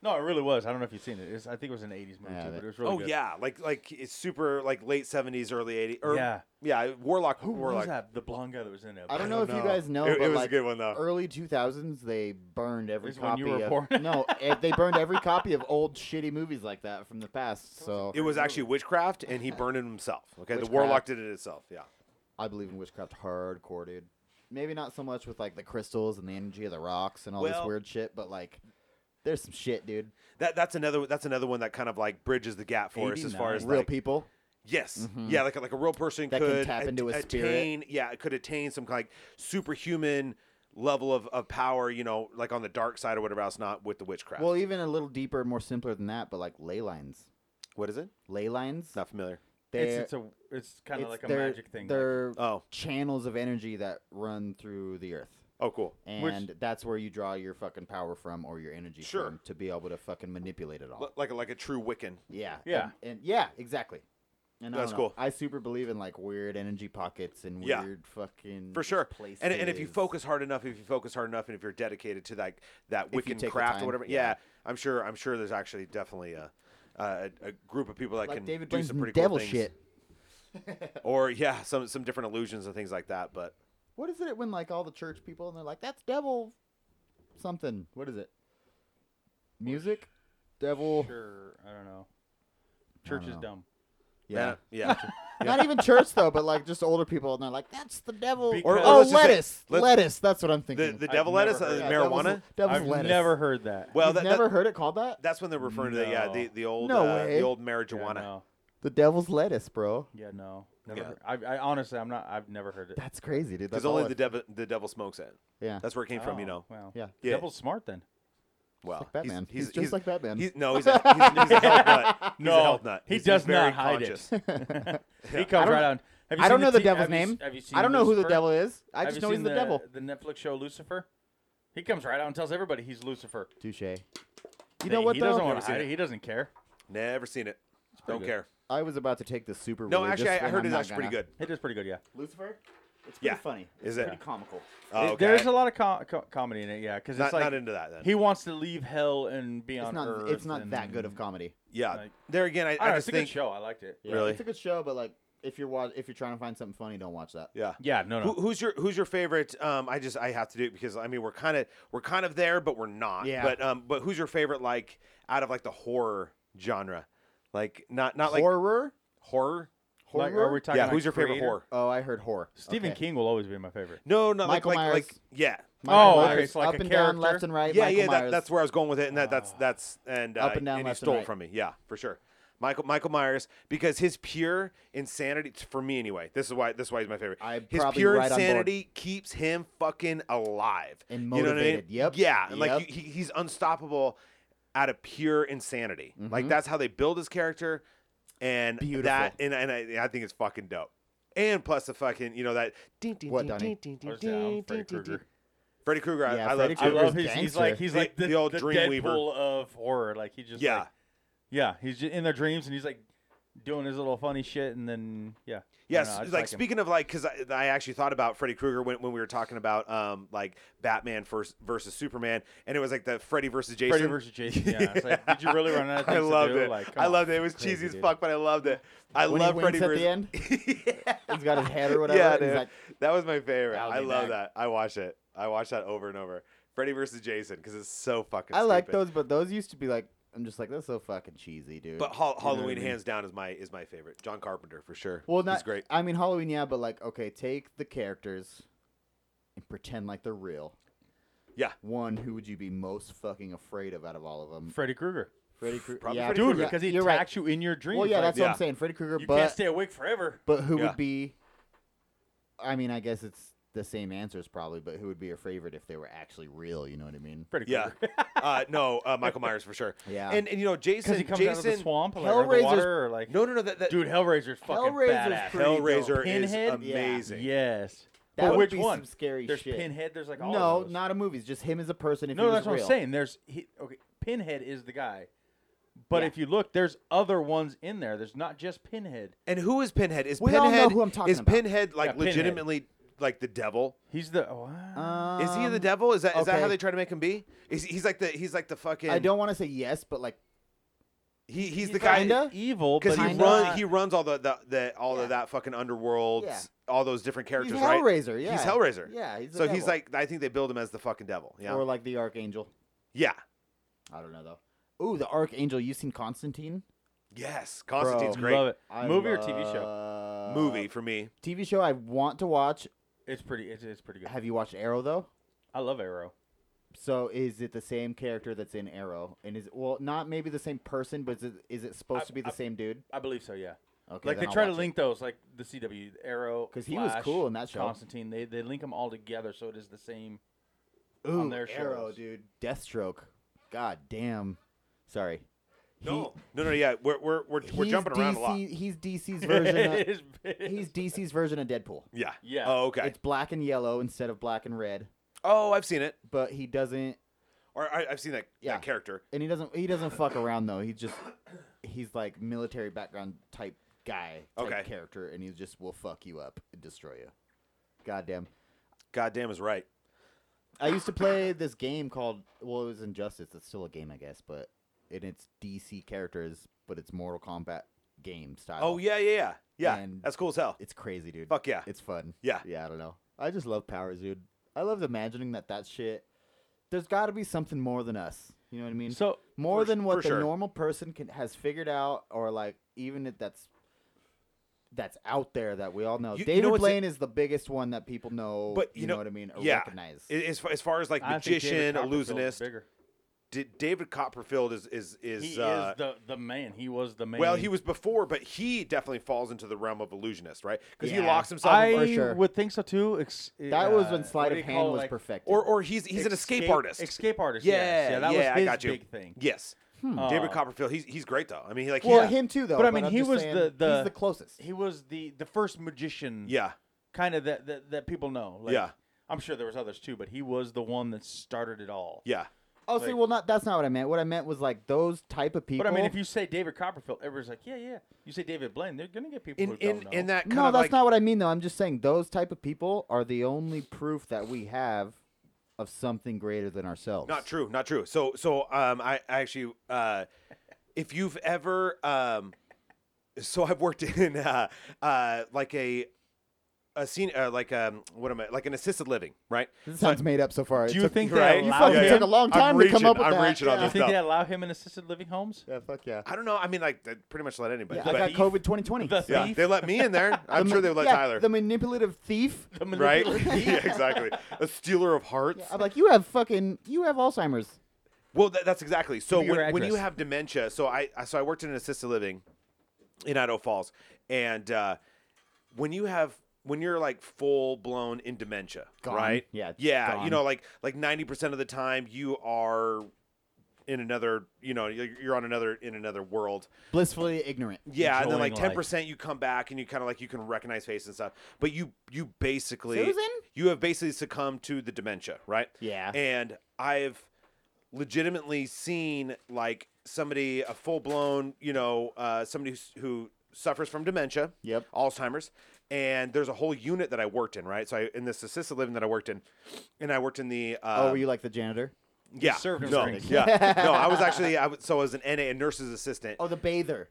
Speaker 5: No, it really was. I don't know if you've seen it. It's, I think it was an '80s movie
Speaker 4: Yeah,
Speaker 5: too,
Speaker 4: that-
Speaker 5: but it was really
Speaker 6: oh
Speaker 5: good.
Speaker 6: yeah, like like it's super like late seventies, early eighties. Or,
Speaker 5: Yeah.
Speaker 6: yeah. Warlock.
Speaker 5: Who was
Speaker 6: Warlock.
Speaker 5: that? The blonde guy that was in it.
Speaker 4: I don't,
Speaker 6: I
Speaker 4: know
Speaker 6: don't
Speaker 4: if you
Speaker 6: know.
Speaker 4: guys know,
Speaker 6: It-
Speaker 4: but
Speaker 6: it was a
Speaker 4: like
Speaker 6: good one, though.
Speaker 4: early 2000s, they burned every
Speaker 5: This is when
Speaker 4: copy.
Speaker 5: you were
Speaker 4: of,
Speaker 5: born.
Speaker 4: no, it, they burned every copy of old shitty movies like that from the past. So
Speaker 6: It was actually witchcraft, and he burned it himself. Okay,
Speaker 4: Witchcraft.
Speaker 6: the warlock did it itself. Yeah.
Speaker 4: I believe in witchcraft hardcore, dude. Maybe not so much with like the crystals and the energy of the rocks and all this
Speaker 6: Well-
Speaker 4: weird shit, but like There's some shit, dude.
Speaker 6: That that's another that's another one that kind of like bridges the gap for us as far
Speaker 5: 89.
Speaker 6: as
Speaker 4: Real
Speaker 6: like,
Speaker 4: people.
Speaker 6: Yes. Yeah, like a, like a real person
Speaker 4: Mm-hmm. That can
Speaker 6: could
Speaker 4: tap into a spirit.
Speaker 6: attain. Yeah, it could attain some kind of like superhuman level of, of power. You know, like on the dark side or whatever else. Not with the witchcraft.
Speaker 4: Well, even a little deeper, more simpler than that, but like ley lines.
Speaker 6: what is it?
Speaker 4: Ley lines.
Speaker 6: Not familiar.
Speaker 5: It's,
Speaker 4: they're-
Speaker 5: it's a it's kind of
Speaker 4: it's-
Speaker 5: like a
Speaker 4: they're-
Speaker 5: magic thing. like-
Speaker 4: They're
Speaker 6: Oh.
Speaker 4: channels of energy that run through the earth.
Speaker 6: Oh, cool.
Speaker 5: Which-
Speaker 4: And that's where you draw your fucking power from or your energy
Speaker 6: Sure.
Speaker 4: from to be able to fucking manipulate it all.
Speaker 6: L- Like a, like a true Wiccan.
Speaker 4: Yeah.
Speaker 5: Yeah.
Speaker 4: And, and- yeah, exactly. And I
Speaker 6: That's
Speaker 4: don't know,
Speaker 6: cool.
Speaker 4: I super believe in like weird energy pockets and
Speaker 6: Yeah.
Speaker 4: weird fucking
Speaker 6: For sure,
Speaker 4: Places.
Speaker 6: and, and if you focus hard enough, if you focus hard enough, and if you're dedicated to that that
Speaker 4: If you take
Speaker 6: Wiccan
Speaker 4: the
Speaker 6: craft
Speaker 4: time,
Speaker 6: or whatever,
Speaker 4: yeah.
Speaker 6: yeah. I'm sure I'm sure there's actually definitely a a, a group of people that
Speaker 4: like
Speaker 6: can
Speaker 4: David
Speaker 6: do
Speaker 4: Blaine's
Speaker 6: some pretty cool
Speaker 4: devil
Speaker 6: things.
Speaker 4: shit.
Speaker 6: or yeah, some some different illusions and things like that. But
Speaker 4: What is it when like all the church people and they're like, "That's devil, something." What is it? Music, devil.
Speaker 5: sure, I don't know. Church is
Speaker 4: know.
Speaker 5: dumb.
Speaker 4: Yeah.
Speaker 6: yeah,
Speaker 4: Not even church though, but like just older people and they're like, "That's the devil."
Speaker 5: Because-
Speaker 4: or
Speaker 5: Or
Speaker 4: oh,
Speaker 6: let's just say-
Speaker 4: lettuce,
Speaker 6: let's-
Speaker 4: lettuce. That's what I'm
Speaker 6: the
Speaker 4: thinking.
Speaker 6: the
Speaker 5: I've
Speaker 6: devil
Speaker 5: never
Speaker 6: lettuce, uh,
Speaker 5: heard of that.
Speaker 6: marijuana.
Speaker 4: Devil's,
Speaker 5: I've
Speaker 4: devil's lettuce.
Speaker 5: never heard that.
Speaker 6: Well,
Speaker 4: You've
Speaker 6: that,
Speaker 4: never
Speaker 6: that-
Speaker 4: heard it called that.
Speaker 6: that's when they're referring to the, yeah
Speaker 5: No.
Speaker 6: the the old
Speaker 4: No
Speaker 6: uh,
Speaker 4: way.
Speaker 6: the old
Speaker 5: yeah,
Speaker 6: marijuana.
Speaker 5: no.
Speaker 4: The devil's lettuce, bro.
Speaker 5: Yeah, no. Never.
Speaker 6: Yeah.
Speaker 5: heard- I, I honestly, I'm not. I've never heard it.
Speaker 4: That's crazy, dude.
Speaker 6: Because
Speaker 4: That's
Speaker 6: only
Speaker 4: all
Speaker 6: the
Speaker 4: I've-
Speaker 6: devil the devil smokes it.
Speaker 4: yeah.
Speaker 6: That's where it came from, you
Speaker 5: Oh,
Speaker 6: know.
Speaker 5: Wow.
Speaker 4: Yeah.
Speaker 6: Yeah.
Speaker 5: Devil's smart then.
Speaker 6: Well,
Speaker 4: like Batman.
Speaker 6: he's,
Speaker 4: He's
Speaker 6: he's,
Speaker 4: just like Batman.
Speaker 6: He's, no, he's a, he's, he's a health nut. He's a health nut.
Speaker 5: he
Speaker 6: He's- he's
Speaker 5: does
Speaker 6: very
Speaker 5: not hide
Speaker 6: conscious.
Speaker 5: it. He comes
Speaker 4: don't-
Speaker 5: right on. Have you
Speaker 4: I
Speaker 5: seen
Speaker 4: don't know the
Speaker 5: t-
Speaker 4: devil's
Speaker 5: have you s-
Speaker 4: name.
Speaker 5: have you seen
Speaker 4: I don't know who the
Speaker 5: Lucifer?
Speaker 4: devil is. I
Speaker 5: Have
Speaker 4: just
Speaker 5: you
Speaker 4: know he's
Speaker 5: seen
Speaker 4: the, devil.
Speaker 5: The Netflix show Lucifer. He comes right out and tells everybody he's Lucifer.
Speaker 4: Touche. You know what
Speaker 5: He
Speaker 4: though?
Speaker 5: doesn't want
Speaker 6: Never
Speaker 5: to
Speaker 6: seen
Speaker 5: hide
Speaker 6: it.
Speaker 5: it. He doesn't care.
Speaker 6: Never seen it. Don't
Speaker 5: good.
Speaker 6: care.
Speaker 4: I was about to take the super.
Speaker 6: No,
Speaker 4: religious
Speaker 6: actually, I, I
Speaker 4: and
Speaker 6: heard
Speaker 4: I'm
Speaker 6: it's
Speaker 4: not
Speaker 6: actually pretty
Speaker 4: gonna.
Speaker 6: good.
Speaker 5: It is pretty good, yeah.
Speaker 4: Lucifer, it's
Speaker 6: Yeah. Is it?
Speaker 4: comical.
Speaker 6: Oh,
Speaker 5: It-
Speaker 6: okay.
Speaker 5: There's a lot of co- co- comedy in it, yeah. Because it's
Speaker 6: not,
Speaker 5: like
Speaker 6: not into that then.
Speaker 5: he wants to leave hell and be
Speaker 4: It's
Speaker 5: on
Speaker 4: not.
Speaker 5: Earth.
Speaker 4: It's not that good of
Speaker 5: and-
Speaker 4: comedy.
Speaker 6: yeah.
Speaker 5: like-
Speaker 6: there again, I,
Speaker 5: I
Speaker 6: I,
Speaker 5: don't know, it's
Speaker 6: just
Speaker 5: a good
Speaker 6: think.
Speaker 5: show. I liked it.
Speaker 4: Yeah,
Speaker 6: Really?
Speaker 4: it's a good show, but like if you're wa- if you're trying to find something funny, don't watch that.
Speaker 6: Yeah.
Speaker 5: Yeah, no,
Speaker 6: Who,
Speaker 5: no.
Speaker 6: who's your Who's your favorite? Um, I just I have to do it because I mean we're kind of we're kind of there, but we're not.
Speaker 4: Yeah.
Speaker 6: But um, but who's your favorite like out of like the horror genre? Like not not like
Speaker 4: horror.
Speaker 6: horror.
Speaker 4: Horror.
Speaker 5: Like, are we talking?
Speaker 6: yeah.
Speaker 5: like
Speaker 6: Who's your favorite
Speaker 5: creator?
Speaker 6: horror?
Speaker 4: oh, I heard horror.
Speaker 5: Stephen
Speaker 4: Okay.
Speaker 5: King will always be my favorite.
Speaker 6: No, not
Speaker 4: Michael
Speaker 6: like like, like
Speaker 4: Myers.
Speaker 6: yeah.
Speaker 5: Oh, okay,
Speaker 4: Myers,
Speaker 5: so like
Speaker 4: up
Speaker 5: a
Speaker 4: and down,
Speaker 5: character?
Speaker 4: left and right.
Speaker 6: yeah,
Speaker 4: Michael
Speaker 6: yeah, that,
Speaker 4: Myers. Ah.
Speaker 6: that's where I was going with it, and that, that's that's and uh,
Speaker 4: Up and down,
Speaker 6: and you
Speaker 4: left and
Speaker 6: stole it
Speaker 4: right.
Speaker 6: from me, yeah, for sure. Michael Michael Myers because his pure insanity for me anyway. This is why this is why he's my favorite.
Speaker 4: I'm
Speaker 6: his
Speaker 4: probably
Speaker 6: pure
Speaker 4: right on board.
Speaker 6: insanity keeps him fucking alive
Speaker 4: And
Speaker 6: You know what I mean?
Speaker 4: motivated. Yep.
Speaker 6: Yeah, and
Speaker 4: Yep.
Speaker 6: like you, he, he's unstoppable out of pure insanity.
Speaker 5: Mm-hmm.
Speaker 6: Like that's how they build his character, and
Speaker 4: Beautiful.
Speaker 6: that and and I, I think it's fucking dope. And plus the fucking you know that ding ding
Speaker 4: What,
Speaker 6: ding
Speaker 4: Donnie?
Speaker 6: ding ding
Speaker 5: Where's
Speaker 6: ding
Speaker 5: down?
Speaker 6: ding
Speaker 5: Freddy
Speaker 6: ding, ding.
Speaker 5: Krueger.
Speaker 6: Freddy Krueger, I-
Speaker 4: Yeah,
Speaker 6: I
Speaker 4: Freddy
Speaker 6: love.
Speaker 5: I
Speaker 4: Krueger's
Speaker 5: love his. He's like he's
Speaker 6: The-
Speaker 5: like the,
Speaker 6: the old
Speaker 5: Deadpool
Speaker 6: Dreamweaver.
Speaker 5: of horror. Like he just
Speaker 6: Yeah.
Speaker 5: like, yeah. He's just in their dreams and he's like doing his little funny shit and then yeah. I
Speaker 6: Yes,
Speaker 5: don't know, I just
Speaker 6: like,
Speaker 5: him.
Speaker 6: speaking of like, because I, I actually thought about Freddy Krueger when, when we were talking about um like Batman first versus Superman, and it was like the Freddy versus Jason.
Speaker 5: Freddy versus Jason. Yeah. It's like, did you really run out of
Speaker 6: I
Speaker 5: things to
Speaker 6: loved
Speaker 5: do?
Speaker 6: it.
Speaker 5: Like, oh, come
Speaker 6: I
Speaker 5: on.
Speaker 6: loved it. It was
Speaker 5: Crazy,
Speaker 6: cheesy as
Speaker 5: dude.
Speaker 6: fuck, but I loved it. I
Speaker 4: When
Speaker 6: love
Speaker 4: he
Speaker 6: Freddy
Speaker 4: winks at
Speaker 6: versus.
Speaker 4: the end, he's got his head or whatever.
Speaker 6: yeah,
Speaker 4: and
Speaker 6: dude.
Speaker 4: he's like,
Speaker 6: that was my favorite.
Speaker 4: I'll
Speaker 6: I
Speaker 4: be
Speaker 6: love
Speaker 4: back.
Speaker 6: that. I watch it. I watch that over and over. Freddy versus Jason because it's so fucking.
Speaker 4: I like
Speaker 6: stupid.
Speaker 4: those, but those used to be like, I'm just like, that's so fucking cheesy, dude.
Speaker 6: But Hall-
Speaker 4: You know what I
Speaker 6: Halloween,
Speaker 4: mean?
Speaker 6: hands down, is my is my favorite. John Carpenter for sure.
Speaker 4: Well, not
Speaker 6: He's great.
Speaker 4: I mean, Halloween, yeah, but like, okay, take the characters and pretend like they're real.
Speaker 6: Yeah.
Speaker 4: One, who would you be most fucking afraid of out of all of them?
Speaker 5: Freddy Krueger.
Speaker 4: Freddy Krueger.
Speaker 6: probably
Speaker 4: Yeah,
Speaker 6: Freddy
Speaker 5: Dude,
Speaker 6: Krueger.
Speaker 4: yeah,
Speaker 5: because he
Speaker 4: you're
Speaker 5: attacks you in your
Speaker 4: Right.
Speaker 5: dreams.
Speaker 4: Well, yeah,
Speaker 5: like,
Speaker 4: that's what
Speaker 6: yeah.
Speaker 4: I'm saying. Freddy Krueger,
Speaker 5: you can't
Speaker 4: but
Speaker 5: stay awake forever.
Speaker 4: but who
Speaker 6: Yeah.
Speaker 4: would be? I mean, I guess it's the same answers probably, but who would be your favorite if they were actually real? You know what I mean?
Speaker 5: Freddy
Speaker 6: Yeah.
Speaker 5: Krueger.
Speaker 6: uh, no, uh, Michael Myers for sure.
Speaker 4: Yeah.
Speaker 6: And, and you know, Jason.
Speaker 5: Because he comes
Speaker 6: Jason,
Speaker 5: out of the swamp, like, or
Speaker 4: Hellraiser's-
Speaker 5: the water, or like
Speaker 6: No, no, no. That, that
Speaker 5: dude, Hellraiser's fucking
Speaker 4: Hellraiser's
Speaker 5: badass.
Speaker 4: pretty dope.
Speaker 6: Hellraiser is
Speaker 5: Pinhead?
Speaker 4: Yeah.
Speaker 6: amazing.
Speaker 5: Yes.
Speaker 4: That
Speaker 5: but
Speaker 4: would
Speaker 5: which
Speaker 4: be
Speaker 5: one?
Speaker 4: some scary
Speaker 5: there's
Speaker 4: shit.
Speaker 5: Pinhead. There's like all
Speaker 4: No,
Speaker 5: of those.
Speaker 4: not a movie. It's just him as a person. If he
Speaker 5: No,
Speaker 4: was
Speaker 5: that's what
Speaker 4: real.
Speaker 5: I'm saying. There's he, okay. Pinhead is the guy, but
Speaker 4: Yeah.
Speaker 5: if you look, there's other ones in there. There's not just Pinhead.
Speaker 6: And who is Pinhead? Is
Speaker 4: We all know
Speaker 6: Pinhead
Speaker 4: who I'm talking
Speaker 6: is
Speaker 4: about.
Speaker 6: Pinhead like
Speaker 5: Yeah, Pinhead.
Speaker 6: legitimately like the devil?
Speaker 5: He's the oh, wow.
Speaker 4: Um,
Speaker 6: Is he the devil? Is that is that
Speaker 4: okay.
Speaker 6: how they try to make him be? Is he- he's like the he's like the fucking
Speaker 4: I don't want to say yes, but like
Speaker 6: he, he's,
Speaker 5: He's
Speaker 6: the guy
Speaker 4: kinda?
Speaker 5: evil
Speaker 6: because
Speaker 5: but
Speaker 6: he
Speaker 5: he's
Speaker 4: kinda.
Speaker 6: runs
Speaker 5: not-
Speaker 6: he runs all the, the, the all
Speaker 4: Yeah.
Speaker 6: of that fucking underworld
Speaker 4: Yeah.
Speaker 6: all those different
Speaker 4: he's
Speaker 6: characters right
Speaker 4: Hellraiser. Yeah,
Speaker 6: he's Hellraiser
Speaker 4: Yeah, he's the
Speaker 6: so he's
Speaker 4: devil.
Speaker 6: like I think they build him as the fucking devil yeah
Speaker 4: or like the archangel.
Speaker 6: yeah
Speaker 4: I don't know though. Ooh, the archangel. You seen Constantine?
Speaker 6: yes Constantine's
Speaker 4: Bro.
Speaker 6: great
Speaker 5: Love it.
Speaker 4: I
Speaker 5: Movie or TV show?
Speaker 4: love-
Speaker 6: movie for me
Speaker 4: TV uh, show I want to watch.
Speaker 5: It's pretty. It's, it's pretty good.
Speaker 4: Have you watched Arrow though?
Speaker 5: I love Arrow.
Speaker 4: So is it the same character that's in Arrow? And is well not maybe the same person, but is it, is it supposed
Speaker 5: I-
Speaker 4: to be the
Speaker 5: I-
Speaker 4: same dude?
Speaker 5: I believe so. Yeah.
Speaker 4: Okay,
Speaker 5: like they try to link those, like the CW Arrow,
Speaker 4: 'Cause he was
Speaker 5: Flash,
Speaker 4: cool in that show.
Speaker 5: Constantine, they they link them all together, so it is the same.
Speaker 4: Ooh,
Speaker 5: on their
Speaker 4: Arrow,
Speaker 5: shows.
Speaker 4: dude, Deathstroke. God damn. Sorry.
Speaker 6: No, no, no. Yeah, we're we're we're, we're
Speaker 4: he's
Speaker 6: jumping around a lot.
Speaker 4: DC He's DC's version. Of,
Speaker 5: It is-
Speaker 4: he's DC's version of Deadpool.
Speaker 6: Yeah.
Speaker 5: Yeah.
Speaker 6: Oh, okay.
Speaker 4: It's black and yellow instead of black and red,
Speaker 6: Oh, I've seen it.
Speaker 4: but he doesn't
Speaker 6: Or I, I've seen that,
Speaker 4: Yeah.
Speaker 6: that character.
Speaker 4: and he doesn't he doesn't fuck around though. He just he's like military background type guy, type
Speaker 6: Okay.
Speaker 4: character, and he just will fuck you up and destroy you. Goddamn.
Speaker 6: Goddamn is right.
Speaker 4: I used to play this game called well, it was Injustice. It's still a game, I guess, but and it's DC characters, but it's Mortal Kombat game style.
Speaker 6: Oh yeah, yeah, yeah, yeah.
Speaker 4: And-
Speaker 6: That's cool as hell.
Speaker 4: it's crazy, dude.
Speaker 6: Fuck yeah.
Speaker 4: It's fun.
Speaker 6: Yeah.
Speaker 4: Yeah, I don't know. I just love powers, dude. I love imagining that that shit. There's got to be something more than us. You know what I mean?
Speaker 5: so
Speaker 4: more
Speaker 6: For sh-
Speaker 4: than what
Speaker 6: for
Speaker 4: the
Speaker 6: sure.
Speaker 4: normal person can has figured out, or like even if that's that's out there that we all know.
Speaker 6: You- you know
Speaker 4: David
Speaker 6: what's
Speaker 4: Blaine is the biggest one that people know.
Speaker 6: But you
Speaker 4: know,
Speaker 6: know-
Speaker 4: what I mean? Or
Speaker 6: yeah.
Speaker 4: recognize.
Speaker 6: I- As, fa- as far as like
Speaker 5: I think David
Speaker 6: magician,
Speaker 5: Copperfield's
Speaker 6: illusionist,
Speaker 5: bigger.
Speaker 6: D- David Copperfield is is is,
Speaker 5: He
Speaker 6: uh,
Speaker 5: is the the man. He was the man.
Speaker 6: well, he was before, but he definitely falls into the realm of illusionist, right? Because
Speaker 4: Yeah.
Speaker 6: he locks himself,
Speaker 5: I
Speaker 6: in-
Speaker 4: for sure.
Speaker 5: would think so too. Ex-
Speaker 4: that was when
Speaker 5: uh,
Speaker 4: sleight of
Speaker 5: what do you
Speaker 4: hand
Speaker 5: call it,
Speaker 4: was
Speaker 5: like,
Speaker 4: perfected.
Speaker 6: or or he's he's an escape, artist.
Speaker 5: Escape artist.
Speaker 6: yeah,
Speaker 5: yes. yeah. That
Speaker 6: yeah,
Speaker 5: was his
Speaker 6: I got you.
Speaker 5: big thing.
Speaker 6: Yes,
Speaker 5: Uh,
Speaker 6: David Copperfield. He's he's great though. I mean, he, like
Speaker 4: well,
Speaker 6: he,
Speaker 4: him too, though.
Speaker 5: But I mean,
Speaker 4: I'm
Speaker 5: he
Speaker 4: just
Speaker 5: was
Speaker 4: saying,
Speaker 5: the- the-
Speaker 4: he's the closest.
Speaker 5: He was the the first magician.
Speaker 6: yeah,
Speaker 5: Kind of that, that that people know. Like,
Speaker 6: Yeah.
Speaker 5: I'm sure there was others too, but he was the one that started it all.
Speaker 6: yeah,
Speaker 4: Oh, see,
Speaker 5: Like-
Speaker 4: well, not that's not what I meant. What I meant was like those type of people.
Speaker 5: But I mean, if you say David Copperfield, everybody's like, yeah, yeah. You say David Blaine, they're gonna get people
Speaker 6: in
Speaker 5: who
Speaker 6: in
Speaker 5: don't know.
Speaker 6: in that kind
Speaker 4: no,
Speaker 6: of
Speaker 4: that's
Speaker 6: like
Speaker 4: not what I mean though. I'm just saying those type of people are the only proof that we have of something greater than ourselves.
Speaker 6: Not true. Not true. So so um I, I actually uh if you've ever um so I've worked in uh uh like a a scene uh, like um what am I like an assisted living right
Speaker 4: This sounds made up so far.
Speaker 5: Do
Speaker 4: It
Speaker 5: you
Speaker 4: took-
Speaker 5: think
Speaker 6: Right. You
Speaker 5: they
Speaker 4: It
Speaker 5: allow
Speaker 4: fucking
Speaker 6: Yeah, yeah.
Speaker 4: took a long
Speaker 6: I'm
Speaker 4: time to come
Speaker 6: reaching.
Speaker 4: up with
Speaker 6: I'm
Speaker 4: that.
Speaker 6: reaching on
Speaker 4: yeah.
Speaker 5: You
Speaker 6: this.
Speaker 5: think
Speaker 6: No.
Speaker 5: they allow him in assisted living homes?
Speaker 4: Yeah, fuck yeah.
Speaker 6: I don't know I mean like they pretty much let anybody
Speaker 4: Yeah,
Speaker 6: but-
Speaker 4: I got
Speaker 5: thief.
Speaker 4: COVID 2020.
Speaker 5: The
Speaker 6: yeah
Speaker 5: thief.
Speaker 6: they let me in there I'm
Speaker 4: The
Speaker 6: sure
Speaker 4: ma-
Speaker 6: they let
Speaker 4: yeah,
Speaker 6: Tyler
Speaker 4: The manipulative thief.
Speaker 5: The
Speaker 6: right
Speaker 5: manipulative thief.
Speaker 6: yeah exactly a stealer of hearts
Speaker 4: Yeah, I'm like, you have fucking, you have Alzheimer's.
Speaker 6: Well, tha- that's exactly. So
Speaker 5: me your
Speaker 6: when, when you
Speaker 5: address.
Speaker 6: have dementia, so I, I so I worked in an assisted living in Idaho Falls, and uh, when you have when you're like full blown in dementia,
Speaker 4: Gone.
Speaker 6: right?
Speaker 4: Yeah, it's
Speaker 6: yeah.
Speaker 4: gone.
Speaker 6: You know, like like ninety percent of the time you are in another. You know, you're you're on another in another world.
Speaker 4: Blissfully ignorant.
Speaker 6: Yeah, and then
Speaker 5: Enjoying
Speaker 6: like ten
Speaker 5: life.
Speaker 6: percent you come back and you kind of like you can recognize faces and stuff, but you you basically
Speaker 4: Susan?
Speaker 6: you have basically succumbed to the dementia, right?
Speaker 4: Yeah.
Speaker 6: and I've legitimately seen like somebody a full blown you know uh, somebody who's, who suffers from dementia,
Speaker 4: Yep.
Speaker 6: Alzheimer's, and there's a whole unit that I worked in, right? So I in this assisted living that I worked in, and I worked in the uh,
Speaker 4: oh, were you like the janitor?
Speaker 6: yeah
Speaker 5: served him
Speaker 6: no,
Speaker 5: drinks.
Speaker 6: yeah no I was actually I was, so I was an NA a nurse's assistant
Speaker 4: Oh, the bather.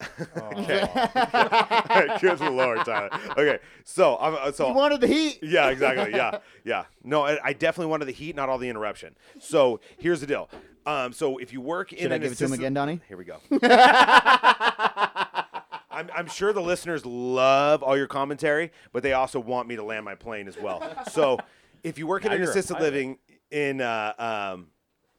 Speaker 6: good lord Tyler okay so I'm uh, so
Speaker 4: You wanted the heat.
Speaker 6: Yeah, exactly. Yeah, yeah. No, I, I definitely wanted the heat, not all the interruption. So here's the deal. Um, so if you work in,
Speaker 4: Should I
Speaker 6: an
Speaker 4: give it to him
Speaker 6: assisted-
Speaker 4: again, Donnie?
Speaker 6: Here we go. I'm, I'm sure the listeners love all your commentary, but they also want me to land my plane as well. So if you work in
Speaker 5: Now
Speaker 6: an
Speaker 5: you're a
Speaker 6: assisted
Speaker 5: pilot.
Speaker 6: living in uh, um,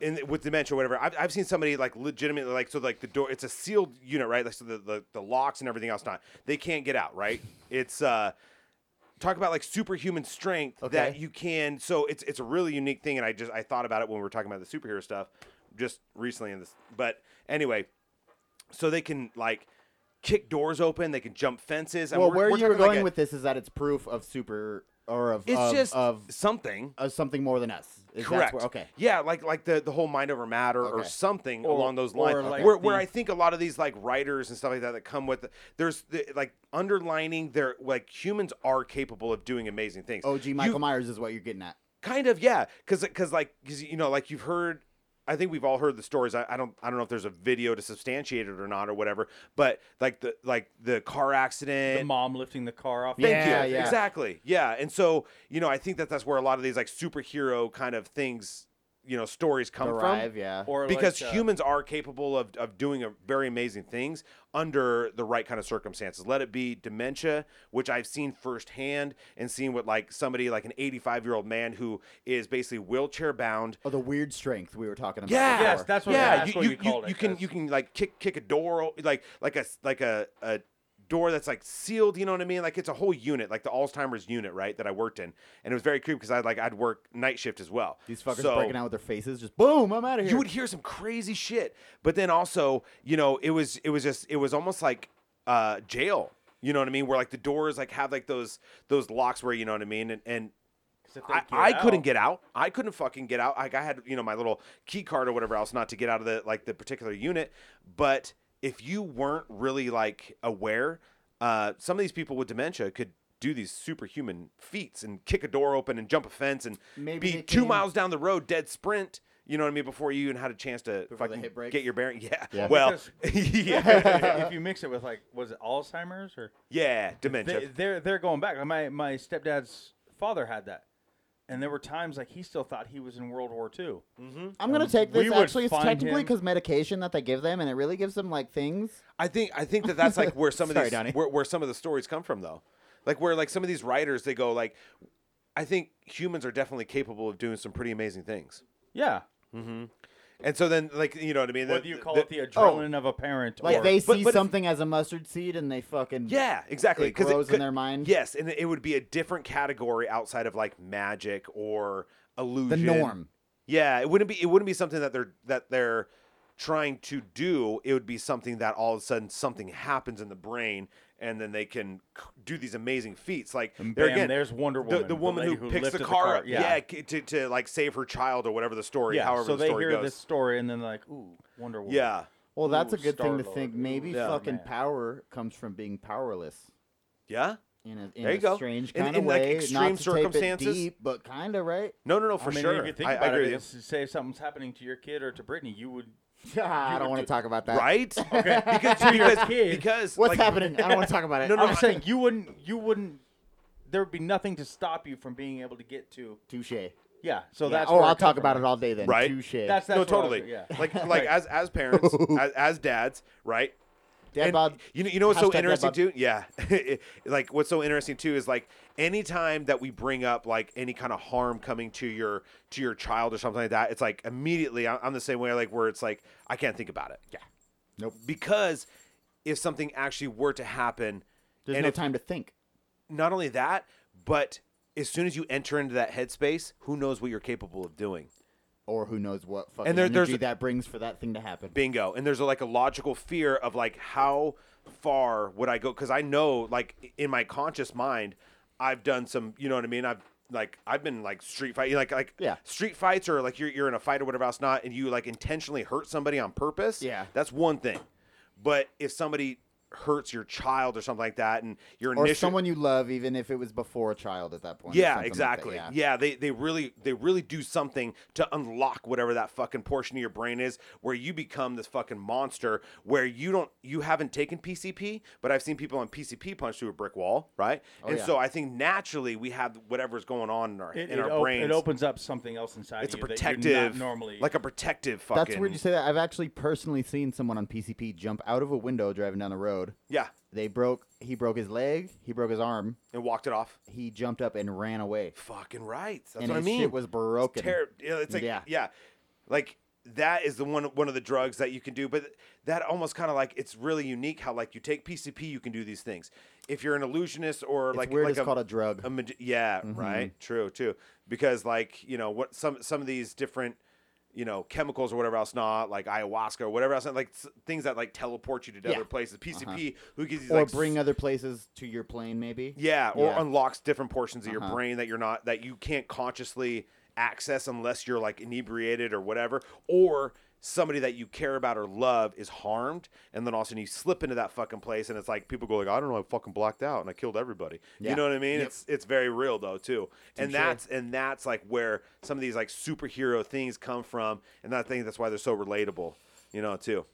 Speaker 6: in with dementia or whatever, I've, I've seen somebody like legitimately like so like the door it's a sealed unit right like so the, the, the locks and everything else not they can't get out right it's uh talk about like superhuman strength that
Speaker 4: Okay.
Speaker 6: you can so it's it's a really unique thing and i just i thought about it when we were talking about the superhero stuff just recently in this but anyway so they can like kick doors open they can jump fences and
Speaker 4: Well,
Speaker 6: we're,
Speaker 4: where
Speaker 6: we're
Speaker 4: you were
Speaker 6: talking like
Speaker 4: going
Speaker 6: a-
Speaker 4: with this is that it's proof of super or of
Speaker 6: it's
Speaker 4: of,
Speaker 6: just
Speaker 4: of,
Speaker 6: something
Speaker 4: of something more than us. Is that's
Speaker 6: correct
Speaker 4: where- okay.
Speaker 6: yeah like like the the whole mind over matter or
Speaker 4: Okay.
Speaker 6: something
Speaker 5: Or-
Speaker 6: along those
Speaker 5: or
Speaker 6: lines
Speaker 5: like
Speaker 6: where, where
Speaker 5: the-
Speaker 6: i think a lot of these like writers and stuff like that that come with there's the, like underlining their like humans are capable of doing amazing things
Speaker 4: OG
Speaker 6: You-
Speaker 4: Michael Myers is what you're getting at.
Speaker 6: kind of yeah because because like because you know like you've heard i think we've all heard the stories I, I don't i don't know if there's a video to substantiate it or not or whatever but like the like the car accident
Speaker 5: The mom lifting the car off.
Speaker 6: Thank
Speaker 4: Yeah,
Speaker 6: you.
Speaker 4: yeah.
Speaker 6: Exactly. Yeah. And so, you know, I think that that's where a lot of these like superhero kind of things you know stories come
Speaker 4: Derive,
Speaker 6: from.
Speaker 4: yeah.
Speaker 5: Or
Speaker 6: because
Speaker 5: like, uh,
Speaker 6: humans are capable of, of doing a very amazing things under the right kind of circumstances. Let it be dementia, which I've seen firsthand, and seen what like somebody like an 85 year old man who is basically wheelchair bound.
Speaker 4: Oh, the weird strength we were talking about.
Speaker 6: Yeah,
Speaker 5: Yes,
Speaker 4: before.
Speaker 5: that's what-
Speaker 6: yeah.
Speaker 5: that's
Speaker 6: you,
Speaker 5: what
Speaker 6: you, you,
Speaker 5: you called it,
Speaker 6: you can
Speaker 5: that's-
Speaker 6: you can like kick kick a door o- like like a s- like a, a door that's like sealed. You know what I mean? Like it's a whole unit, like the Alzheimer's unit, right? That I worked in, and it was very creepy because I like I'd work night shift as well.
Speaker 4: These fuckers
Speaker 6: So-
Speaker 4: breaking out with their faces, just boom, I'm out of here.
Speaker 6: you would hear some crazy shit. But then also, you know, it was it was just it was almost like uh jail. You know what I mean? Where like the doors like have like those those locks where you know what I mean and and
Speaker 5: 'cause if they
Speaker 6: I,
Speaker 5: get
Speaker 6: I couldn't
Speaker 5: out-
Speaker 6: get out. I couldn't fucking get out. Like I had, you know, my little key card or whatever else not to get out of the like the particular unit. But if you weren't really like aware, uh, some of these people with dementia could do these superhuman feats and kick a door open and jump a fence and
Speaker 4: Maybe
Speaker 6: be
Speaker 4: they
Speaker 6: two
Speaker 4: can-
Speaker 6: miles down the road dead sprint. You know what I mean? Before you even had a chance to
Speaker 4: the
Speaker 6: fucking
Speaker 4: hit break?
Speaker 6: get your bearing. Yeah.
Speaker 4: Yeah.
Speaker 6: Well.
Speaker 5: if,
Speaker 6: yeah.
Speaker 5: if you mix it with like was it Alzheimer's or
Speaker 6: yeah. Dementia.
Speaker 5: they, they're they're going back. Like, My my stepdad's father had that, and there were times like he still thought he was in World War II.
Speaker 4: I'm gonna take this.
Speaker 5: we would
Speaker 4: Actually, it's
Speaker 5: find
Speaker 4: technically
Speaker 5: him-
Speaker 4: because medication that they give them, and it really gives them like things.
Speaker 6: I think I think that that's like where some of
Speaker 4: Sorry, Donnie.
Speaker 6: these where, where some of the stories come from though, like where like some of these writers they go like, I think humans are definitely capable of doing some pretty amazing things,
Speaker 5: Yeah,
Speaker 6: and so then like you know what I mean?
Speaker 5: whether you call it the
Speaker 4: oh.
Speaker 5: adrenaline of a parent,
Speaker 4: Like
Speaker 5: or,
Speaker 4: they
Speaker 6: but-
Speaker 4: see
Speaker 6: but if-
Speaker 4: something as a mustard seed, and they fucking
Speaker 6: yeah exactly
Speaker 4: it grows
Speaker 6: could-
Speaker 4: in their mind.
Speaker 6: Yes, and it would be a different category outside of like magic or
Speaker 4: the
Speaker 6: illusion.
Speaker 4: norm.
Speaker 6: Yeah, it wouldn't be it wouldn't be something that they're that they're trying to do. It would be something that all of a sudden something happens in the brain and then they can c- do these amazing feats. Like there
Speaker 5: bam,
Speaker 6: again,
Speaker 5: there's Wonder
Speaker 6: the,
Speaker 5: Woman,
Speaker 6: the
Speaker 5: the
Speaker 6: woman
Speaker 5: lady
Speaker 6: who
Speaker 5: who
Speaker 6: picks the
Speaker 5: lifted the
Speaker 6: car,
Speaker 5: car
Speaker 6: up,
Speaker 5: up,
Speaker 6: yeah,
Speaker 5: yeah.
Speaker 6: c- to, to like save her child or whatever the story,
Speaker 5: yeah.
Speaker 6: however
Speaker 5: So
Speaker 6: the
Speaker 5: they
Speaker 6: story
Speaker 5: hear
Speaker 6: goes.
Speaker 5: this story and then like, ooh, Wonder Woman.
Speaker 6: yeah,
Speaker 4: Well, that's
Speaker 5: Ooh,
Speaker 4: a good thing to
Speaker 5: Star-Lord.
Speaker 4: think. Maybe
Speaker 5: Ooh,
Speaker 4: fucking
Speaker 5: man.
Speaker 4: power comes from being powerless
Speaker 6: yeah.
Speaker 4: in a, in
Speaker 6: There you
Speaker 4: a
Speaker 6: go.
Speaker 4: strange
Speaker 6: In-
Speaker 4: kind of
Speaker 6: in, like,
Speaker 4: way.
Speaker 6: extreme
Speaker 4: not to take it
Speaker 6: circumstances.
Speaker 4: deep, but kind of right.
Speaker 6: No, no, no,
Speaker 5: I
Speaker 6: for
Speaker 5: mean,
Speaker 6: sure.
Speaker 5: If you think
Speaker 6: I,
Speaker 5: about
Speaker 6: I agree
Speaker 5: it,
Speaker 6: with
Speaker 5: it's- say if something's happening to your kid or to Brittany, you would.
Speaker 4: I don't want to talk about
Speaker 6: you.
Speaker 4: that.
Speaker 6: Right? Okay. Because because,
Speaker 5: kid.
Speaker 6: because
Speaker 4: What's
Speaker 6: like,
Speaker 4: happening? I don't want to talk about it.
Speaker 6: No, no,
Speaker 5: I'm
Speaker 6: I-
Speaker 5: just saying you wouldn't. You wouldn't. There would be nothing to stop you from being able to get to.
Speaker 4: Touche. Yeah.
Speaker 5: Yeah. So that's.
Speaker 4: oh,
Speaker 5: where
Speaker 4: I'll
Speaker 5: it come
Speaker 4: talk
Speaker 5: from.
Speaker 4: about it all day then.
Speaker 6: Right?
Speaker 4: Touche.
Speaker 5: That's that's
Speaker 6: no,
Speaker 5: what I was-
Speaker 6: totally.
Speaker 5: yeah.
Speaker 6: Like like as as parents, as, as dads, right?
Speaker 4: Dad
Speaker 6: And
Speaker 4: bod.
Speaker 6: You know, you know what's
Speaker 4: Hashtag
Speaker 6: so
Speaker 4: dad
Speaker 6: interesting
Speaker 4: bod.
Speaker 6: too? Yeah. like what's so interesting too is like anytime that we bring up like any kind of harm coming to your to your child or something like that, it's like immediately I- I'm the same way like where it's like I can't think about it. Yeah.
Speaker 4: Nope.
Speaker 6: Because if something actually were to happen,
Speaker 4: There's
Speaker 6: and
Speaker 4: no
Speaker 6: if-
Speaker 4: time to think.
Speaker 6: not only that, but as soon as you enter into that headspace, who knows what you're capable of doing?
Speaker 4: Or who knows what fucking
Speaker 6: there- there's-
Speaker 4: energy that brings for that thing to happen.
Speaker 6: bingo and there's a, like a logical fear of like how far would i go because i know like in my conscious mind i've done some you know what i mean i've like i've been like street fight like like
Speaker 4: Yeah.
Speaker 6: street fights or like you're, you're in a fight or whatever else not and you like intentionally hurt somebody on purpose
Speaker 4: Yeah.
Speaker 6: that's one thing but if somebody hurts your child or something like that and your
Speaker 4: Or
Speaker 6: initial
Speaker 4: someone you love, even if it was before a child at that point. or
Speaker 6: yeah,
Speaker 4: something like that,
Speaker 6: exactly.
Speaker 4: yeah.
Speaker 6: yeah. they they really they really do something to unlock whatever that fucking portion of your brain is where you become this fucking monster where you don't you haven't taken PCP, but I've seen people on PCP punch through a brick wall, right?
Speaker 5: Oh,
Speaker 6: and
Speaker 4: yeah.
Speaker 6: so I think naturally we have whatever's going on in our
Speaker 5: It,
Speaker 6: in
Speaker 5: it,
Speaker 6: our
Speaker 5: op-
Speaker 6: brains.
Speaker 5: it opens up something else inside.
Speaker 6: it's a
Speaker 5: you that you're not
Speaker 6: protective
Speaker 5: normally.
Speaker 6: like a protective fucking
Speaker 4: That's weird you say that. I've actually personally seen someone on PCP jump out of a window driving down the road.
Speaker 6: Yeah,
Speaker 4: They broke. He broke his leg. He broke his arm.
Speaker 6: and walked it off.
Speaker 4: He jumped up and ran away.
Speaker 6: Fucking right. That's
Speaker 4: and
Speaker 6: what I
Speaker 4: his
Speaker 6: mean.
Speaker 4: shit was broken.
Speaker 6: Terror. It's like
Speaker 4: Yeah.
Speaker 6: yeah. like that is the one one of the drugs that you can do. But that almost kind of like it's really unique how like you take PCP, you can do these things. If you're an illusionist or
Speaker 4: it's
Speaker 6: like
Speaker 4: weird.
Speaker 6: like
Speaker 4: it's called a Mm-hmm. drug.
Speaker 6: a magi- yeah right true too because like you know what some some of these different you know chemicals or whatever else not like ayahuasca or whatever else like s- things that like teleport you to
Speaker 4: Yeah. Uh-huh.
Speaker 6: other places. PCP who gives you
Speaker 4: or
Speaker 6: like
Speaker 4: bring other places to your plane, maybe.
Speaker 6: yeah, or
Speaker 4: Yeah.
Speaker 6: unlocks different portions of your
Speaker 4: Uh-huh.
Speaker 6: brain that you're not that you can't consciously access unless you're like inebriated or whatever, or somebody that you care about or love is harmed, and then all of a sudden you slip into that fucking place, and it's like people go like, I don't know, I fucking blacked out and I killed everybody.
Speaker 4: Yeah.
Speaker 6: You know what I mean? It's it's very real though too, and
Speaker 4: Touche.
Speaker 6: that's and that's like where some of these like superhero things come from, and I think that's why they're so relatable, you know too.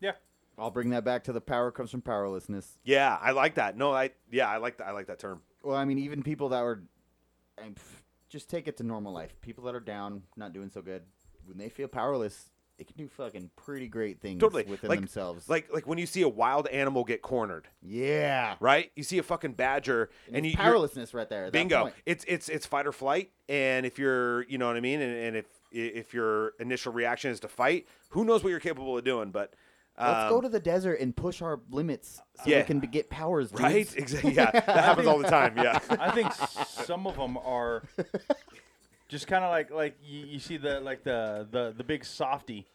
Speaker 5: yeah.
Speaker 4: I'll bring that back to the power comes from powerlessness.
Speaker 6: Yeah, I like that. No, I yeah, I like that. I like that term.
Speaker 4: Well, I mean, even people that were, I mean, pff, just take it to normal life. People that are down, not doing so good, when they feel powerless, it can do fucking pretty great things
Speaker 6: Totally.
Speaker 4: within
Speaker 6: Like-
Speaker 4: themselves.
Speaker 6: Like like when you see a wild animal get cornered,
Speaker 4: yeah,
Speaker 6: right? You see a fucking badger and,
Speaker 4: It's
Speaker 6: you you're-
Speaker 4: powerlessness right there. at that
Speaker 6: bingo.
Speaker 4: point.
Speaker 6: It's it's it's fight or flight. And if you're you know what I mean, and, and if if your initial reaction is to fight, who knows what you're capable of doing? But um,
Speaker 4: Let's go to the desert and push our limits so we
Speaker 6: yeah.
Speaker 4: can be- get powers. dudes.
Speaker 6: right. Exactly. Yeah, that happens all the time. Yeah.
Speaker 5: I think some of them are just kind of like like you, you see the like the the the big softy,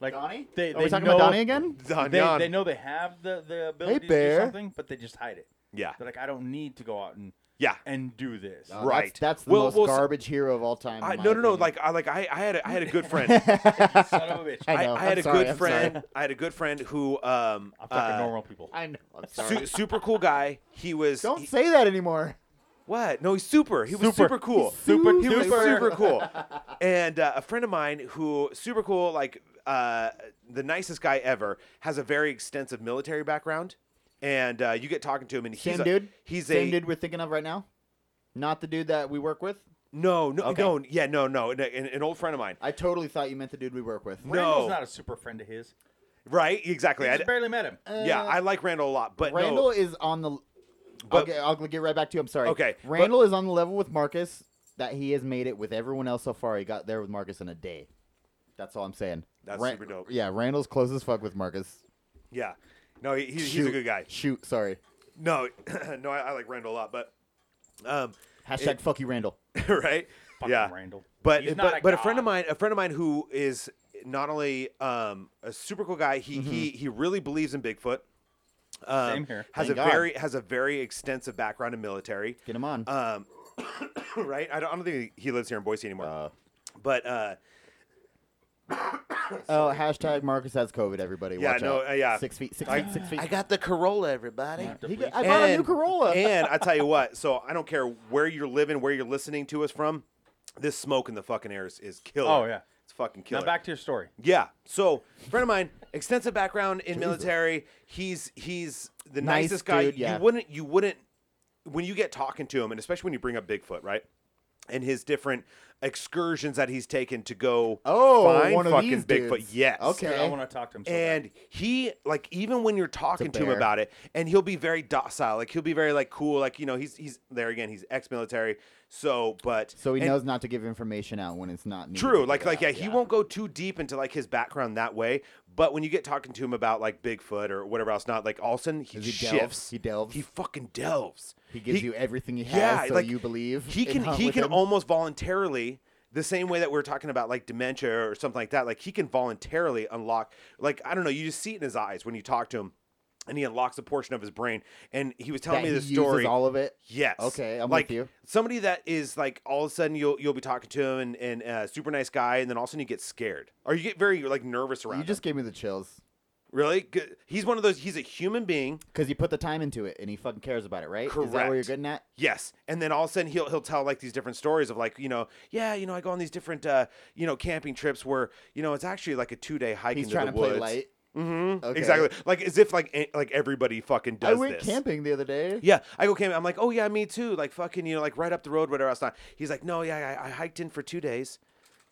Speaker 5: like
Speaker 4: Donnie?
Speaker 5: They,
Speaker 4: Are
Speaker 5: they
Speaker 4: we talking
Speaker 5: know,
Speaker 4: about Donnie again?
Speaker 5: They,
Speaker 6: Zanyan.
Speaker 5: they know they have the the ability to
Speaker 4: bear.
Speaker 5: do something, but they just hide it.
Speaker 6: yeah.
Speaker 5: They're like, I don't need to go out and
Speaker 6: Yeah.
Speaker 5: and do this.
Speaker 4: Oh,
Speaker 6: Uh, Right.
Speaker 4: That's, that's the
Speaker 6: Well-
Speaker 4: most
Speaker 6: well, so-
Speaker 4: garbage hero of all time. in my
Speaker 6: I, no, no, no.
Speaker 4: opinion.
Speaker 6: Like I like I, I had a, I had a good friend.
Speaker 5: Son of a bitch.
Speaker 4: I
Speaker 5: I,
Speaker 6: I,
Speaker 4: know.
Speaker 6: I had
Speaker 4: I'm
Speaker 6: a
Speaker 4: sorry,
Speaker 6: good
Speaker 4: I'm sorry.
Speaker 6: friend. I had a good friend who um
Speaker 5: am talking
Speaker 6: uh,
Speaker 5: normal people.
Speaker 4: I know. I'm sorry.
Speaker 6: su- super cool guy. He was
Speaker 4: Don't
Speaker 6: he-
Speaker 4: say that anymore.
Speaker 6: What? No, he's super. He was
Speaker 5: Super.
Speaker 6: super cool.
Speaker 5: He's super
Speaker 6: He was
Speaker 5: duper.
Speaker 6: super cool. And uh, a friend of mine who super cool, like uh, the nicest guy ever, has a very extensive military background. And uh, you get talking to him, and he's
Speaker 4: Same
Speaker 6: a,
Speaker 4: dude.
Speaker 6: He's
Speaker 4: Same
Speaker 6: a
Speaker 4: dude we're thinking of right now. Not the dude that we work with.
Speaker 6: no, no,
Speaker 4: Okay.
Speaker 6: no, yeah, no, no, an, an an old friend of mine.
Speaker 4: I totally thought you meant the dude we work with.
Speaker 6: No.
Speaker 5: Randall's not a super friend of his.
Speaker 6: Right? Exactly.
Speaker 5: I
Speaker 6: I,
Speaker 5: just barely met him.
Speaker 4: Uh,
Speaker 6: yeah, I like Randall a lot, but
Speaker 4: Randall
Speaker 6: no,
Speaker 4: is on the. I'll,
Speaker 6: But-
Speaker 4: get, I'll get right back to you. I'm sorry.
Speaker 6: Okay, but-
Speaker 4: Randall is on the level with Marcus that he has made it with everyone else so far. He got there with Marcus in a day. That's all I'm saying.
Speaker 6: That's super dope.
Speaker 4: Yeah, Randall's close as fuck with Marcus.
Speaker 6: yeah, no, he, he's, he's
Speaker 4: Shoot.
Speaker 6: a good guy.
Speaker 4: Shoot, sorry.
Speaker 6: No, no, I, I like Randall a lot, but um,
Speaker 4: Hashtag fuck you, Randall.
Speaker 6: right?
Speaker 5: Fucking
Speaker 6: yeah,
Speaker 5: Randall.
Speaker 6: But
Speaker 5: He's
Speaker 6: but,
Speaker 5: not a
Speaker 6: but a friend
Speaker 5: god.
Speaker 6: of mine, a friend of mine who is not only um, a super cool guy, he he he really believes in Bigfoot. Um,
Speaker 5: Mm-hmm. Same here.
Speaker 6: Has
Speaker 4: Thank
Speaker 6: a
Speaker 4: God.
Speaker 6: very has a very extensive background in military.
Speaker 4: Get him on.
Speaker 6: Um, right? I don't, I don't think he lives here in Boise anymore. but uh,
Speaker 4: oh, hashtag Marcus has COVID. Everybody,
Speaker 6: Yeah,
Speaker 4: watch
Speaker 6: no,
Speaker 4: out.
Speaker 6: uh, yeah.
Speaker 4: Six feet, six feet, six feet.
Speaker 6: I got the Corolla, everybody.
Speaker 4: He got- I bought a new
Speaker 6: And-
Speaker 4: Corolla.
Speaker 6: and I tell you what, so I don't care where you're living, where you're listening to us from, this smoke in the fucking air is, is killer.
Speaker 5: Oh, yeah.
Speaker 6: It's fucking
Speaker 5: Now
Speaker 6: killer.
Speaker 5: back to your story.
Speaker 6: Yeah. So friend of mine, extensive background in military. He's he's the
Speaker 4: Nice
Speaker 6: nicest guy.
Speaker 4: dude, yeah.
Speaker 6: You wouldn't you wouldn't when you get talking to him, and especially when you bring up Bigfoot, right? And his different excursions that he's taken to go
Speaker 4: Oh,
Speaker 6: find
Speaker 4: one of
Speaker 6: fucking
Speaker 4: these
Speaker 6: Bigfoot.
Speaker 4: dudes.
Speaker 6: Yes.
Speaker 4: Okay.
Speaker 5: Dude, I want to talk to him. So bad.
Speaker 6: And he like even when you're talking to him
Speaker 4: bear.
Speaker 6: about it, and he'll be very docile, like he'll be very like cool, like you know he's he's there again, he's ex-military, so but
Speaker 4: so he
Speaker 6: and-
Speaker 4: knows not to give information out when it's not needed to
Speaker 6: True.
Speaker 4: give
Speaker 6: Like,
Speaker 4: it
Speaker 6: like, yeah,
Speaker 4: out,
Speaker 6: he won't go too deep into like his background that way. But when you get talking to him about like Bigfoot or whatever else, not like all of a sudden he,
Speaker 4: Does he delve?
Speaker 6: shifts.
Speaker 4: He delves?
Speaker 6: He fucking delves.
Speaker 4: He gives you everything he has, so you believe.
Speaker 6: He
Speaker 4: and
Speaker 6: can.
Speaker 4: hunt
Speaker 6: He
Speaker 4: with
Speaker 6: can
Speaker 4: him.
Speaker 6: almost voluntarily. The same way that we are talking about like dementia or something like that, like he can voluntarily unlock, like I don't know, you just see it in his eyes when you talk to him, and he unlocks a portion of his brain. And he was telling
Speaker 4: that
Speaker 6: me
Speaker 4: he
Speaker 6: this
Speaker 4: uses
Speaker 6: story.
Speaker 4: all of it.
Speaker 6: Yes.
Speaker 4: Okay, I'm with
Speaker 6: like,
Speaker 4: you.
Speaker 6: Somebody that is like all of a sudden you'll you'll be talking to him and and uh, super nice guy, and then all of a sudden you get scared or you get very like nervous around.
Speaker 4: You
Speaker 6: him.
Speaker 4: just gave me the chills
Speaker 6: really good. He's one of those. He's a human being.
Speaker 4: because you put the time into it and he fucking cares about it, right? Is that what you're
Speaker 6: Correct.
Speaker 4: getting at?
Speaker 6: Yes, and then all of a sudden he'll he'll tell like these different stories of like you know yeah you know I go on these different uh, you know camping trips where you know it's actually like a two day hike
Speaker 4: He's
Speaker 6: into
Speaker 4: trying
Speaker 6: the
Speaker 4: to
Speaker 6: woods.
Speaker 4: play light.
Speaker 6: Mm-hmm.
Speaker 4: Okay.
Speaker 6: Exactly. Like as if like eh, like everybody fucking does
Speaker 4: I went
Speaker 6: this.
Speaker 4: camping the other day.
Speaker 6: Yeah, I go camping. I'm like, oh yeah, me too. Like fucking, you know, like right up the road, whatever else. Not. He's like, no, yeah, I, I hiked in for two days,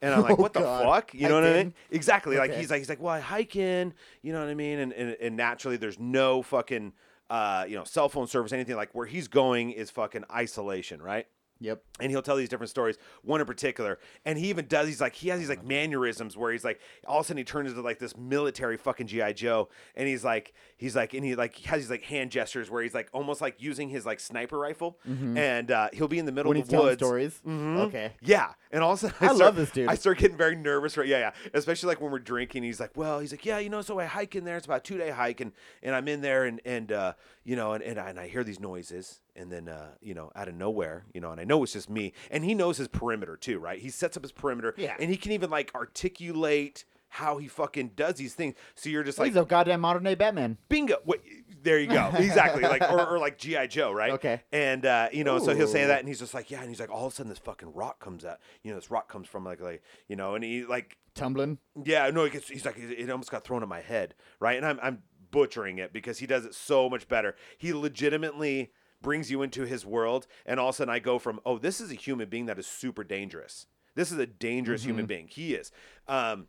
Speaker 6: and I'm like,
Speaker 4: Oh,
Speaker 6: what the
Speaker 4: God.
Speaker 6: fuck? You know
Speaker 4: Hiked
Speaker 6: what I
Speaker 4: in?
Speaker 6: mean? Exactly. Like
Speaker 4: Okay.
Speaker 6: he's like, he's like, well, I hike in. You know what I mean? And and, and naturally, there's no fucking, uh, you know, cell phone service, anything. Like where he's going is fucking isolation, right?
Speaker 4: Yep.
Speaker 6: and he'll tell these different stories one in particular and he even does he's like he has these like mannerisms where he's like all of a sudden he turns into like this military fucking gi joe and he's like he's like and he like has these like hand gestures where he's like almost like using his like sniper rifle and uh, he'll be in the middle
Speaker 4: Mm-hmm. When
Speaker 6: of
Speaker 4: he's
Speaker 6: the
Speaker 4: telling
Speaker 6: woods Mm-hmm.
Speaker 4: stories. Okay.
Speaker 6: yeah, and all of a sudden I,
Speaker 4: I love
Speaker 6: start-
Speaker 4: this dude.
Speaker 6: I start getting very nervous, right? Yeah, yeah. Especially like when we're drinking. He's like, "Well, he's like, yeah, you know, so I hike in there. It's about a two day hike, and and I'm in there, and and uh, you know, and and I, and I hear these noises, and then uh, you know, out of nowhere, you know, and I know it's just me, and he knows his perimeter too, right? He sets up his perimeter,
Speaker 4: Yeah.
Speaker 6: and he can even like articulate how he fucking does these things. So you're just like,
Speaker 4: He's a goddamn modern day Batman.
Speaker 6: bingo Wait, there you go exactly like or, or like gi joe right
Speaker 4: Okay.
Speaker 6: and uh, you know so he'll say
Speaker 4: Ooh.
Speaker 6: that and he's just like yeah and he's like all of a sudden this fucking rock comes out you know this rock comes from like like you know and he like
Speaker 4: Tumbling.
Speaker 6: yeah no he gets, he's like it it almost got thrown at my head right and i'm i'm butchering it because he does it so much better he legitimately brings you into his world, and all of a sudden I go from oh, this is a human being that is super dangerous. This is a dangerous human being. He is. Um,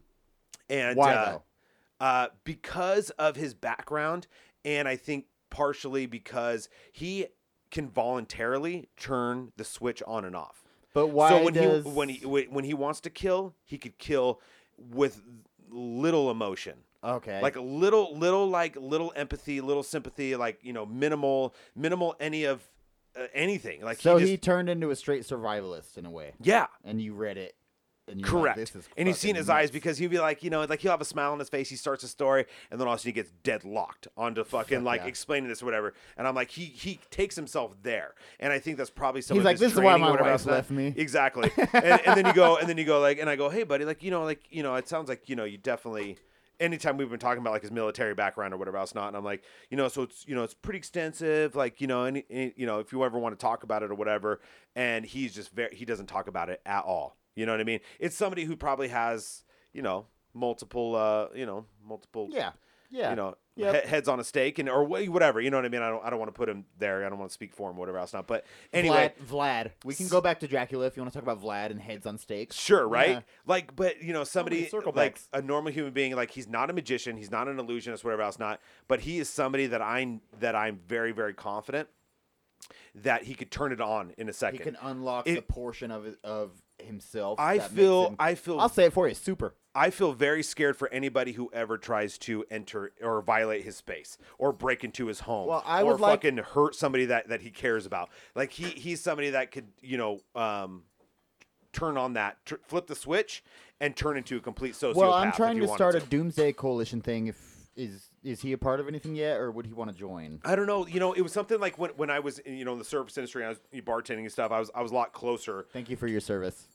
Speaker 6: and
Speaker 4: Mm-hmm. Why,
Speaker 6: uh,
Speaker 4: though?
Speaker 6: uh, because of his background, and I think partially because he can voluntarily turn the switch on and off.
Speaker 4: But why
Speaker 6: So when
Speaker 4: does
Speaker 6: he when he wh- when he wants to kill, he could kill with little emotion.
Speaker 4: okay
Speaker 6: Like a little, little, like little empathy, little sympathy, like you know, minimal, minimal any of uh, anything. Like
Speaker 4: so
Speaker 6: he, just,
Speaker 4: he turned into a straight survivalist in a way,
Speaker 6: yeah,
Speaker 4: and you read it. And you're like,
Speaker 6: Correct.
Speaker 4: this is
Speaker 6: and you've seen
Speaker 4: fucking
Speaker 6: his eyes
Speaker 4: nuts.
Speaker 6: because he'll be like, you know, like he'll have a smile on his face. He starts a story, and then all of a sudden he gets deadlocked onto fucking
Speaker 4: Fuck
Speaker 6: like
Speaker 4: yeah.
Speaker 6: explaining this or whatever. And I'm like, he he takes himself there, and I think that's probably some.
Speaker 4: He's
Speaker 6: of
Speaker 4: like,
Speaker 6: his
Speaker 4: "This is why
Speaker 6: training or
Speaker 4: my
Speaker 6: whatever
Speaker 4: wife
Speaker 6: else that-
Speaker 4: left me."
Speaker 6: Exactly. and, and then you go, and then you go like, and I go, hey buddy, like you know, like you know, it sounds like you know, you definitely. Anytime we've been talking about like his military background or whatever else, not, and I'm like, you know, so it's you know, it's pretty extensive. Like you know, any, any you know, if you ever want to talk about it or whatever, and he's just very he doesn't talk about it at all. You know what I mean? It's somebody who probably has you know multiple uh you know multiple
Speaker 4: yeah, yeah,
Speaker 6: you know
Speaker 4: Yep.
Speaker 6: he- heads on a stake and or wha- whatever you know what I mean I don't I don't want to put him there I don't want to speak for him whatever else not but anyway
Speaker 4: Vlad, Vlad. We can go back to Dracula if you want to talk about Vlad and heads on stakes.
Speaker 6: Sure, right?
Speaker 4: Yeah.
Speaker 6: Like, but you know, somebody
Speaker 5: many circle
Speaker 6: like
Speaker 5: backs.
Speaker 6: a normal human being, like he's not a magician, he's not an illusionist, whatever else, not. But he is somebody that I that I'm very very confident that he could turn it on in a
Speaker 4: He
Speaker 6: second.
Speaker 4: can unlock
Speaker 6: It-
Speaker 4: the portion of of himself.
Speaker 6: I
Speaker 4: that makes
Speaker 6: feel
Speaker 4: him-
Speaker 6: I feel
Speaker 4: I'll say it for you. Super.
Speaker 6: I feel very scared for anybody who ever tries to enter or violate his space or break into his home
Speaker 4: Well, I
Speaker 6: or
Speaker 4: would like-
Speaker 6: fucking hurt somebody that, that he cares about. Like he he's somebody that could, you know, um, turn on that, tr- flip the switch and turn into a complete sociopath.
Speaker 4: Well, I'm trying
Speaker 6: if
Speaker 4: to
Speaker 6: you wanted
Speaker 4: start a
Speaker 6: to.
Speaker 4: doomsday coalition thing. If is is he a part of anything yet, or would he want to join?
Speaker 6: I don't know. You know, it was something like when, when I was, you know, in the service industry, and I was bartending and stuff. I was I was a lot closer.
Speaker 4: Thank you for your service.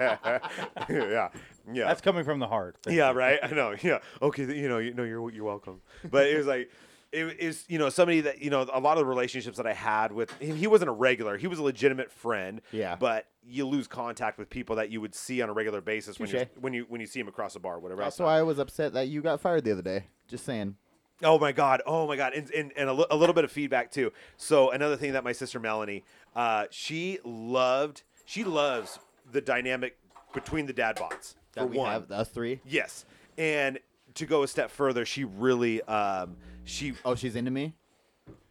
Speaker 6: yeah, yeah.
Speaker 5: That's coming from the heart.
Speaker 6: yeah, right. I know. Yeah. Okay. th- You know. You know. You're you're welcome. But it was like, it is you know somebody that you know a lot of the relationships that I had with he he wasn't a regular. He was a legitimate friend.
Speaker 4: Yeah.
Speaker 6: But you lose contact with people that you would see on a regular basis when you
Speaker 4: Touche.
Speaker 6: when you when you see him across the bar, or whatever.
Speaker 4: That's
Speaker 6: else.
Speaker 4: why I was upset that you got fired the other day. Just saying.
Speaker 6: Oh my god! Oh my god! And and, and a, li- a little bit of feedback too. So another thing that my sister Melanie, uh, she loved she loves the dynamic between the dad bots
Speaker 4: That
Speaker 6: for
Speaker 4: we
Speaker 6: one.
Speaker 4: have us three.
Speaker 6: Yes, and to go a step further, she really um she
Speaker 4: Oh, she's into me.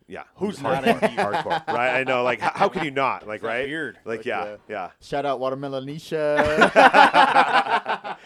Speaker 6: yeah
Speaker 5: Who's
Speaker 6: hardcore,
Speaker 5: not into you?
Speaker 6: hardcore right? I know like how, how can you not like right
Speaker 5: weird.
Speaker 6: like,
Speaker 4: Like,
Speaker 6: yeah
Speaker 4: yeah.
Speaker 6: yeah.
Speaker 4: Shout out Watermelonisha.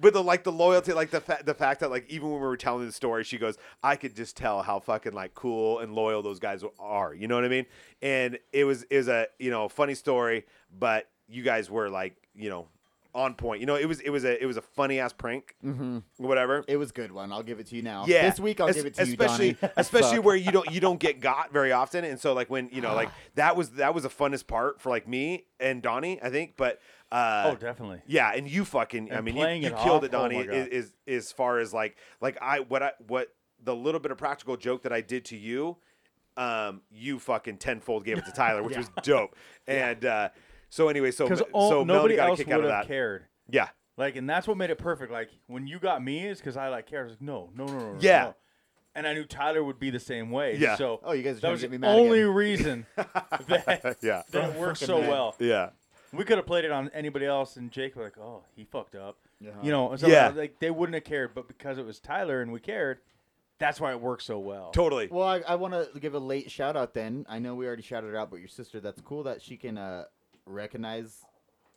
Speaker 6: but the like the loyalty, like the fa- the fact that like even when we were telling the story, she goes, "I could just tell how fucking like cool and loyal those guys are." You know what I mean? And it was is a you know funny story, but you guys were like you know on point. You know it was it was a it was a funny ass prank, mm-hmm. whatever.
Speaker 4: it was a good one. I'll give it to you now.
Speaker 6: Yeah,
Speaker 4: This week I'll
Speaker 6: Es-
Speaker 4: give it to
Speaker 6: especially,
Speaker 4: you, Donnie.
Speaker 6: especially
Speaker 4: Fuck.
Speaker 6: where you don't you don't get got very often, and so like when you know like that was that was the funnest part for like me and Donnie, I think. But uh,
Speaker 5: Oh, definitely.
Speaker 6: yeah, and you fucking I
Speaker 5: And
Speaker 6: mean you,
Speaker 5: playing
Speaker 6: you
Speaker 5: it
Speaker 6: killed
Speaker 5: off,
Speaker 6: it,
Speaker 5: oh
Speaker 6: Donnie.
Speaker 5: my
Speaker 6: is,
Speaker 5: God.
Speaker 6: is as far as like like I what I what the little bit of practical joke that I did to you, um, you fucking tenfold gave it to Tyler, which was dope. And uh, so anyway, so
Speaker 5: Because
Speaker 6: so Melody
Speaker 5: nobody
Speaker 6: got a
Speaker 5: else
Speaker 6: kick out
Speaker 5: would
Speaker 6: of
Speaker 5: have
Speaker 6: that.
Speaker 5: cared.
Speaker 6: Yeah,
Speaker 5: Like, and that's what made it perfect. Like, when you got me is because I like cared. I was like, no, no, no, no, no,
Speaker 6: Yeah.
Speaker 5: no. And I knew Tyler would be the same way.
Speaker 6: Yeah.
Speaker 5: So
Speaker 4: Oh, you guys are
Speaker 5: that
Speaker 4: trying
Speaker 5: was
Speaker 4: to get me
Speaker 5: the
Speaker 4: mad
Speaker 5: only
Speaker 4: again.
Speaker 5: reason that,
Speaker 6: Yeah.
Speaker 5: that it worked so
Speaker 4: mad.
Speaker 5: well.
Speaker 6: yeah.
Speaker 5: We could have played it on anybody else, and Jake would like, oh, he fucked up.
Speaker 4: Uh-huh.
Speaker 5: You know, and so
Speaker 6: Yeah.
Speaker 5: like they wouldn't have cared, but because it was Tyler and we cared, that's why it worked so well.
Speaker 6: Totally.
Speaker 4: Well, I, I want to give a late shout out then. I know we already shouted out, but your sister, that's cool that she can uh, recognize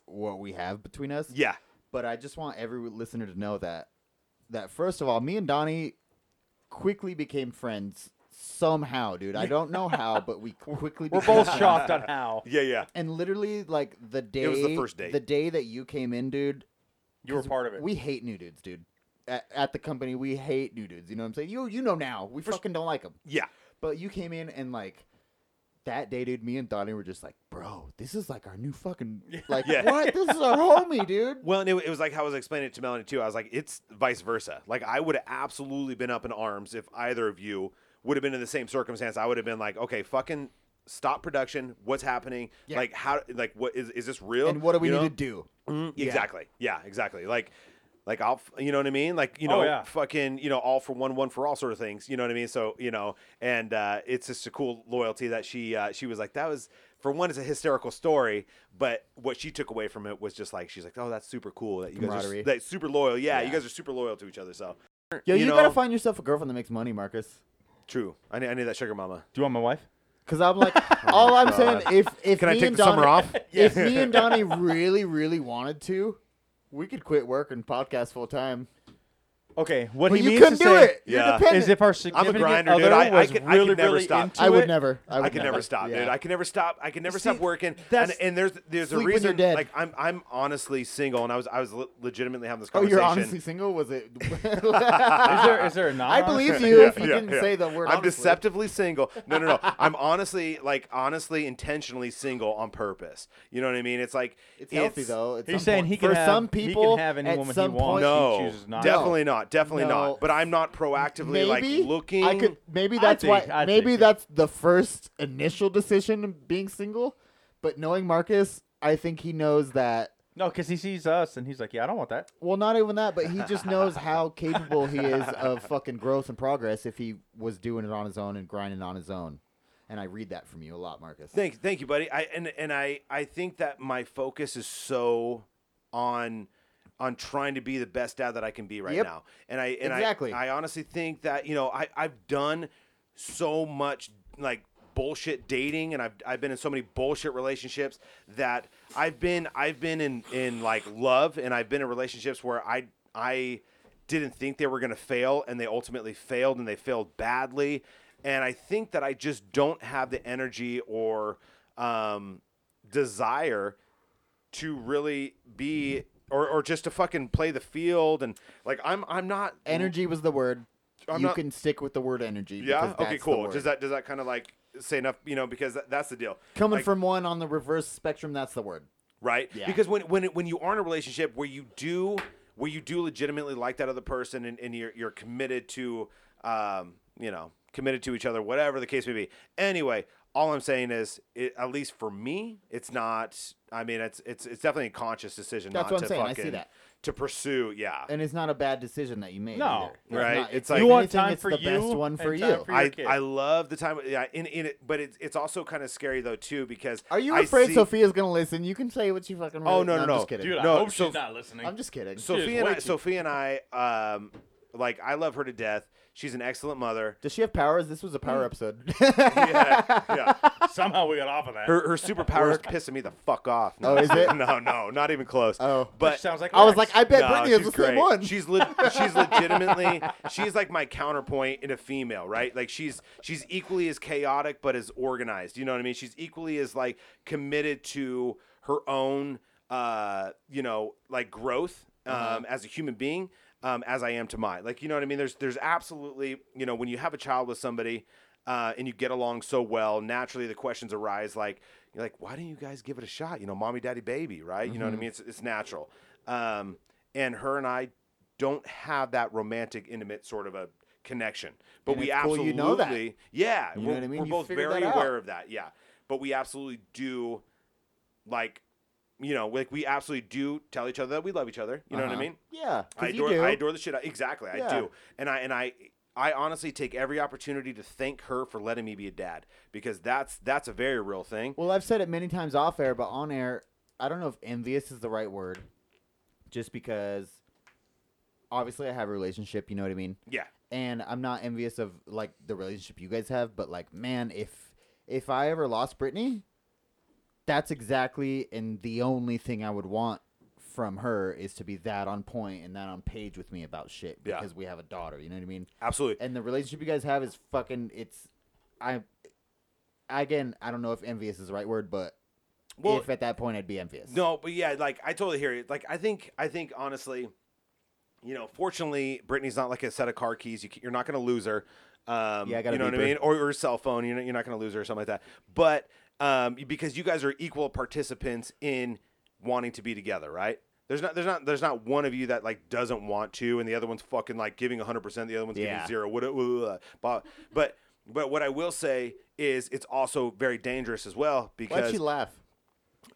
Speaker 4: what we have between us.
Speaker 6: Yeah.
Speaker 4: But I just want every listener to know that, that first of all, me and Donnie quickly became friends somehow, dude. I don't know how, but we quickly
Speaker 5: We're
Speaker 4: became
Speaker 5: both
Speaker 4: friends.
Speaker 5: shocked on how
Speaker 6: Yeah, yeah.
Speaker 4: And literally, like the day,
Speaker 6: was the first date.
Speaker 4: the day that you came in, dude,
Speaker 5: you were part of it.
Speaker 4: we hate new dudes, dude. At, at the company, we hate new dudes. You know what I'm saying? You you know now. We fucking don't like them.
Speaker 6: Yeah.
Speaker 4: But you came in and like that day, dude. Me and Donnie were just like, bro, this is like our new fucking like
Speaker 6: Yeah.
Speaker 4: what? This is our homie, dude.
Speaker 6: Well, and it, it was like how I was explaining it to Melanie too. I was like, it's vice versa. Like I would have absolutely been up in arms if either of you would have been in the same circumstance. I would have been like, okay, fucking stop production. What's happening?
Speaker 4: Yeah.
Speaker 6: Like how? Like what is is this real?
Speaker 4: And what do we
Speaker 6: You
Speaker 4: need
Speaker 6: know?
Speaker 4: to do?
Speaker 6: Mhm,
Speaker 4: Yeah.
Speaker 6: Exactly. Yeah. Exactly. Like Like I'll, f- you know what I mean? Like you
Speaker 5: Oh,
Speaker 6: know,
Speaker 5: yeah.
Speaker 6: fucking, you know, all for one, one for all sort of things. You know what I mean? So you know, and uh, it's just a cool loyalty that she uh, she was like that was for one, it's a hysterical story, but what she took away from it was just like she's like, oh, that's super cool that you guys
Speaker 4: Camaraderie.
Speaker 6: are that super loyal. Yeah, you
Speaker 4: Yeah.
Speaker 6: guys are super loyal to each other. So
Speaker 4: Yo, you,
Speaker 6: You
Speaker 4: gotta
Speaker 6: know-
Speaker 4: find yourself a girlfriend that makes money, Marcus.
Speaker 6: true. I need, I need that sugar mama.
Speaker 5: Do you want my wife?
Speaker 4: Cause I'm like, all I'm saying, if if
Speaker 6: Oh Can
Speaker 4: me
Speaker 6: I take
Speaker 4: and
Speaker 6: the summer
Speaker 4: Donnie-
Speaker 6: off?
Speaker 4: if me and Donnie really, really wanted to, we could quit work and podcast full time.
Speaker 5: Okay, what
Speaker 4: But
Speaker 5: he
Speaker 4: you
Speaker 5: means to
Speaker 4: couldn't do
Speaker 5: say
Speaker 4: it. You're
Speaker 6: Yeah.
Speaker 4: dependent.
Speaker 5: is if our significant
Speaker 6: grinder,
Speaker 5: other
Speaker 6: dude. I- I
Speaker 5: was
Speaker 6: could- I
Speaker 5: really,
Speaker 6: could never
Speaker 5: really
Speaker 6: stop.
Speaker 5: into
Speaker 4: I would
Speaker 5: it,
Speaker 4: never. I, would
Speaker 6: I can never stop,
Speaker 4: Yeah.
Speaker 6: dude. I can never stop. I can never
Speaker 5: See,
Speaker 6: stop working.
Speaker 5: that's-
Speaker 6: and, and there's there's
Speaker 4: Sleep
Speaker 6: a
Speaker 4: when you're
Speaker 6: reason.
Speaker 4: dead.
Speaker 6: Like I'm I'm honestly single, and I was I was le- legitimately having this
Speaker 4: Oh,
Speaker 6: conversation.
Speaker 4: you're honestly single? Was it?
Speaker 5: Is there is there a non?
Speaker 4: I believe you
Speaker 6: Yeah,
Speaker 4: if you
Speaker 6: yeah,
Speaker 4: didn't
Speaker 6: yeah.
Speaker 4: say the word.
Speaker 6: I'm
Speaker 4: honestly.
Speaker 6: deceptively single. No, no, no. I'm honestly like honestly intentionally single on purpose. You know what I mean? It's like
Speaker 4: It's healthy though. at
Speaker 5: He's
Speaker 4: some
Speaker 5: saying
Speaker 4: point.
Speaker 5: he can
Speaker 4: for
Speaker 5: have-
Speaker 4: some
Speaker 5: he can
Speaker 4: people
Speaker 5: have any
Speaker 4: at
Speaker 5: woman he
Speaker 4: some
Speaker 5: wants.
Speaker 4: point-
Speaker 6: No,
Speaker 5: chooses not.
Speaker 6: definitely not. Definitely
Speaker 4: No.
Speaker 6: not. But I'm not proactively
Speaker 4: maybe
Speaker 6: like looking.
Speaker 4: I could maybe
Speaker 5: I
Speaker 4: that's
Speaker 5: think-
Speaker 4: why
Speaker 5: I
Speaker 4: maybe
Speaker 5: think-
Speaker 4: that's the first initial decision of being single. But knowing Marcus, I think he knows that.
Speaker 5: No, because he sees us and he's like, yeah, I don't want that.
Speaker 4: Well, not even that, but he just knows how capable he is of fucking growth and progress if he was doing it on his own and grinding on his own. And I read that from you a lot, Marcus.
Speaker 6: Thank, thank you, buddy. I and and I I think that my focus is so on on trying to be the best dad that I can be right
Speaker 4: Yep.
Speaker 6: now. And I and I-
Speaker 4: Exactly.
Speaker 6: I, honestly think that you know I I've done so much like bullshit dating and I've I've been in so many bullshit relationships that I've been I've been in in like love and I've been in relationships where I I didn't think they were going to fail and they ultimately failed and they failed badly and I think that I just don't have the energy or um desire to really be or, or just to fucking play the field and like I'm I'm not
Speaker 4: Energy was the word.
Speaker 6: I'm
Speaker 4: you
Speaker 6: not-
Speaker 4: can stick with the word energy.
Speaker 6: Yeah.
Speaker 4: because
Speaker 6: Okay.
Speaker 4: that's the
Speaker 6: Cool.
Speaker 4: word.
Speaker 6: Does that does that kind of like say enough? You know, because that, that's the deal.
Speaker 4: coming
Speaker 6: Like,
Speaker 4: from one on the reverse spectrum? That's the word.
Speaker 6: right?
Speaker 4: Yeah.
Speaker 6: Because when when when you are in a relationship where you do where you do legitimately like that other person and, and you're you're committed to um you know committed to each other whatever the case may be. Anyway, all I'm saying is it, at least for me, it's not. I mean, it's it's it's definitely a conscious decision.
Speaker 4: That's
Speaker 6: not
Speaker 4: what I'm
Speaker 6: to
Speaker 4: saying. I see
Speaker 6: Fucking,
Speaker 4: that.
Speaker 6: To pursue, yeah.
Speaker 4: and it's not a bad decision that you made.
Speaker 5: No,
Speaker 4: either. It's
Speaker 6: right?
Speaker 4: not-
Speaker 6: It's
Speaker 4: it's
Speaker 6: like-
Speaker 4: if
Speaker 6: You
Speaker 5: want
Speaker 4: anything,
Speaker 5: time
Speaker 4: it's
Speaker 5: for
Speaker 4: the best
Speaker 5: you
Speaker 4: one for
Speaker 5: and
Speaker 4: you.
Speaker 5: time for your
Speaker 6: I,
Speaker 5: kid.
Speaker 6: I love the time yeah, in, in it but it's it's also kind of scary though too because
Speaker 4: Are you
Speaker 6: I
Speaker 4: afraid
Speaker 6: see-
Speaker 4: Sophia's gonna listen? You can say what you fucking.
Speaker 6: Oh,
Speaker 4: really-
Speaker 6: no, no,
Speaker 4: I'm
Speaker 6: no.
Speaker 4: just kidding.
Speaker 5: Dude,
Speaker 6: No,
Speaker 5: I hope
Speaker 6: so-
Speaker 5: she's not listening.
Speaker 4: I'm just kidding.
Speaker 6: Sophia and
Speaker 5: way
Speaker 6: I,
Speaker 5: too-
Speaker 6: Sophia and I, um, like I love her to death. She's an excellent mother.
Speaker 4: Does she have powers? This was a
Speaker 6: Hmm.
Speaker 4: power episode.
Speaker 6: Yeah, yeah.
Speaker 5: Somehow we got off of that.
Speaker 6: Her her superpower is pissing me the fuck off.
Speaker 4: Oh, is it?
Speaker 6: No, no, not even close.
Speaker 4: Oh.
Speaker 5: Which
Speaker 6: but
Speaker 5: sounds like
Speaker 4: I was like,
Speaker 5: Lex.
Speaker 4: I bet
Speaker 6: No,
Speaker 4: Brittany is
Speaker 6: she's
Speaker 4: the same
Speaker 6: great.
Speaker 4: one.
Speaker 6: She's le- she's legitimately she's like my counterpoint in a female, right? Like she's she's equally as chaotic but as organized. You know what I mean? She's equally as like committed to her own uh, you know, like growth um, as a human being. Um, as I am to mine, like you know what I mean. There's there's absolutely you know when you have a child with somebody, uh, and you get along so well, naturally the questions arise like, you're like, why didn't you guys give it a shot? You know, mommy, daddy, baby, right? You know what I mean? It's, it's natural. Um, and her and I don't have that romantic, intimate sort of a connection, but
Speaker 4: And
Speaker 6: we
Speaker 4: it's cool
Speaker 6: absolutely,
Speaker 4: you know that.
Speaker 6: yeah,
Speaker 4: You know
Speaker 6: we're,
Speaker 4: what I mean?
Speaker 6: we're
Speaker 4: You
Speaker 6: both
Speaker 4: figured
Speaker 6: very
Speaker 4: that
Speaker 6: aware of that. Yeah. But we absolutely do like, you know, like we absolutely do tell each other that we love each other. You know what
Speaker 4: Uh-huh.
Speaker 6: I mean?
Speaker 4: yeah, 'cause
Speaker 6: I
Speaker 4: you
Speaker 6: adore,
Speaker 4: do.
Speaker 6: I adore the shit. out- Exactly,
Speaker 4: Yeah.
Speaker 6: I do. And I and I I honestly take every opportunity to thank her for letting me be a dad because that's that's a very real thing.
Speaker 4: Well, I've said it many times off air, but on air, I don't know if envious is the right word. Just because, obviously, I have a relationship. You know what I mean.
Speaker 6: Yeah,
Speaker 4: and I'm not envious of like the relationship you guys have, but like, man, if if I ever lost Brittany, that's exactly and the only thing I would want from her is to be that on point and that on page with me about shit
Speaker 6: Yeah.
Speaker 4: because we have a daughter. You know what I mean?
Speaker 6: absolutely.
Speaker 4: And the relationship you guys have is fucking. It's I. Again, I don't know if envious is the right word, but
Speaker 6: Well-
Speaker 4: if at that point I'd be envious.
Speaker 6: No, but yeah, like I totally hear you. Like I think I think honestly, you know, fortunately, Brittany's not like a set of car keys. You, c- you're not going to lose her. Um,
Speaker 4: Yeah, I got a
Speaker 6: you know what I
Speaker 4: beeper.
Speaker 6: mean, or, or her cell phone. You know, you're not going to lose her or something like that. But um, because you guys are equal participants in wanting to be together, right? There's not there's not there's not one of you that like doesn't want to, and the other one's fucking like giving 100. percent The other one's
Speaker 4: Yeah.
Speaker 6: giving zero. What? uh, blah. But but what I will say is it's also very dangerous as well because
Speaker 4: Why'd she laugh?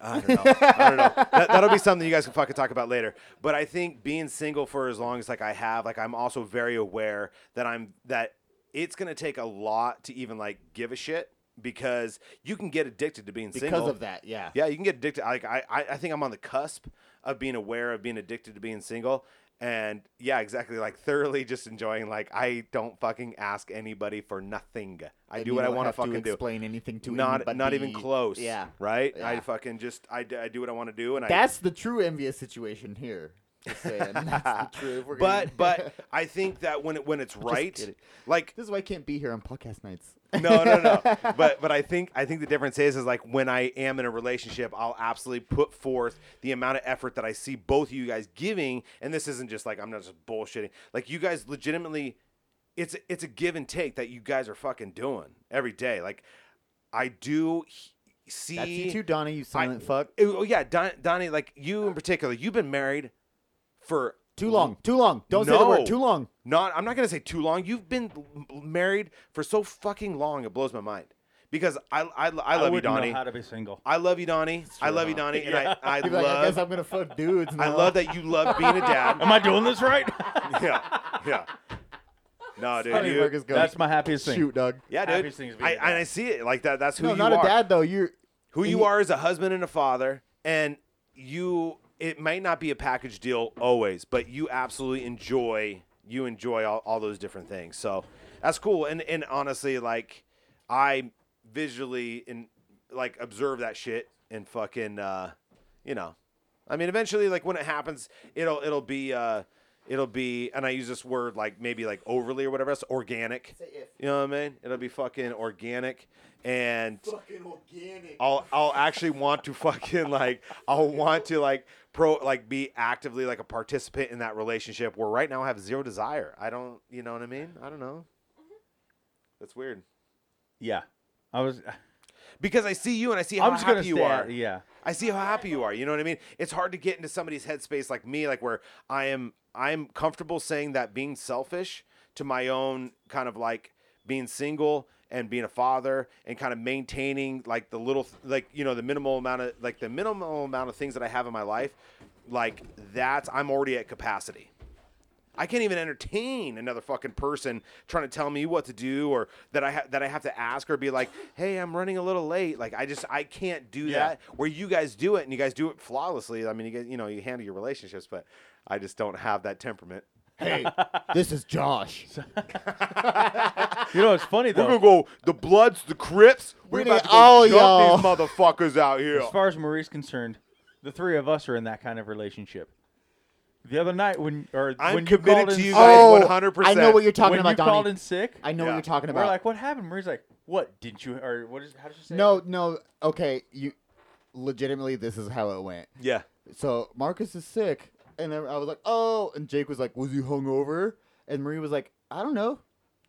Speaker 6: I don't know. I don't know. That, that'll be something you guys can fucking talk about later. But I think being single for as long as like I have, like I'm also very aware that I'm that it's gonna take a lot to even like give a shit because you can get addicted to being
Speaker 4: because
Speaker 6: single
Speaker 4: of that. Yeah.
Speaker 6: Yeah, you can get addicted. Like I, I, I think I'm on the cusp of being aware of being addicted to being single. And yeah, exactly. Like thoroughly just enjoying. Like I don't fucking ask anybody for nothing. I
Speaker 4: And
Speaker 6: do
Speaker 4: you
Speaker 6: what I
Speaker 4: don't
Speaker 6: want to
Speaker 4: have
Speaker 6: fucking do.
Speaker 4: Explain anything to
Speaker 6: Not,
Speaker 4: anybody.
Speaker 6: not even close.
Speaker 4: Yeah.
Speaker 6: Right.
Speaker 4: Yeah.
Speaker 6: I fucking just I, d- I do what I want to do, and I
Speaker 4: That's the true envious situation here. Just saying. That's the true. if we're gonna-
Speaker 6: But but I think that when it when it's right,
Speaker 4: kidding.
Speaker 6: like
Speaker 4: this is why I can't be here on podcast nights.
Speaker 6: no no no. but but I think I think the difference is is like when I am in a relationship, I'll absolutely put forth the amount of effort that I see both of you guys giving, and this isn't just like I'm not just bullshitting. Like you guys legitimately, it's it's a give and take that you guys are fucking doing every day. Like I do he- see
Speaker 4: That's you too, Donnie. You silent fuck.
Speaker 6: Oh yeah, Don, Donnie. Like you in particular, you've been married for
Speaker 4: Too long. Too long. Don't say the
Speaker 6: Oh. No.
Speaker 4: word. Too long.
Speaker 6: Not, I'm not gonna say too long. You've been m- married for so fucking long, it blows my mind. Because I, I, I love you,
Speaker 5: wouldn't
Speaker 6: Donnie.
Speaker 5: Know how to be single?
Speaker 6: I love you, Donnie. I love you, Donnie, and I, I
Speaker 4: You'd be like, I guess
Speaker 6: love,
Speaker 4: I'm gonna fuck dudes.
Speaker 6: I
Speaker 4: now."
Speaker 6: love that you love being a dad.
Speaker 5: Am I doing this right?
Speaker 6: yeah, yeah. No, dude,
Speaker 4: Donnie
Speaker 6: you,
Speaker 4: Burgess going,
Speaker 5: That's my happiest thing.
Speaker 4: shoot, Doug.
Speaker 6: yeah,
Speaker 5: Happiest thing is
Speaker 6: dude.
Speaker 5: being
Speaker 6: I,
Speaker 5: a dad.
Speaker 6: and I see it like that. That's who
Speaker 4: No,
Speaker 6: you
Speaker 4: not
Speaker 6: are.
Speaker 4: a dad though. You're
Speaker 6: who you
Speaker 4: he-
Speaker 6: are as a husband and a father, and you it might not be a package deal always, but you absolutely enjoy you enjoy all, all those different things. So that's cool. And and honestly, like I visually and like observe that shit and fucking uh you know. I mean eventually like when it happens, it'll it'll be uh it'll be and I use this word like maybe like overly or whatever, it's organic. You know what I mean? It'll be fucking organic and I'll I'll actually want to fucking like I'll want to like pro like be actively like a participant in that relationship where right now I have zero desire. I don't you know what I mean? I don't know.
Speaker 5: Mm-hmm.
Speaker 6: That's weird.
Speaker 5: Yeah, I was.
Speaker 6: Because I see you and I see how
Speaker 5: I'm just gonna
Speaker 6: happy you
Speaker 5: stay
Speaker 6: are.
Speaker 5: out- Yeah,
Speaker 6: I see how happy you are. You know what I mean? It's hard to get into somebody's headspace like me, like where I am I'm comfortable saying that being selfish to my own kind of like being single and being a father and kind of maintaining like the little like you know the minimal amount of like the minimal amount of things that I have in my life like that's I'm already at capacity. I can't even entertain another fucking person trying to tell me what to do or that I ha- that I have to ask or be like, "Hey, I'm running a little late." Like I just I can't do
Speaker 5: Yeah.
Speaker 6: that. Where you guys do it and you guys do it flawlessly. I mean, you guys, you know, you handle your relationships, but I just don't have that temperament.
Speaker 4: Hey, this is Josh.
Speaker 5: you know it's funny though.
Speaker 6: go the Bloods, the Crips.
Speaker 4: We're gonna get all
Speaker 6: motherfuckers out here.
Speaker 5: As far as Marie's concerned, the three of us are in that kind of relationship. The other night when or
Speaker 6: I'm
Speaker 5: when you
Speaker 6: committed to
Speaker 5: called in
Speaker 6: you Oh,
Speaker 5: sick-
Speaker 6: guys.
Speaker 4: Oh, I
Speaker 6: 100%.
Speaker 4: know what you're talking
Speaker 5: when you
Speaker 4: about,
Speaker 5: called
Speaker 4: Donnie.
Speaker 5: in sick,
Speaker 4: I know what
Speaker 6: Yeah.
Speaker 4: you're talking
Speaker 5: we're
Speaker 4: about.
Speaker 5: like, "What happened?" Marie's like, "What did you or what is how did she say?" it?
Speaker 4: no, no. Okay, you. Legitimately, this is how it went.
Speaker 6: yeah.
Speaker 4: So Marcus is sick, and then I was like, "Oh," and Jake was like, "Was he hungover?" And Marie was like, "I don't know."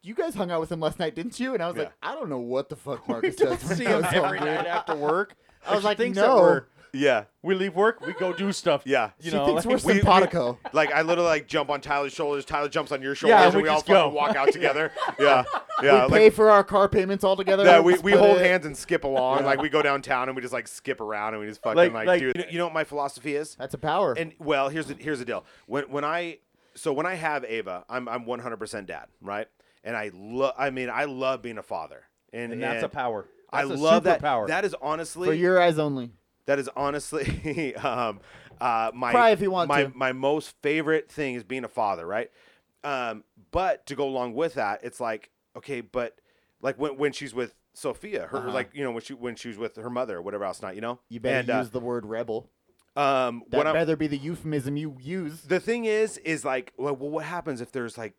Speaker 4: You guys hung out with him last night, didn't you? And I was like, I don't know what the fuck Marcus
Speaker 5: don't
Speaker 4: does. when
Speaker 5: see
Speaker 4: I
Speaker 5: him
Speaker 4: was
Speaker 5: every
Speaker 4: hungry."
Speaker 5: night after work.
Speaker 4: I was
Speaker 5: she
Speaker 4: like,
Speaker 5: thinks
Speaker 4: no.
Speaker 5: that we're-
Speaker 6: Yeah.
Speaker 5: we leave work, we go do stuff.
Speaker 6: Yeah.
Speaker 5: you
Speaker 4: She
Speaker 5: know,
Speaker 4: thinks
Speaker 5: like,
Speaker 4: we're simpatico.
Speaker 6: Like I literally like jump on Tyler's shoulders, Tyler jumps on your shoulders,
Speaker 5: and
Speaker 6: and we,
Speaker 5: we
Speaker 6: all
Speaker 5: just go.
Speaker 6: fucking walk out together. yeah. Yeah.
Speaker 4: we pay for our car payments all together.
Speaker 6: Yeah, we, we
Speaker 4: split
Speaker 6: hold
Speaker 4: it.
Speaker 6: hands and skip along. Like we go downtown and we just like skip around and we just fucking
Speaker 5: Like-
Speaker 6: like,
Speaker 5: like-
Speaker 6: do. You know, you know what my philosophy is?
Speaker 4: That's a power.
Speaker 6: And well, here's the here's the deal. When when I so when I have Ava, I'm I'm 100% dad, right? And I love. I mean, I love being a father. And,
Speaker 5: And that's a
Speaker 6: and
Speaker 5: power.
Speaker 6: I
Speaker 5: That's a
Speaker 6: love that
Speaker 5: superpower.
Speaker 6: That is honestly
Speaker 4: for your eyes only.
Speaker 6: that is honestly um, uh, my
Speaker 4: Cry if you want
Speaker 6: my,
Speaker 4: to.
Speaker 6: my most favorite thing is being a father, right? Um, but to go along with that, it's like okay, but like when when she's with Sophia, her like you know when she when she was with her mother or whatever else, not you know.
Speaker 4: Uh-huh. You better
Speaker 6: and, uh,
Speaker 4: use the word rebel.
Speaker 6: the um
Speaker 4: That
Speaker 6: what I'm,
Speaker 4: better be the euphemism you use.
Speaker 6: the thing is is like well, well, what happens if there's like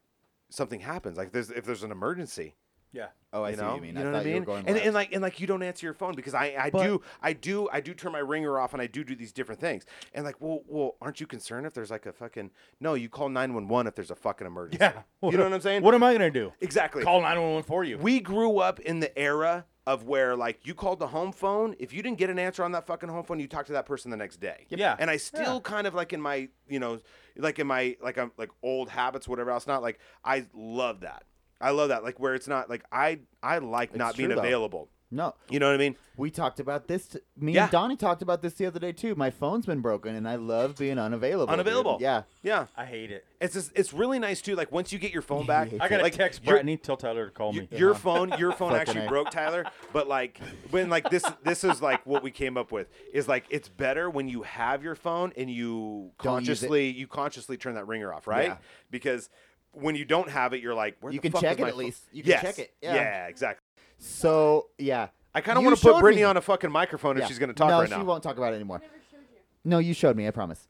Speaker 6: something happens like there's if there's an emergency
Speaker 5: yeah.
Speaker 4: Oh, I
Speaker 6: you
Speaker 4: see
Speaker 6: know,
Speaker 4: what you mean. I
Speaker 6: know
Speaker 4: thought
Speaker 6: what I mean?
Speaker 4: you were going
Speaker 6: and,
Speaker 4: left.
Speaker 6: and like and like you don't answer your phone because I I
Speaker 5: But-
Speaker 6: do I do I do turn my ringer off and I do do these different things. And like, well, well, aren't you concerned if there's like a fucking no? You call nine one one if there's a fucking emergency.
Speaker 5: Yeah.
Speaker 6: you know what I'm saying?
Speaker 5: What am I gonna do?
Speaker 6: exactly.
Speaker 5: Call nine one one for you.
Speaker 6: we grew up in the era of where like you called the home phone. If you didn't get an answer on that fucking home phone, you talked to that person the next day.
Speaker 5: Yeah.
Speaker 6: And I still kind of like in my you know like in my like I'm like old habits whatever else. Not like I love that. I love that. Like where it's not like I I like not being
Speaker 4: true, though.
Speaker 6: available.
Speaker 4: No,
Speaker 6: You know what I mean?
Speaker 4: we talked about this. t- me
Speaker 6: Yeah.
Speaker 4: and Donnie talked about this the other day too. My phone's been broken, and I love being unavailable. dude.
Speaker 6: Unavailable.
Speaker 4: Yeah.
Speaker 6: Yeah.
Speaker 5: I hate it.
Speaker 6: It's just, it's really nice too. Like once you get your phone back,
Speaker 5: I gotta
Speaker 6: like,
Speaker 5: text
Speaker 6: your-
Speaker 5: Brittany. Tell Tyler to call
Speaker 6: y-
Speaker 5: me.
Speaker 6: Your phone, your phone
Speaker 4: Uh-huh. Fucking
Speaker 6: actually
Speaker 4: A.
Speaker 6: broke Tyler, but like when like this, this is like what we came up with is like it's better when you have your phone and you
Speaker 4: Don't use it.
Speaker 6: consciously you consciously turn that ringer off, right?
Speaker 4: Yeah.
Speaker 6: Because when you don't have it, you're like, where
Speaker 4: You
Speaker 6: the
Speaker 4: can
Speaker 6: fuck
Speaker 4: check
Speaker 6: is
Speaker 4: it
Speaker 6: my
Speaker 4: at
Speaker 6: phone?
Speaker 4: least. You can
Speaker 6: Yes.
Speaker 4: check it. Yeah.
Speaker 6: exactly.
Speaker 4: So yeah,
Speaker 6: I kind of
Speaker 4: You
Speaker 6: want to put
Speaker 4: showed
Speaker 6: Brittany
Speaker 4: me.
Speaker 6: on a fucking microphone if
Speaker 4: Yeah.
Speaker 6: she's going to talk
Speaker 4: no,
Speaker 6: right
Speaker 4: she
Speaker 6: now.
Speaker 4: won't talk about it anymore.
Speaker 2: I never showed you.
Speaker 4: No, you showed me. I promise.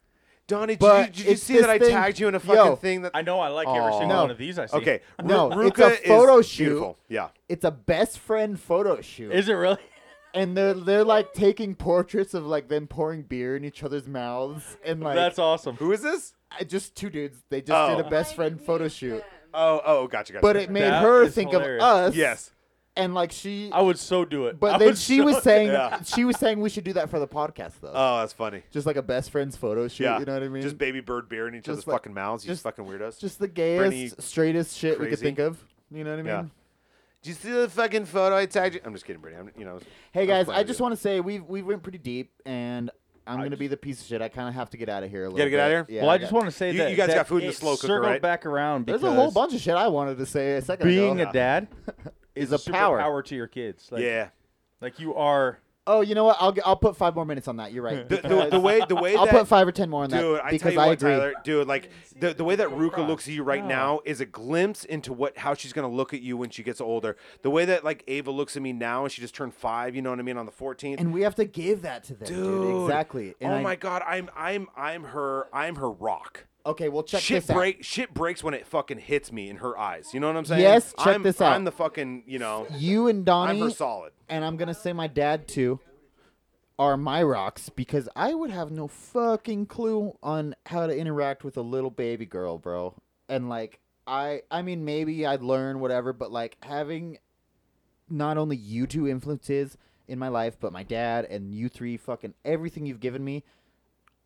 Speaker 6: Donnie, did you,
Speaker 4: But
Speaker 6: did you
Speaker 4: it's
Speaker 6: see that
Speaker 4: this
Speaker 6: I
Speaker 4: thing-
Speaker 6: tagged you in
Speaker 4: Yo.
Speaker 6: a fucking thing that?
Speaker 5: I know I like every
Speaker 6: Aw.
Speaker 5: single
Speaker 4: No.
Speaker 5: one of these I see.
Speaker 6: Okay, Ru-
Speaker 4: No,
Speaker 6: Ruka
Speaker 4: it's a photo
Speaker 6: is
Speaker 4: shoot.
Speaker 6: beautiful. Yeah,
Speaker 4: It's a best friend photo shoot,
Speaker 5: Is it really?
Speaker 4: and they're they're like taking portraits of like them pouring beer in each other's mouths, and like
Speaker 5: That's awesome.
Speaker 6: who is this?
Speaker 4: I- just two dudes. They just
Speaker 6: Oh.
Speaker 4: did a best
Speaker 2: I
Speaker 4: friend
Speaker 2: knew
Speaker 4: photo shoot,
Speaker 2: them.
Speaker 6: Oh, oh, gotcha, gotcha.
Speaker 4: but
Speaker 6: gotcha.
Speaker 4: it made
Speaker 5: That
Speaker 4: her
Speaker 5: is
Speaker 4: think
Speaker 5: hilarious.
Speaker 4: of us.
Speaker 6: yes,
Speaker 4: and like she,
Speaker 5: I would so do it. I
Speaker 4: but then
Speaker 5: would
Speaker 4: she
Speaker 5: so-
Speaker 4: was saying
Speaker 6: Yeah.
Speaker 4: she was saying we should do that for the podcast though,
Speaker 6: Oh, that's funny.
Speaker 4: just like a best friends photo shoot.
Speaker 6: yeah,
Speaker 4: You know what I mean?
Speaker 6: Just baby bird beer in each
Speaker 4: Just
Speaker 6: other's
Speaker 4: like-
Speaker 6: fucking mouths. You
Speaker 4: just-
Speaker 6: fucking weirdos.
Speaker 4: just the gayest,
Speaker 6: Pretty
Speaker 4: straightest shit we could
Speaker 6: crazy.
Speaker 4: think of. You know what I mean?
Speaker 6: Yeah. Did you see the fucking photo I tagged you? I'm just kidding, Brittany. I'm, you know.
Speaker 4: Hey
Speaker 6: I was
Speaker 4: guys,
Speaker 6: playing
Speaker 4: I
Speaker 6: with
Speaker 4: just
Speaker 6: you.
Speaker 4: want to say we we went pretty deep, and I'm gonna be the piece of shit. I kind of have to get out of here a little.
Speaker 6: gotta get outta
Speaker 4: bit.
Speaker 6: here?
Speaker 4: Yeah,
Speaker 5: well, I
Speaker 4: got-
Speaker 5: just want to say
Speaker 6: You-
Speaker 5: that
Speaker 6: you guys
Speaker 5: that
Speaker 6: got food in the
Speaker 5: it
Speaker 6: slow cooker,
Speaker 5: circled
Speaker 6: right?
Speaker 5: back around because
Speaker 4: There's a whole bunch of shit I wanted to say a second
Speaker 5: being
Speaker 4: ago.
Speaker 5: a dad
Speaker 4: Is
Speaker 5: is
Speaker 4: a
Speaker 5: a
Speaker 4: power.
Speaker 5: superpower to your kids. Like,
Speaker 6: Yeah.
Speaker 5: like you are.
Speaker 4: oh, you know what? I'll g- I'll put five more minutes on that. You're right.
Speaker 6: The, the,
Speaker 4: because
Speaker 6: the way the way
Speaker 4: I'll
Speaker 6: that
Speaker 4: put five or ten more on that
Speaker 6: dude, I tell
Speaker 4: because
Speaker 6: you what,
Speaker 4: agree.
Speaker 6: Tyler, dude, like the, the way that Ruka
Speaker 5: across.
Speaker 6: looks at you right
Speaker 5: No.
Speaker 6: now is a glimpse into what how she's gonna look at you when she gets older. The way that like Ava looks at me now and she just turned five, you know what I mean, on the 14th.
Speaker 4: And we have to give that to them, dude.
Speaker 6: Dude.
Speaker 4: Exactly. And
Speaker 6: oh
Speaker 4: I-
Speaker 6: my god, I'm I'm I'm her I'm her rock.
Speaker 4: Okay, well check
Speaker 6: shit
Speaker 4: this out.
Speaker 6: break shit breaks when it fucking hits me in her eyes. You know what I'm saying?
Speaker 4: Yes, check
Speaker 6: I'm,
Speaker 4: this out.
Speaker 6: I'm the fucking you know
Speaker 4: You and
Speaker 6: I'm her
Speaker 4: Donnie,
Speaker 6: solid.
Speaker 4: and I'm gonna say my dad too, are my rocks because I would have no fucking clue on how to interact with a little baby girl, bro. And like I, I mean, maybe I'd learn whatever, but like having not only you two influences in my life, but my dad and you three, fucking everything you've given me.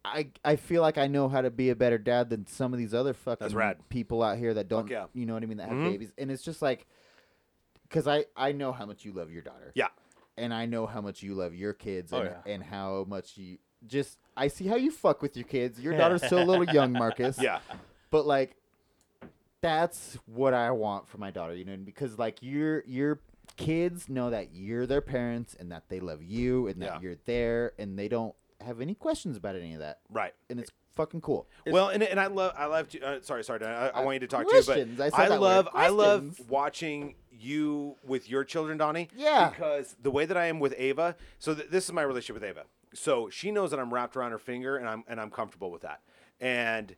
Speaker 4: I, I feel like I know how to be a better dad than some of these other fucking
Speaker 6: rad.
Speaker 4: people out here that don't,
Speaker 6: yeah.
Speaker 4: you know what I mean, that have
Speaker 6: Mhm.
Speaker 4: babies. And it's just like, because I, I know how much you love your daughter
Speaker 6: Yeah.
Speaker 4: and I know how much you love your kids
Speaker 5: Oh,
Speaker 4: and,
Speaker 5: yeah.
Speaker 4: and how much you just I see how you fuck with your kids. Your daughter's still a little young, Marcus.
Speaker 6: Yeah.
Speaker 4: But like that's what I want for my daughter, you know, because like your your kids know that you're their parents and that they love you and that
Speaker 6: Yeah.
Speaker 4: you're there and they don't have any questions about any of that.
Speaker 6: Right.
Speaker 4: And it's fucking cool.
Speaker 6: well, and, and I love I love to, uh, sorry sorry Dan, I, I
Speaker 4: Uh,
Speaker 6: want you to talk
Speaker 4: questions.
Speaker 6: to
Speaker 4: I
Speaker 6: you,
Speaker 4: said
Speaker 6: but I
Speaker 4: that word.
Speaker 6: love I love
Speaker 4: Questions.
Speaker 6: watching you with your children, Donnie.
Speaker 4: Yeah.
Speaker 6: Because the way that I am with Ava, so th- this is my relationship with Ava. So she knows that I'm wrapped around her finger, and I'm and I'm comfortable with that. And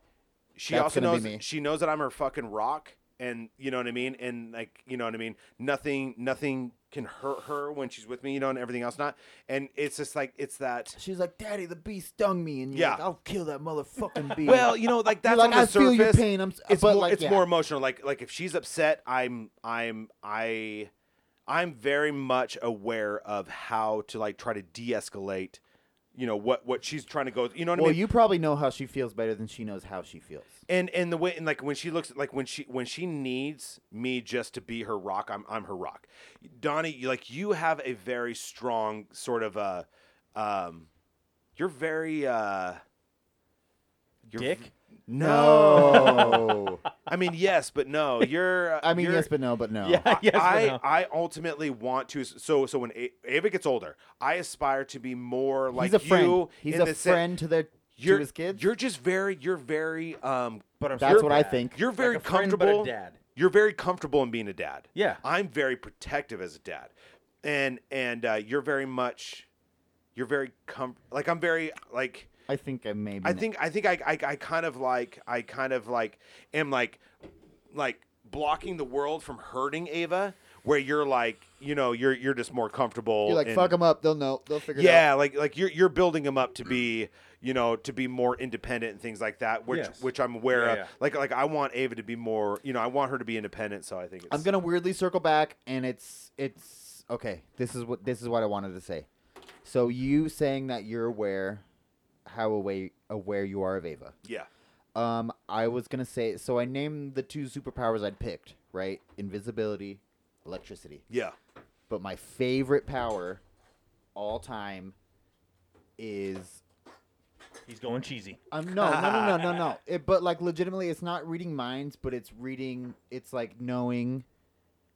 Speaker 6: she
Speaker 4: That's
Speaker 6: also
Speaker 4: gonna be
Speaker 6: knows
Speaker 4: me.
Speaker 6: she knows that I'm her fucking rock, and you know what I mean. And like you know what I mean. Nothing nothing can hurt her when she's with me, you know, and everything else not. And it's just like it's that.
Speaker 4: She's like, Daddy, the bee stung me and you're
Speaker 6: Yeah.
Speaker 4: like, I'll kill that motherfucking bee.
Speaker 6: Well, you know, like that's
Speaker 4: Mm. like,
Speaker 6: on the
Speaker 4: "I feel
Speaker 6: surface.
Speaker 4: your pain, I'm s-
Speaker 6: it's
Speaker 4: but,
Speaker 6: more,
Speaker 4: like,
Speaker 6: it's
Speaker 4: yeah.
Speaker 6: more emotional. Like like if she's upset, I'm I'm I I'm very much aware of how to like try to de-escalate. You know what what she's trying to go. You know what
Speaker 4: Well,
Speaker 6: I mean?
Speaker 4: you probably know how she feels better than she knows how she feels.
Speaker 6: and and the way and like when she looks like when she when she needs me just to be her rock i'm i'm her rock donnie you, like you have a very strong sort of uh um you're very uh you're
Speaker 5: Dick?
Speaker 6: v-
Speaker 4: No.
Speaker 6: i mean yes but no you're uh,
Speaker 4: I mean
Speaker 6: you're-
Speaker 4: yes but no, but no.
Speaker 5: Yeah. Yes, but
Speaker 6: I,
Speaker 5: no.
Speaker 6: I ultimately want to so so when A- Ava gets older, I aspire to be more like
Speaker 4: He's a friend.
Speaker 6: you.
Speaker 4: He's
Speaker 6: in
Speaker 4: a
Speaker 6: the sen-
Speaker 4: friend to their
Speaker 6: You're
Speaker 4: to his kids.
Speaker 6: you're just very you're very um
Speaker 5: But I'm
Speaker 4: That's
Speaker 5: your
Speaker 4: what I
Speaker 5: dad.
Speaker 4: think.
Speaker 6: you're very
Speaker 5: a friend, but a
Speaker 6: comfortable
Speaker 5: dad.
Speaker 6: You're very comfortable in being a dad.
Speaker 5: Yeah.
Speaker 6: I'm very protective as a dad, and and uh, you're very much, you're very com like I'm very like
Speaker 4: I think I maybe.
Speaker 6: I think I think I, I I kind of like I kind of like am like like blocking the world from hurting Ava, where you're like you know you're you're just more comfortable.
Speaker 4: you're like
Speaker 6: and-
Speaker 4: fuck them up. They'll know. They'll figure it
Speaker 6: yeah,
Speaker 4: out.
Speaker 6: like like you're you're building them up to be you know to be more independent and things like that, which
Speaker 5: Yes.
Speaker 6: which I'm aware
Speaker 5: Yeah,
Speaker 6: of.
Speaker 5: yeah.
Speaker 6: Like like I want Ava to be more you know I want her to be independent, so I think it's,
Speaker 4: I'm gonna weirdly circle back, and it's it's okay. This is what this is what I wanted to say. So you saying that you're aware, how aware aware you are of Ava.
Speaker 6: yeah
Speaker 4: Um, I was gonna say. So I named the two superpowers I'd picked. Right, invisibility, electricity.
Speaker 6: yeah
Speaker 4: But my favorite power all time is
Speaker 5: He's going cheesy.
Speaker 4: um, no, no, no, no, no, no. It, but like, legitimately, it's not reading minds, but it's reading. It's like knowing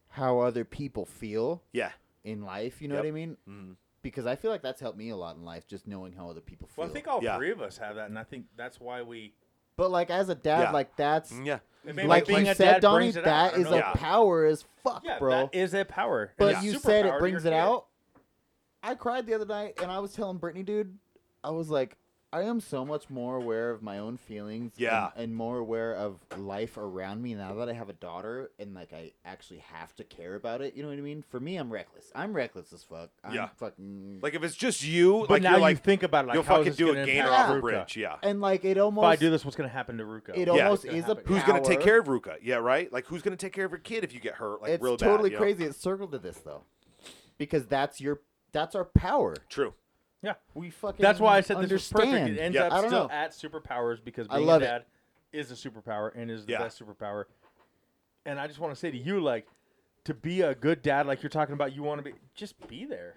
Speaker 4: how other people feel
Speaker 6: Yeah.
Speaker 4: in life. You know
Speaker 6: Yep.
Speaker 4: what I mean? Mm-hmm. Because I feel like that's helped me a lot in life, just knowing how other people feel.
Speaker 5: Well, I think all
Speaker 6: Yeah.
Speaker 5: three of us have that, and I think that's why we.
Speaker 4: but like, as a dad,
Speaker 6: Yeah.
Speaker 4: like that's
Speaker 6: Yeah.
Speaker 5: Maybe
Speaker 4: like
Speaker 5: being
Speaker 4: you
Speaker 5: a
Speaker 4: said,
Speaker 5: dad
Speaker 4: Donnie,
Speaker 5: brings it out. I
Speaker 4: that
Speaker 5: don't
Speaker 4: is
Speaker 5: know.
Speaker 4: a
Speaker 6: Yeah.
Speaker 4: power as fuck,
Speaker 5: Yeah,
Speaker 4: bro.
Speaker 5: that is a power.
Speaker 4: But
Speaker 5: It's a
Speaker 4: you said
Speaker 5: superpower
Speaker 4: it
Speaker 5: to
Speaker 4: brings
Speaker 5: your
Speaker 4: it
Speaker 5: kid.
Speaker 4: out. I cried the other night and I was telling Brittany, dude, I was like, I am so much more aware of my own feelings
Speaker 6: Yeah.
Speaker 4: and, and more aware of life around me now that I have a daughter and like I actually have to care about it. You know what I mean? For me, I'm reckless. I'm reckless as fuck. I'm
Speaker 6: Yeah.
Speaker 4: fucking.
Speaker 6: Like if it's just you,
Speaker 5: But
Speaker 6: like
Speaker 5: now
Speaker 6: you're
Speaker 5: you
Speaker 6: like
Speaker 5: think about it. Like,
Speaker 6: you'll
Speaker 5: how is
Speaker 6: fucking
Speaker 5: this
Speaker 6: do
Speaker 5: gonna
Speaker 6: a gain or
Speaker 5: impact
Speaker 6: off a
Speaker 5: Ruka?
Speaker 6: bridge. Yeah.
Speaker 4: and like it
Speaker 5: If I
Speaker 4: almost.
Speaker 5: do this, what's going to happen to Ruka?
Speaker 4: it
Speaker 6: Yeah.
Speaker 4: almost
Speaker 5: What's gonna
Speaker 4: is a
Speaker 5: happen?
Speaker 6: Who's gonna take
Speaker 4: power.
Speaker 6: care of Ruka? Yeah, right. Like who's gonna take care of your kid if you get hurt? Like
Speaker 4: it's
Speaker 6: real
Speaker 4: totally
Speaker 6: bad. you know?
Speaker 4: crazy. It's circled to this though, because that's your that's our power.
Speaker 6: True.
Speaker 5: Yeah.
Speaker 4: We fucking
Speaker 5: That's why I said this was
Speaker 4: understand.
Speaker 5: perfect. It ends
Speaker 6: Yeah.
Speaker 5: up
Speaker 4: I don't
Speaker 5: still
Speaker 4: know.
Speaker 5: at superpowers because
Speaker 4: I
Speaker 5: being
Speaker 4: love
Speaker 5: a
Speaker 4: it.
Speaker 5: dad is a superpower and is the
Speaker 6: Yeah.
Speaker 5: best superpower. And I just want to say to you, like, to be a good dad, like you're talking about, you want to be, just be there.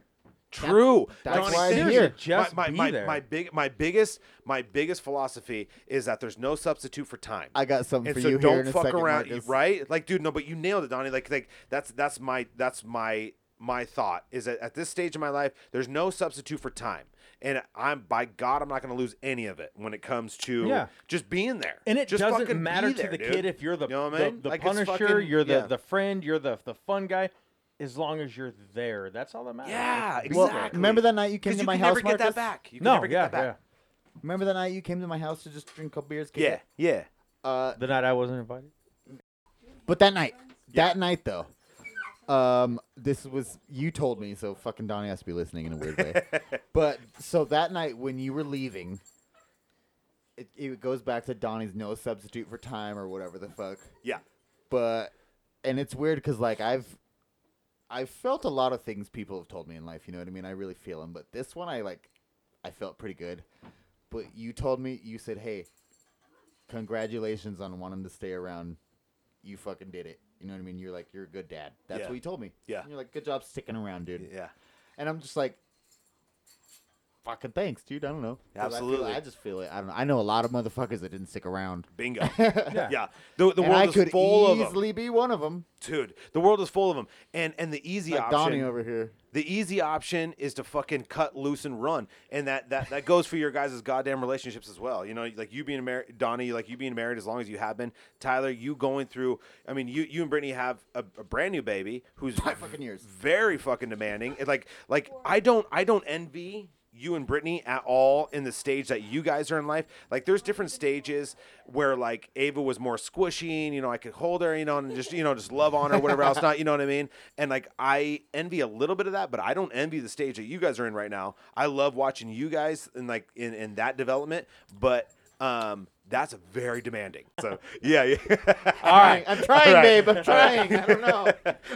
Speaker 6: True.
Speaker 4: that's
Speaker 6: Donnie,
Speaker 4: why I'm
Speaker 6: seriously,
Speaker 4: here.
Speaker 5: Just
Speaker 6: my, my,
Speaker 5: be
Speaker 6: my,
Speaker 5: there.
Speaker 6: my big my biggest my biggest philosophy is that there's no substitute for time.
Speaker 4: I got something
Speaker 6: and
Speaker 4: for
Speaker 6: so
Speaker 4: you
Speaker 6: don't
Speaker 4: here in a
Speaker 6: fuck
Speaker 4: second,
Speaker 6: around,
Speaker 4: Marcus.
Speaker 6: right? Like, dude, no, but you nailed it, Donnie. Like, like that's that's my that's my my thought is that at this stage of my life, there's no substitute for time, and I'm by God, I'm not going to lose any of it when it comes to
Speaker 5: Yeah.
Speaker 6: just being there.
Speaker 5: And it
Speaker 6: just fucking
Speaker 5: doesn't
Speaker 6: be
Speaker 5: matter
Speaker 6: there,
Speaker 5: to the
Speaker 6: dude.
Speaker 5: kid if you're the,
Speaker 6: You know what I
Speaker 5: the-
Speaker 6: mean?
Speaker 5: the
Speaker 6: Like, it's
Speaker 5: punisher,
Speaker 6: fucking-
Speaker 5: you're the,
Speaker 6: yeah.
Speaker 5: the friend, you're the the fun guy. As long as you're there, that's all that matters.
Speaker 6: Yeah,
Speaker 5: Just be
Speaker 4: Well,
Speaker 5: there.
Speaker 6: Exactly.
Speaker 4: remember that night you came
Speaker 6: because
Speaker 4: to
Speaker 6: you
Speaker 4: my
Speaker 6: can
Speaker 4: house,
Speaker 6: never get
Speaker 4: Marcus?
Speaker 6: that back. You can
Speaker 5: No,
Speaker 6: never
Speaker 5: yeah,
Speaker 6: get that
Speaker 5: yeah.
Speaker 6: back.
Speaker 4: Remember that night you came to my house to just drink a couple beers? kick
Speaker 6: Yeah,
Speaker 4: it?
Speaker 6: yeah.
Speaker 4: Uh,
Speaker 5: The night I wasn't invited.
Speaker 4: but that night, that night though, um, this was you told me, so fucking Donnie has to be listening in a weird way. but so that night when you were leaving, it, it goes back to Donnie's no substitute for time or whatever the fuck.
Speaker 6: Yeah.
Speaker 4: But and it's weird because like I've. I've felt a lot of things people have told me in life, you know what I mean? I really feel them, but this one I like I felt pretty good. But you told me you said, "Hey, congratulations on wanting to stay around. You fucking did it. You know what I mean? You're like you're a good dad. That's
Speaker 6: Yeah.
Speaker 4: what you told me.
Speaker 6: Yeah.
Speaker 4: You're like good job sticking around, dude.
Speaker 6: Yeah.
Speaker 4: And I'm just like, fucking thanks, dude. I don't know. 'Cause I feel-
Speaker 6: Absolutely.
Speaker 4: I, just feel it. I don't know. I know a lot of motherfuckers that didn't stick around.
Speaker 6: Bingo. yeah. The, the
Speaker 4: and I
Speaker 6: world
Speaker 4: could
Speaker 6: is full of them.
Speaker 4: easily be one of them.
Speaker 6: Dude, the world is full of them. And and the easy
Speaker 4: Like
Speaker 6: option
Speaker 4: Donnie over here.
Speaker 6: The easy option is to fucking cut loose and run, and that that that goes for your guys' goddamn relationships as well. You know, like you being married, Donnie, like you being married as long as you have been. Tyler, you going through. I mean, you you and Brittany have a, a brand new baby who's
Speaker 4: Five fucking years.
Speaker 6: very fucking demanding. It, like like I don't I don't envy you and Brittany at all in the stage that you guys are in life. Like there's different stages where like Ava was more squishy, and, you know, I could hold her, you know, and just you know just love on her, whatever else, not you know what I mean. And like I envy a little bit of that, but I don't envy the stage that you guys are in right now. I love watching you guys and like in in that development, but um that's very demanding. So yeah, yeah.
Speaker 4: All right. I'm trying,
Speaker 6: All right.
Speaker 4: babe. I'm trying. I don't know.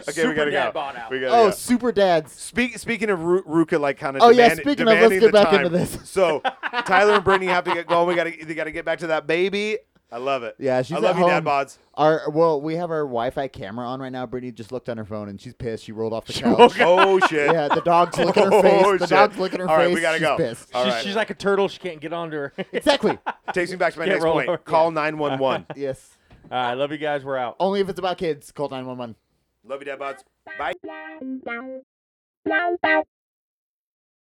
Speaker 6: okay, we gotta
Speaker 5: Superdad
Speaker 6: go.
Speaker 5: bought out.
Speaker 6: We gotta
Speaker 4: Oh,
Speaker 6: go.
Speaker 4: super dads.
Speaker 6: Speak, speaking of Ru- Ruka, like kind of.
Speaker 4: Oh, yeah, speaking of, let's get back into this.
Speaker 6: So Tyler and Brittany have to get going. We got to they got to get back to that baby. I love it.
Speaker 4: Yeah, she's
Speaker 6: I love
Speaker 4: at
Speaker 6: you,
Speaker 4: home.
Speaker 6: Dad Bods.
Speaker 4: Our well, we have our Wi-Fi camera on right now. Brittany just looked on her phone and she's pissed. She rolled off the couch.
Speaker 6: Oh shit.
Speaker 4: Yeah, the dog's looking at her face.
Speaker 6: Oh,
Speaker 4: the
Speaker 6: shit.
Speaker 4: dog's looking at her
Speaker 6: All right,
Speaker 4: face.
Speaker 6: we gotta
Speaker 4: she's
Speaker 6: go.
Speaker 4: pissed.
Speaker 6: All
Speaker 5: she's,
Speaker 6: right.
Speaker 5: she's like a turtle. She can't get onto her. All
Speaker 4: Exactly.
Speaker 6: Takes me back to my
Speaker 5: Can't
Speaker 6: next
Speaker 5: roll
Speaker 6: point.
Speaker 5: over.
Speaker 6: Call nine one one.
Speaker 4: yes.
Speaker 5: right, love you guys. We're out.
Speaker 4: Only if it's about kids. Call 911.
Speaker 6: Love you, Dad Bods.